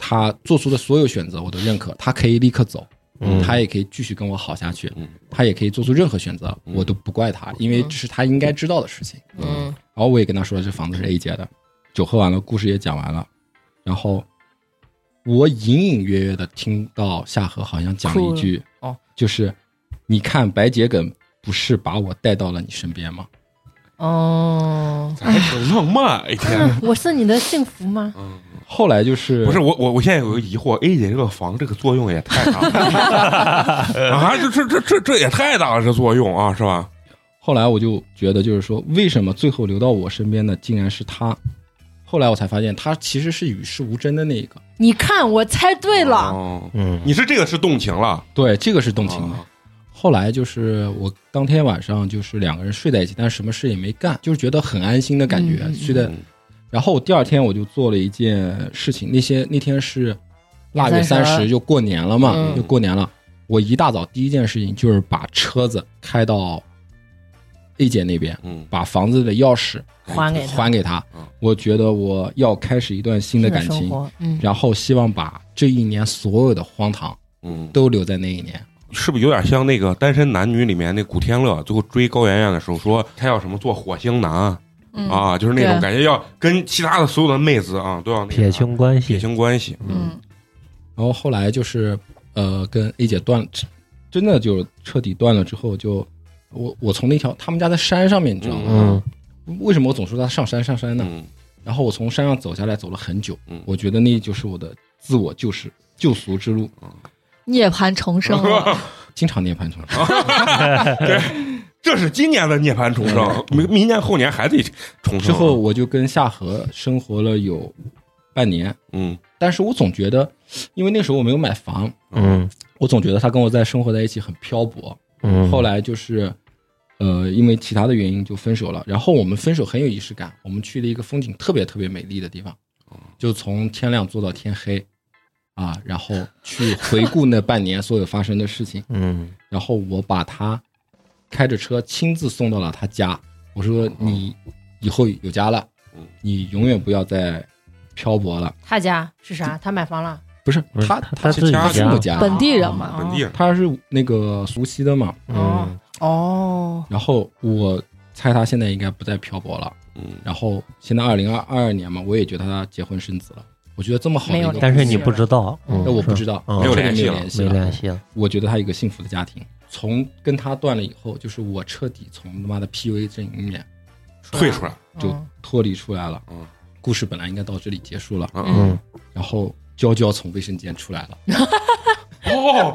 Speaker 5: 他做出的所有选择我都认可，他可以立刻走，
Speaker 4: 嗯
Speaker 5: 他也可以继续跟我好下去，
Speaker 1: 嗯
Speaker 5: 他也可以做出任何选择，
Speaker 1: 嗯
Speaker 5: 我都不怪他，因为这是他应该知道的事情。
Speaker 2: 嗯
Speaker 5: 然后我也跟他说，这房子是 A 姐的，酒喝完了，故事也讲完了，然后我隐隐约约的听到夏荷好像讲了一句，
Speaker 2: 哭了哦，
Speaker 5: 就是你看白桔梗不是把我带到了你身边吗？
Speaker 2: 哦，
Speaker 1: 咱还挺浪漫，哎天，
Speaker 2: 嗯我是你的幸福吗？
Speaker 5: 后来就是
Speaker 1: 不是我我我现在有个疑惑，A 姐这个防这个作用也太大了啊！这这这这这也太大了，这作用啊，是吧？
Speaker 5: 后来我就觉得，就是说，为什么最后留到我身边的竟然是他？后来我才发现，他其实是与世无争的那一个。
Speaker 2: 你看，我猜对了，
Speaker 1: 哦，
Speaker 4: 嗯，
Speaker 1: 你是这个是动情了，
Speaker 5: 对，这个是动情的。
Speaker 1: 啊
Speaker 5: 后来就是我当天晚上就是两个人睡在一起，但是什么事也没干，就是觉得很安心的感觉，
Speaker 2: 嗯嗯嗯
Speaker 5: 睡在。然后我第二天我就做了一件事情，那些那天是腊月
Speaker 2: 三
Speaker 5: 三十，
Speaker 2: 十
Speaker 5: 就过年了嘛，
Speaker 2: 嗯
Speaker 5: 就过年了。我一大早第一件事情就是把车子开到 A 姐那边，
Speaker 1: 嗯，
Speaker 5: 把房子的钥匙
Speaker 2: 还给他
Speaker 5: 还给她
Speaker 1: 嗯。
Speaker 5: 我觉得我要开始一段新的感
Speaker 2: 生
Speaker 5: 情，
Speaker 2: 活，嗯，
Speaker 5: 然后希望把这一年所有的荒唐
Speaker 1: 嗯，
Speaker 5: 都留在那一年。
Speaker 1: 是不是有点像那个《单身男女》里面那古天乐最后追高圆圆的时候说哦他要什么做火星男啊
Speaker 3: 嗯
Speaker 1: 啊，就是那种
Speaker 3: 对
Speaker 1: 感觉要跟其他的所有的妹子啊都要那个
Speaker 4: 撇清关系
Speaker 1: 撇，清关系，
Speaker 3: 嗯
Speaker 5: 然后后来就是呃跟 A 姐断，真的就彻底断了之后就。我我从那条他们家在山上面，你知道吗？
Speaker 4: 嗯
Speaker 5: 为什么我总说他上山上山呢？
Speaker 1: 嗯
Speaker 5: 然后我从山上走下来，走了很久，
Speaker 1: 嗯
Speaker 5: 我觉得那就是我的自我救世救赎之路，
Speaker 3: 涅槃重生
Speaker 1: [laughs]
Speaker 3: 啊了，
Speaker 5: 经常涅槃重生。
Speaker 1: 这是今年的涅槃重生，明明年后年还得重生。啊
Speaker 5: 之后，我就跟夏荷生活了有半年，
Speaker 1: 嗯
Speaker 5: 但是我总觉得，因为那时候我没有买房，
Speaker 4: 嗯
Speaker 5: 我总觉得他跟我在生活在一起很漂泊。
Speaker 4: 嗯，
Speaker 5: 后来就是，呃，因为其他的原因就分手了。然后我们分手很有仪式感，我们去了一个风景特别特别美丽的地方，
Speaker 4: 哦
Speaker 5: 就从天亮坐到天黑，啊，然后去回顾那半年所有发生的
Speaker 4: [laughs]
Speaker 5: 事情。
Speaker 4: 嗯
Speaker 5: 然后我把他开着车亲自送到了他家。我说：“你
Speaker 4: 哦
Speaker 5: 以后有家了
Speaker 1: 嗯，
Speaker 5: 你永远不要再漂泊了。
Speaker 2: 他家是啥？他买房了，”
Speaker 5: 不是
Speaker 4: 不是
Speaker 5: 他，
Speaker 4: 他
Speaker 5: 他
Speaker 4: 他自己
Speaker 5: 他父
Speaker 4: 家
Speaker 5: 母家，
Speaker 3: 本地人嘛，
Speaker 1: 本地人
Speaker 5: 他是那个无锡的嘛。
Speaker 4: 嗯
Speaker 2: 哦，
Speaker 5: 然后我猜他现在应该不再漂泊了。
Speaker 1: 嗯，
Speaker 5: 然后现在二零二二年嘛，我也觉得他结婚生子了。我觉得这么好的一
Speaker 2: 没有
Speaker 5: 个，
Speaker 4: 但是你不知道，嗯
Speaker 5: 那我不
Speaker 4: 是
Speaker 5: 知道，
Speaker 4: 嗯
Speaker 5: 这个
Speaker 1: 没有联系
Speaker 5: 没有
Speaker 1: 了
Speaker 5: 联系
Speaker 4: 没
Speaker 5: 了。
Speaker 4: 联系了，
Speaker 5: 我觉得他有一个幸福的家庭。从跟他断了以后，就是我彻底从他妈的 PUA 阵营里面
Speaker 1: 退出来，
Speaker 5: 就
Speaker 2: 嗯
Speaker 5: 脱离出来了。
Speaker 1: 嗯，
Speaker 5: 故事本来应该到这里结束了，
Speaker 1: 嗯
Speaker 4: 嗯
Speaker 5: 然后娇娇从卫生间出来了，
Speaker 1: 哦，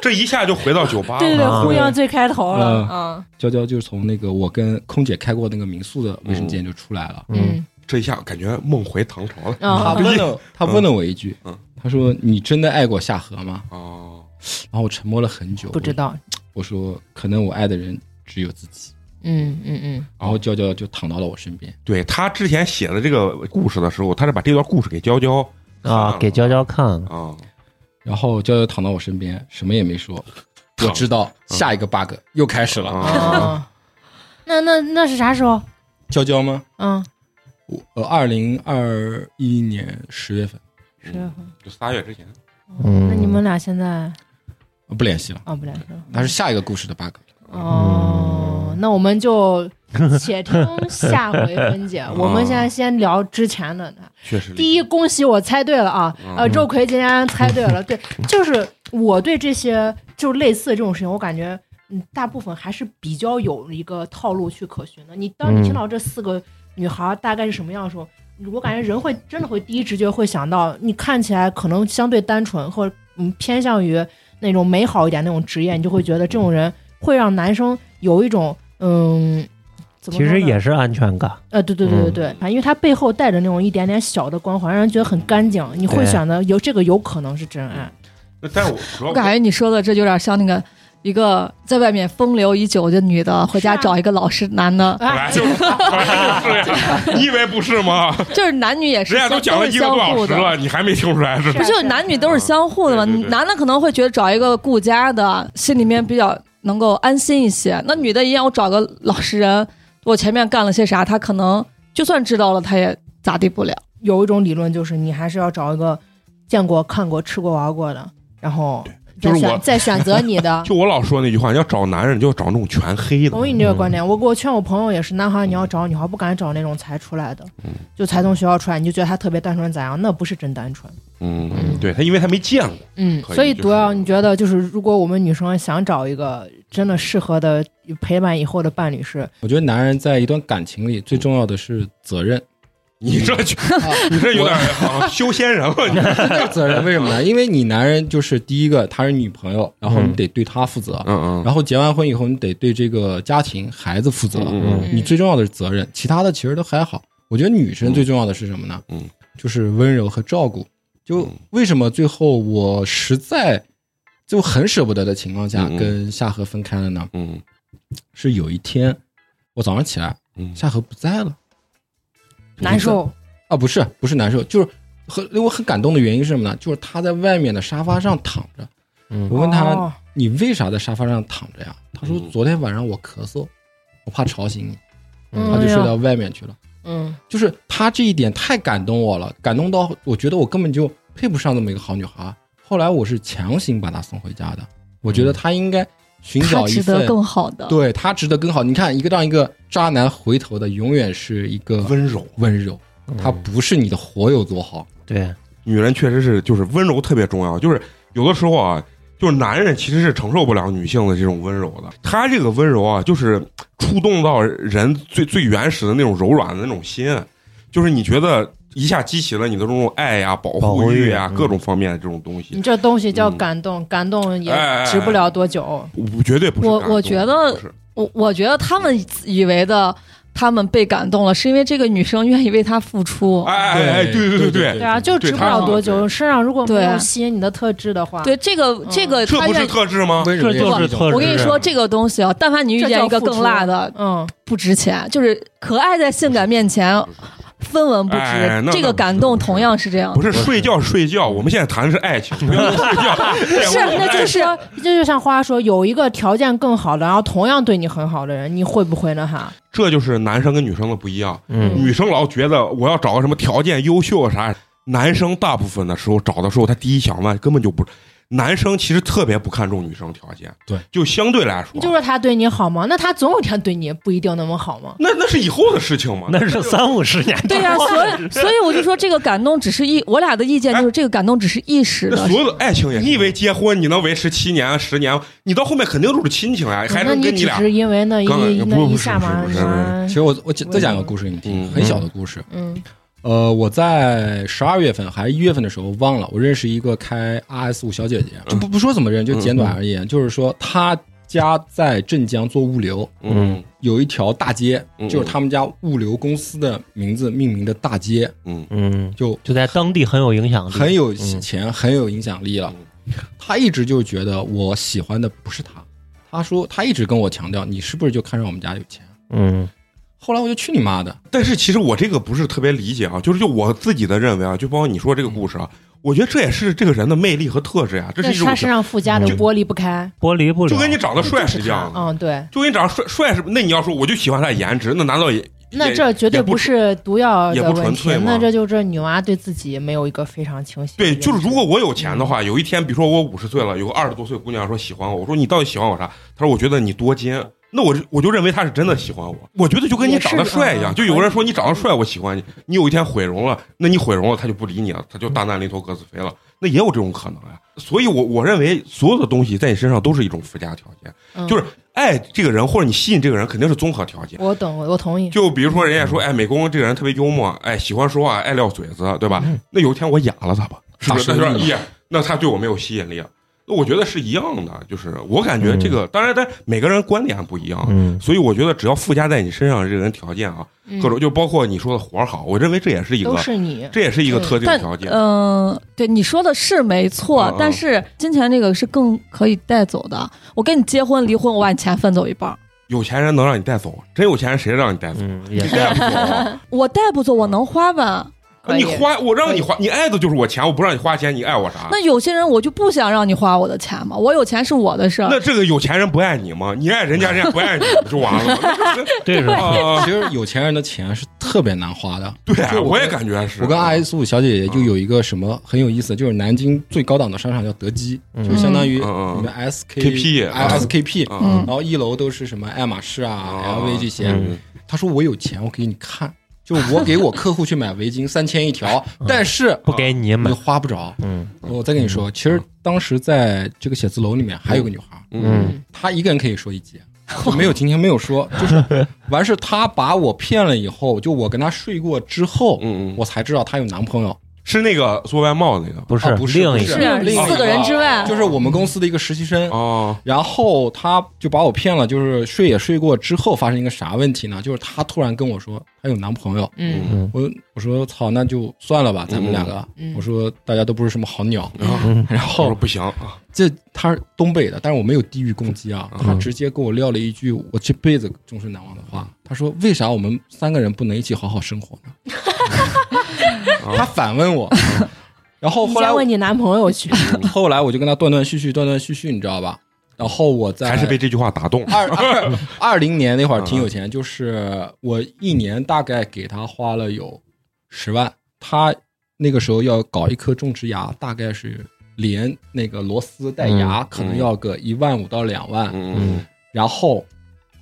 Speaker 1: 这一下就回到酒吧
Speaker 2: 对对
Speaker 1: 了，
Speaker 2: 对，
Speaker 4: 啊
Speaker 2: 互相最开头了，
Speaker 3: 嗯
Speaker 5: 娇娇就从那个我跟空姐开过那个民宿的卫生间就出来了。
Speaker 4: 嗯
Speaker 2: 嗯
Speaker 1: 这一下感觉梦回唐朝了。
Speaker 5: 她
Speaker 2: 啊，
Speaker 5: 问了，她问了我一句
Speaker 1: 嗯，
Speaker 5: 她说：“你真的爱过夏荷吗
Speaker 1: 哦，？”
Speaker 5: 然后我沉默了很久，
Speaker 2: 不知道，
Speaker 5: 我。我说：“可能我爱的人只有自己。
Speaker 2: 嗯嗯嗯”，
Speaker 5: 然后娇娇就躺到了我身边。
Speaker 1: 对他之前写的这个故事的时候，他是把这段故事给娇娇
Speaker 4: 啊，给娇娇看了，
Speaker 1: 啊，
Speaker 5: 然后娇娇躺到我身边，什么也没说。
Speaker 1: 躺
Speaker 5: 我知道下一个 bug 又开始了。
Speaker 1: 啊，
Speaker 2: 啊， [laughs] 那那那是啥时候？
Speaker 5: 娇娇吗？
Speaker 2: 嗯，
Speaker 5: 我呃，二零二一年十月份
Speaker 2: 十月份。
Speaker 1: 就仨月之前，
Speaker 4: 嗯
Speaker 2: 那你们俩现在
Speaker 5: 呃不联系了，
Speaker 2: 啊不联系了？
Speaker 5: 那是下一个故事的 bug。
Speaker 1: 嗯
Speaker 2: 哦，那我们
Speaker 1: [laughs]
Speaker 2: 就且听下回分解。我们现在先聊之前的呢。
Speaker 1: 确实嗯
Speaker 2: 第一，恭喜我猜对了啊！呃，周奎今天猜对
Speaker 1: [laughs]
Speaker 2: 了，对，就是我对这些就类似这种事情，我感觉嗯，大部分还是比较有一个套路去可循的。你当你听到这四个女孩大概是什么样的时候，我感觉人会真的会第一直觉会想到，你看起来可能相对单纯，或者嗯偏向于那种美好一点那种职业，你就会觉得这种人会让男生有一种嗯。怎么
Speaker 4: 其
Speaker 2: 说
Speaker 4: 实
Speaker 2: 呢
Speaker 4: 也是安全感，
Speaker 2: 呃，对对对对
Speaker 4: 嗯
Speaker 2: 对，反正因为它背后带着那种一点点小的光环，让人觉得很干净。你会
Speaker 4: 对
Speaker 2: 选择有这个有可能是真爱，
Speaker 1: 但是我主要
Speaker 3: 我感觉你说的这就有点像那个一个在外面风流已久的女的，回家
Speaker 2: 是啊
Speaker 3: 找一个老实男
Speaker 2: [laughs]
Speaker 3: 的，
Speaker 2: 啊
Speaker 1: 本来就是，本来就是 [laughs] 呀，你以为不是吗？
Speaker 3: 就是男女也是
Speaker 1: 人家
Speaker 3: 相
Speaker 1: 都讲了一个多小时了，你还没听出来是
Speaker 2: 是
Speaker 1: 吧？
Speaker 3: 不是，就男女都是相互的嘛。
Speaker 1: 对对对
Speaker 3: 男的可能会觉得找一个顾家的，心里面比较能够安心一些。那女的一样，我找个老实人，我前面干了些啥，他可能就算知道了，他也咋地不了。
Speaker 2: 有一种理论就是你还是要找一个见过、看过、吃过、玩过的，然后
Speaker 1: 就
Speaker 2: 再
Speaker 1: 是
Speaker 2: 选、
Speaker 1: 我。
Speaker 2: 再选择你的
Speaker 4: [laughs]
Speaker 1: 就我老说那句话，要找男人就要找那种全黑的
Speaker 2: 同意你这个观点，我我劝我朋友也是，男孩你要找女孩不敢找那种才出来的，
Speaker 4: 嗯
Speaker 2: 就才从学校出来，你就觉得他特别单纯咋样？那不是真单纯。
Speaker 1: 嗯，对他，因为他没见过。
Speaker 2: 嗯，
Speaker 1: 可以
Speaker 2: 所以
Speaker 1: 就是
Speaker 2: 毒药，你觉得就是如果我们女生想找一个真的适合的陪伴以后的伴侣是，
Speaker 5: 我觉得男人在一段感情里最重要的是责任，
Speaker 1: 你这就你这有点啊修仙人了，你
Speaker 5: 责任为什么呢？因为你男人就是第一个，她是女朋友，然后你得对她负责，
Speaker 1: 嗯嗯
Speaker 5: 然后结完婚以后，你得对这个家庭、孩子负责。
Speaker 1: 嗯嗯
Speaker 5: 你最重要的是责任，其他的其实都还好。我觉得女生最重要的是什么呢？
Speaker 1: 嗯，
Speaker 5: 就是温柔和照顾。就为什么最后我实在就很舍不得的情况下
Speaker 1: 嗯嗯
Speaker 5: 跟夏荷分开了呢？
Speaker 1: 嗯
Speaker 5: 是有一天我早上起来，
Speaker 1: 嗯
Speaker 5: 夏荷不在了
Speaker 2: 难受，
Speaker 5: 啊，不是不是难受，就是很令我很感动的原因是什么呢？就是她在外面的沙发上躺着。
Speaker 4: 嗯
Speaker 5: 我问她，
Speaker 2: 哦
Speaker 5: 你为啥在沙发上躺着呀？她说
Speaker 1: 嗯
Speaker 5: 昨天晚上我咳嗽，我怕吵醒你，
Speaker 2: 嗯
Speaker 5: 她就睡到外面去了。
Speaker 2: 嗯
Speaker 5: 就是她这一点太感动我了，感动到我觉得我根本就配不上这么一个好女孩。后来我是强行把她送回家的，我觉得她应该寻
Speaker 3: 他
Speaker 5: 找一
Speaker 3: 嗯值
Speaker 5: 份
Speaker 3: 得更好的。
Speaker 5: 对她值得更好。你看，一个让一个渣男回头的，永远是一个
Speaker 1: 温柔，
Speaker 5: 温柔，他不是你的活有多好，
Speaker 4: 对，
Speaker 1: 女人确实是就是温柔特别重要，就是有的时候啊，就是男人其实是承受不了女性的这种温柔的，他这个温柔啊，就是触动到人最最原始的那种柔软的那种心，就是你觉得一下激起了你的这种爱呀、保
Speaker 4: 保
Speaker 1: 护
Speaker 4: 护
Speaker 1: 欲
Speaker 4: 欲
Speaker 1: 呀、
Speaker 4: 嗯
Speaker 1: 各种方面的这种东
Speaker 2: 你
Speaker 1: 西，
Speaker 2: 这东西叫感动，感动也值不了多久。
Speaker 1: 我绝对不是
Speaker 3: 嗯我
Speaker 1: 感动
Speaker 3: 我觉得
Speaker 1: 不是
Speaker 3: 我我觉得他们以为的他们被感动了，是因为这个女生愿意为他付出。
Speaker 1: 哎哎哎，对对
Speaker 5: 对
Speaker 1: 对
Speaker 5: 对
Speaker 2: 对啊，就值不了多久。身上如果没有吸引你的特质的话，
Speaker 3: 对这个
Speaker 2: 嗯
Speaker 3: 这个
Speaker 1: 这
Speaker 3: 他
Speaker 1: 不是
Speaker 3: 愿。
Speaker 1: 特质吗？
Speaker 5: 温柔
Speaker 4: 啊这
Speaker 5: 也
Speaker 4: 就是
Speaker 5: 一种
Speaker 4: 特质。
Speaker 3: 我跟你说，这个东西啊，但凡你遇
Speaker 2: 这
Speaker 3: 见
Speaker 2: 叫
Speaker 3: 一个
Speaker 2: 付出
Speaker 3: 更辣的，
Speaker 2: 嗯，
Speaker 3: 不值钱，就是可爱在性感面前分文不值。
Speaker 1: 哎那
Speaker 3: 这
Speaker 1: 那
Speaker 3: 个感动同样是这样
Speaker 1: 不，是睡觉是睡觉，我们现在谈的是爱情，不要睡觉。
Speaker 3: [laughs] 是那就是
Speaker 2: 这就像花说，有一个条件更好的，然后同样对你很好的人，你会不会呢？哈，
Speaker 1: [laughs] 这就是男生跟女生的不一样。
Speaker 4: 嗯
Speaker 1: 女生老觉得我要找个什么条件优秀啥，男生大部分的时候找的时候，他第一想的根本就不是。男生其实特别不看重女生条件，
Speaker 5: 对，
Speaker 1: 就相对来说，
Speaker 2: 你就说他对你好吗？那他总有一天对你不一定那么好吗？
Speaker 1: 那那是以后的事情嘛。
Speaker 4: 那是三五十年
Speaker 3: 对
Speaker 1: [laughs]
Speaker 3: 呀、所以所以我就说这个感动只是一，我俩的意见就是这个感动只是一时
Speaker 1: 哎那
Speaker 3: 的，
Speaker 1: 所有的爱情也是，你以为结婚你能维持七年、十年，你到后面肯定都是亲情呀，还
Speaker 2: 嗯那
Speaker 1: 能
Speaker 2: 你
Speaker 1: 跟你
Speaker 2: 只
Speaker 1: 俩
Speaker 2: 是因为那一那一下嘛，
Speaker 5: 其实我我再讲个故事给你听，
Speaker 1: 嗯
Speaker 5: 很小的故事。
Speaker 2: 嗯
Speaker 5: 呃，我在十二月份还一月份的时候忘了，我认识一个开 RS 五小姐姐，
Speaker 1: 嗯
Speaker 5: 就不不说怎么认，就简短而言，就是说她家在镇江做物流，
Speaker 1: 嗯
Speaker 5: 有一条大街
Speaker 1: 嗯，
Speaker 5: 就是他们家物流公司的名字命名的大街，
Speaker 1: 嗯
Speaker 4: 嗯，
Speaker 5: 就
Speaker 4: 就在当地很有影响力，
Speaker 5: 很有
Speaker 4: 嗯
Speaker 5: 钱，很有影响力了。
Speaker 1: 嗯
Speaker 5: 她一直就觉得我喜欢的不是她，她说她一直跟我强调，你是不是就看上我们家有钱？
Speaker 4: 嗯
Speaker 5: 后来我就去你妈的！
Speaker 1: 但是其实我这个不是特别理解啊，就是就我自己的认为啊，就包括你说这个故事啊，我觉得这也是这个人的魅力和特质呀，这是一
Speaker 2: 是
Speaker 1: 种
Speaker 2: 他身上附加的
Speaker 1: 就
Speaker 2: 玻璃不开，
Speaker 4: 剥离不了，
Speaker 1: 就跟你长得帅是一样的，
Speaker 2: 嗯，对，
Speaker 1: 就跟你长得帅帅是，那你要说我就喜欢他的颜值，那难道也
Speaker 2: 那
Speaker 1: 也
Speaker 2: 这绝对
Speaker 1: 也不
Speaker 2: 不是毒药
Speaker 1: 也
Speaker 2: 的
Speaker 1: 不
Speaker 2: 问
Speaker 1: 纯
Speaker 2: 题
Speaker 1: 粹，嘛
Speaker 2: 那这就是这女娃对自己没有一个非常清晰的
Speaker 1: 对？
Speaker 2: 认知。
Speaker 1: 就是如果我有钱的话，有一天比如说我五十岁了，有个二十多岁姑娘说喜欢我，我说你到底喜欢我啥？她说我觉得你多金。那我我就认为她是真的喜欢我，
Speaker 2: 啊
Speaker 1: 我觉得就跟你长得帅一样，
Speaker 2: 也是
Speaker 1: 就有人说你长得帅，我喜欢你，你有一天毁容了，那你毁容了，他就不理你了，他就大难临头各自飞了，那也有这种可能呀、所以我我认为所有的东西在你身上都是一种附加条件，
Speaker 2: 嗯
Speaker 1: 就是爱这个人或者你吸引这个人肯定是综合条件，
Speaker 2: 我懂，我我同意。
Speaker 1: 就比如说，人家说，哎，美工这个人特别幽默，哎，喜欢说话，爱撂嘴子，对吧？那有一天我哑了咋办？是不是？
Speaker 5: 大
Speaker 1: 那
Speaker 5: 声
Speaker 1: 就是耶，那他对我没有吸引力。那我觉得是一样的，就是我感觉这个，当然，但每个人观点不一样，
Speaker 4: 嗯
Speaker 1: 所以我觉得只要附加在你身上这个人条件啊，
Speaker 2: 嗯
Speaker 1: 各种就包括你说的活儿好，我认为这也是一
Speaker 2: 都
Speaker 1: 个，
Speaker 2: 是呃你，
Speaker 1: 这也是一个特定
Speaker 3: 但
Speaker 1: 条件。
Speaker 3: 嗯、对你说的是没错，
Speaker 1: 嗯嗯
Speaker 3: 但是金钱这个是更可以带走的。我跟你结婚离婚，我把你钱分走一半儿，
Speaker 1: 有钱人能让你带走，真有钱人谁让你带走？
Speaker 4: 嗯，
Speaker 1: 你
Speaker 4: 也
Speaker 1: [laughs] 带不
Speaker 2: [laughs]
Speaker 1: 走，啊
Speaker 3: 我带不走，我能花吧？
Speaker 2: 可以
Speaker 1: 你花我让你花，你爱的就是我钱，我不让你花钱，你爱我啥？
Speaker 3: 那有些人我就不想让你花我的钱嘛，我有钱是我的事
Speaker 1: [laughs]
Speaker 3: 儿
Speaker 1: 那。这个有钱人不爱你吗？你爱人家，人家不爱你，不就完
Speaker 5: [laughs]
Speaker 1: 了吗？
Speaker 4: [laughs] 对是
Speaker 1: 啊，
Speaker 5: 其实有钱人的钱是特别难花的。
Speaker 1: 对啊
Speaker 5: [laughs] 就，我
Speaker 1: 我也感觉是。
Speaker 5: 我跟阿姨苏小姐姐就有一个什么很有意思，就是南京最高档的商场叫德基，
Speaker 4: 嗯
Speaker 5: 就相当于
Speaker 1: 嗯嗯
Speaker 5: 你们 SK
Speaker 1: KP 啊
Speaker 5: SKP，
Speaker 1: 嗯
Speaker 5: 然后一楼都是什么爱马仕啊、
Speaker 1: 啊
Speaker 5: LV 这些
Speaker 4: 嗯。
Speaker 5: 他说我有钱，我给你看，就我给我客户去买围巾三千一条，
Speaker 4: 嗯
Speaker 5: 但是
Speaker 4: 不给你
Speaker 5: 你
Speaker 4: 买，
Speaker 5: 花不着。
Speaker 4: 嗯
Speaker 5: 我再跟你说，其实当时在这个写字楼里面还有个女孩，
Speaker 4: 嗯
Speaker 5: 她一个人可以说一节，就没有今天没有说，就是完事她把我骗了以后，就我跟她睡过之后，
Speaker 1: 嗯嗯，
Speaker 5: 我才知道她有男朋友，
Speaker 1: 是那个做外贸那个
Speaker 4: 不是
Speaker 5: 啊不是
Speaker 4: 另一个
Speaker 5: 不是
Speaker 3: 是
Speaker 5: 另一个
Speaker 3: 四个人之外，
Speaker 5: 就是我们公司的一个实习生。
Speaker 1: 哦，
Speaker 5: 然后她就把我骗了，就是睡也睡过之后发生一个啥问题呢？就是她突然跟我说她有男朋友，
Speaker 2: 嗯
Speaker 1: 嗯
Speaker 5: 我我说操，那就算了吧，咱们两个，
Speaker 2: 嗯嗯
Speaker 5: 我说大家都不是什么好鸟。
Speaker 1: 然后
Speaker 5: [laughs] 然
Speaker 1: 我说
Speaker 5: 后
Speaker 1: 不行啊，
Speaker 5: 这他是东北的，但是我没有地域攻击啊，他直接给我撂了一句我这辈子终身难忘的话，他说为啥我们三个人不能一起好好生活呢？ [laughs] 他反问我，然后
Speaker 2: 你
Speaker 5: 后来
Speaker 2: 先
Speaker 5: 我
Speaker 2: 问你男朋
Speaker 1: [laughs]
Speaker 2: 友去，
Speaker 5: [laughs] 后来我就跟他断断续续断断续续，你知道吧？然后我在
Speaker 1: 还是被这句话打动了。
Speaker 5: 二
Speaker 1: [laughs]
Speaker 5: 二二零年那会儿挺有钱，就是我一年大概给他花了有十万。他那个时候要搞一颗种植牙，大概是连那个螺丝带牙，可能要个一万五到两万。
Speaker 1: 嗯嗯
Speaker 5: 然后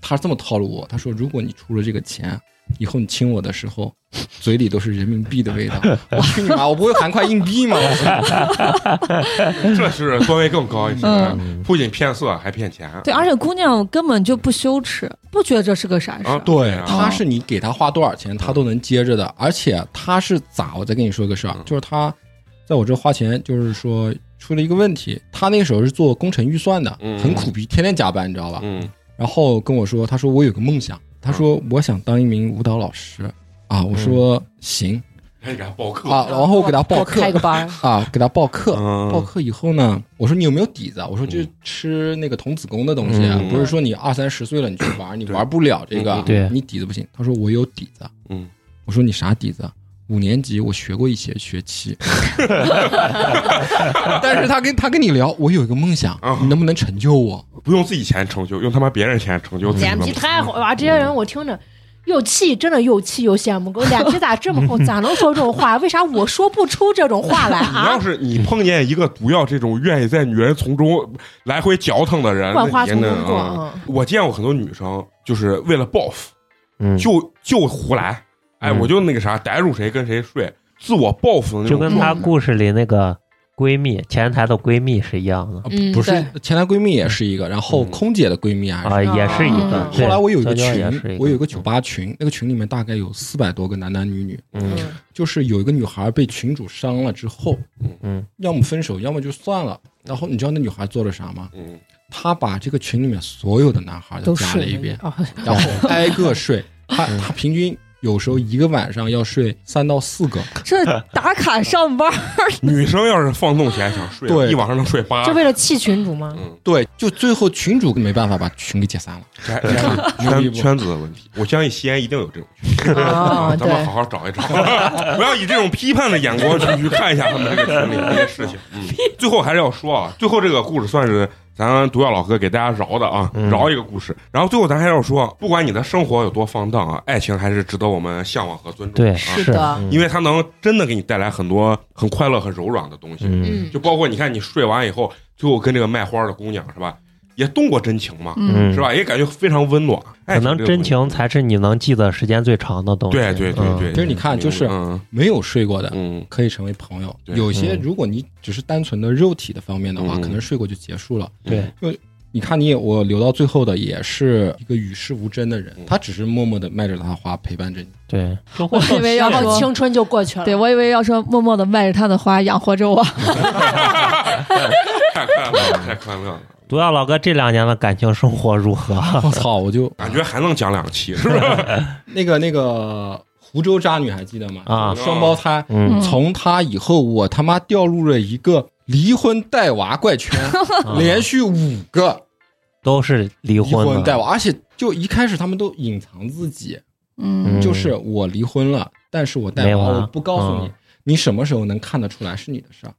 Speaker 5: 他这么套路我，他说如果你出了这个钱，以后你亲我的时候，嘴里都是人民币的
Speaker 1: [laughs]
Speaker 5: 味道。我去你妈！我不会含块硬币吗？我说
Speaker 1: 嗯，这是段位更高一些
Speaker 4: 嗯，
Speaker 1: 不仅骗色还骗钱。
Speaker 3: 对，而且姑娘根本就不羞耻，不觉得这是个啥事
Speaker 1: 啊
Speaker 3: 儿。，
Speaker 1: 对啊，
Speaker 5: 他是你给他花多少钱，他都能接着的。而且他是咋？我再跟你说个事儿
Speaker 1: 嗯，
Speaker 5: 就是他在我这花钱，就是说出了一个问题。他那个时候是做工程预算的
Speaker 1: 嗯，
Speaker 5: 很苦逼，天天加班，你知道吧？
Speaker 1: 嗯
Speaker 5: 然后跟我说，他说我有个梦想，他说我想当一名舞蹈老师啊。我说行
Speaker 1: 还嗯得给他报课
Speaker 5: 啊，然后我给他报课
Speaker 2: 开个
Speaker 1: [laughs]
Speaker 2: 班儿，
Speaker 5: 啊，给他报课。报
Speaker 1: 嗯
Speaker 5: 课以后呢，我说你有没有底子啊？我说就吃那个童子功的东西啊，
Speaker 1: 嗯
Speaker 5: 不是说你二三十岁了你去玩，你
Speaker 1: 对
Speaker 5: 玩不了这个
Speaker 1: 嗯，
Speaker 4: 对
Speaker 5: 你底子不行。他说我有底子，啊
Speaker 1: 嗯，
Speaker 5: 我说你啥底子啊？五年级我学过一些学期，但是他跟他跟你聊，我有一个梦想
Speaker 1: 啊，
Speaker 5: 你能不能成就我？
Speaker 1: 不用自己钱成就，用他妈别人钱成就自己
Speaker 2: 脸
Speaker 1: 的
Speaker 2: 皮太厚了，这些人我听着。又气，真的又气又羡慕。我脸皮咋这么
Speaker 1: [laughs]
Speaker 2: 厚？咋能说这种话？为啥我说不出这种话来
Speaker 1: 你要
Speaker 2: 啊？
Speaker 1: 是你碰见一个毒药这种愿意在女人丛中来回嚼腾的人，
Speaker 2: [laughs] 万花
Speaker 1: 那你也
Speaker 2: 丛中
Speaker 1: 能
Speaker 2: 过
Speaker 1: 啊。我见过很多女生，就是为了报复，
Speaker 4: 嗯，
Speaker 1: 就就胡来，哎，
Speaker 4: 嗯
Speaker 1: 我就那个啥，逮住谁跟谁睡，自我报复的那
Speaker 4: 就
Speaker 1: 种
Speaker 4: 跟
Speaker 1: 状态。
Speaker 4: 她故事里那个闺蜜前台的闺蜜是一样的
Speaker 5: 啊
Speaker 2: 嗯
Speaker 5: 不是
Speaker 2: 对，
Speaker 5: 前男闺蜜也是一个，然后空姐的闺蜜还是。
Speaker 4: 啊，也是一个
Speaker 2: 嗯。
Speaker 4: 对
Speaker 5: 后来我有一个
Speaker 4: 娇娇也
Speaker 5: 群
Speaker 4: 是一，
Speaker 5: 我有一个酒吧群，那个群里面大概有四百多个男男女女，
Speaker 4: 嗯
Speaker 2: 嗯
Speaker 5: 就是有一个女孩被群主伤了之后，
Speaker 4: 嗯，
Speaker 5: 要么分手，要么就算了。然后你知道那女孩做了啥吗？
Speaker 1: 嗯，
Speaker 5: 她把这个群里面所有的男孩都
Speaker 2: 都
Speaker 5: 加
Speaker 2: 是
Speaker 5: 了一遍，
Speaker 2: 啊，
Speaker 5: 然 [laughs] 后挨
Speaker 1: [laughs]
Speaker 5: 个睡。她
Speaker 1: 嗯
Speaker 5: 她平均有时候一个晚上要睡三到四个，
Speaker 3: 这打卡上班儿，
Speaker 1: 女生要是放纵起来想睡，
Speaker 5: 对
Speaker 1: 一晚上能睡八
Speaker 2: 就，为了气群主吗？
Speaker 1: 嗯，
Speaker 5: 对，就最后群主没办法把群给解散了。
Speaker 1: [laughs] 这还这还
Speaker 5: 牛逼
Speaker 1: 哎是圈
Speaker 5: 不
Speaker 1: 圈子的问题。我相信西安一定有这种群，
Speaker 2: 啊，
Speaker 1: 咱们
Speaker 2: 对
Speaker 1: 好，好找一 [laughs] 找，不要以这种批判的眼光去去看一下他们这个群里这些
Speaker 2: [laughs]
Speaker 1: 事情。嗯，最后还是要说啊，最后这个故事算是咱毒药老哥给大家饶的啊，
Speaker 4: 嗯
Speaker 1: 饶一个故事。然后最后咱还要说，不管你的生活有多放荡啊，爱情还是值得我们向往和尊重。
Speaker 4: 对，
Speaker 1: 啊，
Speaker 2: 是的
Speaker 4: 嗯
Speaker 1: 因为它能真的给你带来很多很快乐、很柔软的东西。
Speaker 4: 嗯
Speaker 2: 嗯，
Speaker 1: 就包括你看，你睡完以后，最后跟这个卖花的姑娘是吧，也动过真情嘛，
Speaker 3: 嗯，
Speaker 4: 嗯
Speaker 1: 是？吧？也感觉非常温暖。爱
Speaker 5: 哎
Speaker 4: 可
Speaker 1: 情
Speaker 4: 能
Speaker 1: 这个
Speaker 4: 真
Speaker 1: 东西
Speaker 4: 情才是你能记得时间最长的东西。
Speaker 1: 对对对
Speaker 4: 嗯
Speaker 1: 对。
Speaker 5: 其实你看就是
Speaker 1: 嗯
Speaker 5: 没有睡过的
Speaker 1: 嗯
Speaker 5: 可以成为朋友，
Speaker 1: 对
Speaker 5: 有些
Speaker 4: 嗯
Speaker 5: 如果你只是单纯的肉体的方面的话，
Speaker 1: 嗯
Speaker 5: 可能睡过就结束了。
Speaker 4: 对，
Speaker 5: 你看你也我留到最后的也是一个与世无争的人，
Speaker 1: 嗯
Speaker 5: 他只是默默的卖着他的花陪伴着你。
Speaker 4: 对，就会
Speaker 3: 我以为要
Speaker 2: 然后
Speaker 3: 说，
Speaker 2: 青春就过去了。
Speaker 3: 对我以为要说，默默的卖着他的花养活着我。
Speaker 1: 太快乐了，太快乐了，
Speaker 5: 嗯
Speaker 4: 毒药老哥这两年的感情生活如何？ [laughs]
Speaker 5: 我操！我就
Speaker 1: 感觉还能讲两期，是不是？
Speaker 5: 那个那个湖州渣女还记得吗？
Speaker 4: 啊
Speaker 5: 双胞胎。
Speaker 4: 嗯
Speaker 5: 从她以后，我他妈掉入了一个离婚带娃怪
Speaker 3: [laughs]
Speaker 5: 圈，
Speaker 4: 啊
Speaker 5: 连续五个
Speaker 4: 都是离
Speaker 5: 离婚
Speaker 4: 婚
Speaker 5: 带
Speaker 4: 的，
Speaker 5: 娃，而且就一开始他们都隐藏自己，
Speaker 3: 嗯，
Speaker 4: 嗯
Speaker 5: 就是我离婚了，但是我带
Speaker 4: 没
Speaker 5: 娃，
Speaker 4: 娃
Speaker 5: 我不告诉你
Speaker 4: 嗯，
Speaker 5: 你什么时候能看得出来是你的事儿？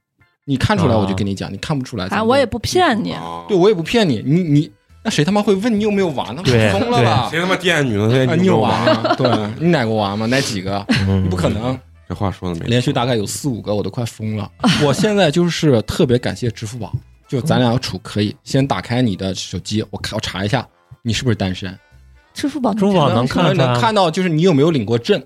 Speaker 5: 你看出来
Speaker 4: 啊
Speaker 5: 我就跟你讲，你看不出来咱
Speaker 3: 啊，
Speaker 5: 们
Speaker 3: 我也不骗你，
Speaker 1: 啊
Speaker 5: 对，我也不骗你，你你那谁他妈会问你有没有娃呢？
Speaker 4: 对
Speaker 5: 疯了吧？
Speaker 1: 啊谁他妈惦女的？谁
Speaker 5: 啊，
Speaker 1: 惦
Speaker 5: 你
Speaker 1: 女
Speaker 5: 有
Speaker 1: 我
Speaker 5: 娃？吗？对你奶过娃吗？奶几个？
Speaker 4: 嗯
Speaker 5: 不可能，
Speaker 1: 这话说的没
Speaker 5: 连续大概有四五个，我都快疯了。 [laughs] 我现在就是特别感谢支付宝，就咱俩要处可以，先打开你的手机，我看我查一下你是不是单身，
Speaker 3: 支付宝
Speaker 4: 支付宝能
Speaker 5: 能
Speaker 1: 哦
Speaker 4: 看出来
Speaker 5: 能看到就是你有没有领过证，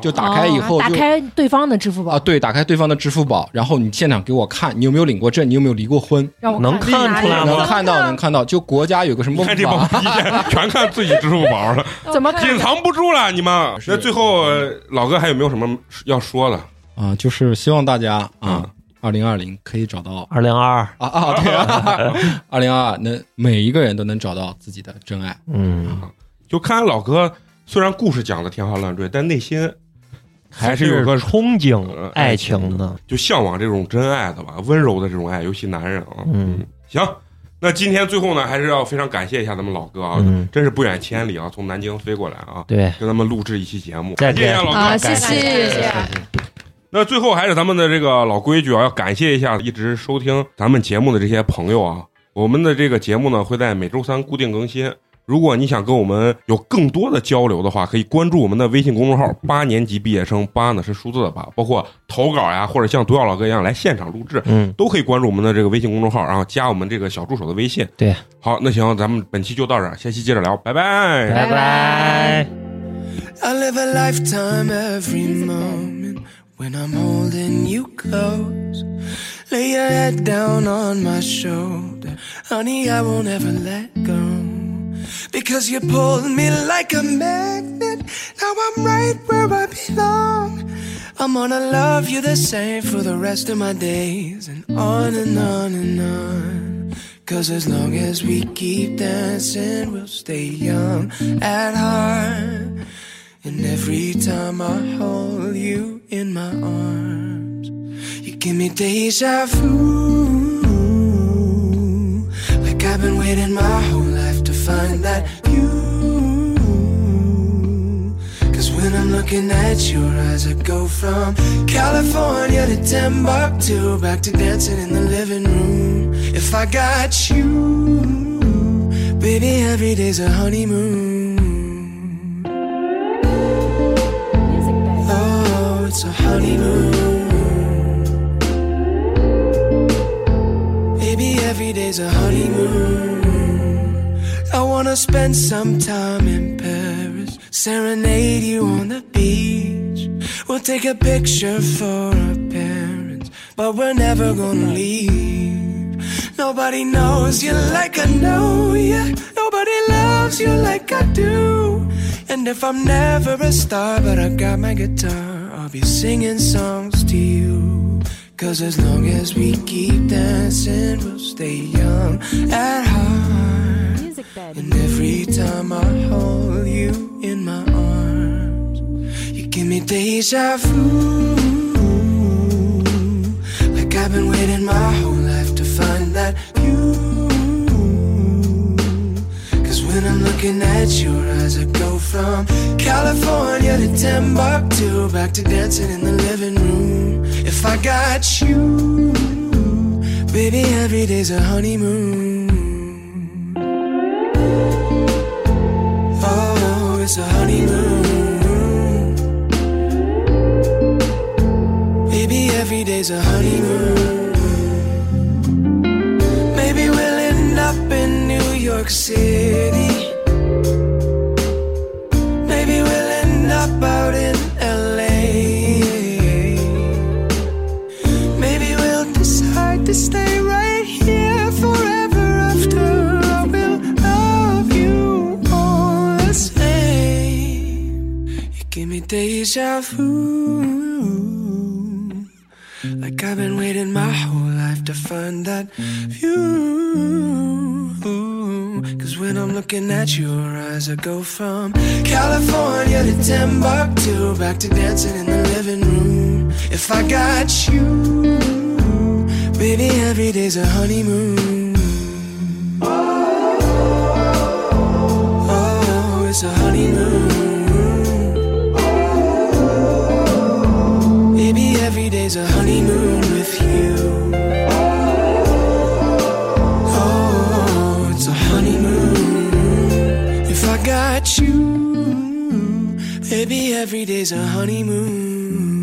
Speaker 5: 就哦打开以后
Speaker 2: 哦打
Speaker 5: 就
Speaker 2: 开对方的支付宝
Speaker 5: 啊，，对，打开对方的支付宝，然后你现场给我看，你有没有领过证，你有没有离过婚，
Speaker 2: 让我
Speaker 4: 能
Speaker 2: 看
Speaker 4: 看
Speaker 2: 哪
Speaker 4: 出
Speaker 2: 里
Speaker 4: 来吗
Speaker 2: 有
Speaker 5: 啊能看到能看到，就国家有个什
Speaker 1: 你
Speaker 5: 么
Speaker 1: 看这帮
Speaker 5: 网，
Speaker 1: 逼贱，全看自己支付宝
Speaker 5: [laughs]
Speaker 1: 了，
Speaker 2: 怎么看
Speaker 1: 隐藏不住了，你们。
Speaker 5: 是
Speaker 1: 那最后呃老哥还有没有什么要说的？
Speaker 5: 啊，就是希望大家
Speaker 1: 嗯
Speaker 5: 啊，二零二零可以找到
Speaker 4: 二零二，
Speaker 5: 啊啊，
Speaker 1: [laughs]
Speaker 5: 对啊，二零二能每一个人都能找到自己的真爱，
Speaker 4: 嗯，
Speaker 1: 就看老哥虽然故事讲的天花乱坠，但内心还是有
Speaker 4: 有
Speaker 1: 个
Speaker 4: 憧
Speaker 1: 呃爱
Speaker 4: 憬爱
Speaker 1: 情
Speaker 4: 情的，
Speaker 1: 就向往这种真爱的吧，温柔的这种爱，尤其男人啊。
Speaker 4: 嗯，
Speaker 1: 行，那今天最后呢，还是要非常感谢一下咱们老哥啊，
Speaker 4: 嗯
Speaker 1: 真是不远千里啊，从南京飞过来啊，
Speaker 4: 对，
Speaker 1: 跟咱们录制一期节目，
Speaker 4: 再
Speaker 1: 感谢一
Speaker 4: 见
Speaker 1: 下老哥。
Speaker 4: 感
Speaker 3: 啊，谢
Speaker 4: 谢
Speaker 2: 谢谢
Speaker 1: 那最后还是咱们的这个老规矩啊，要感谢一下一直收听咱们节目的这些朋友啊。我们的这个节目呢会在每周三固定更新。如果你想跟我们有更多的交流的话，可以关注我们的微信公众
Speaker 4: 嗯
Speaker 1: 号“八年级毕业生”，八呢是数字的八，包括投稿呀，或者像毒药老哥一样来现场录制，
Speaker 4: 嗯，
Speaker 1: 都可以关注我们的这个微信公众号，然后加我们这个小助手的微信。
Speaker 4: 对，
Speaker 1: 好，那行，咱们本期就到这儿，下期接着聊，拜拜
Speaker 4: 拜拜。
Speaker 6: I live a lifetime every moment when I'm holding you close. Lay your head down on my shoulder, honey. I won't ever let go because you pulled me like a magnet. Now I'm right where I belong. I'm gonna love you the same for the rest of my days and on and on and on. Cause as long as we keep dancing, we'll stay young at heart. And every time I hold you in my arms, you give me deja vu. Like I've been waiting my whole life to find that you. Cause when I'm looking at your eyes, I go from California to Timbuktu, back to dancing in the living room. If I got you, baby, every day's a honeymoon. Oh, it's a honeymoon. Baby, every day's a honeymoon. I wanna spend some time in Paris, serenade you on the beach. We'll take a picture for our parents, but we're never gonna leave. Nobody knows you like I know you. Nobody loves you like I do. And if I'm never a star, but I got my guitar, I'll be singing songs to you. Cause as long as we keep dancing, we'll stay young at heart. And every time I hold you in my arms, you give me deja vu. Like I've been waiting my whole life to find that you. Cause when I'm looking at your eyes, I go from California to Timbuktu, back to dancing in the living room. If I got you, baby, every day's a honeymoon. Oh, it's a honeymoon. Baby, every day's a honeymoon. Maybe we'll end up in New York City. Maybe we'll end up out in LA. Maybe we'll decide to stay right here forever after. I will love you all the same. You give me deja vu. Like I've been waiting my whole life to find that view. Cause when I'm looking at your eyes, I go from California to Timbuktu, back to dancing in the living room. If I got you, baby, every day's a honeymoon. Oh, it's a honeymoon. Maybe every day's a honeymoon with you. Oh, it's a honeymoon. If I got you, maybe every day's a honeymoon.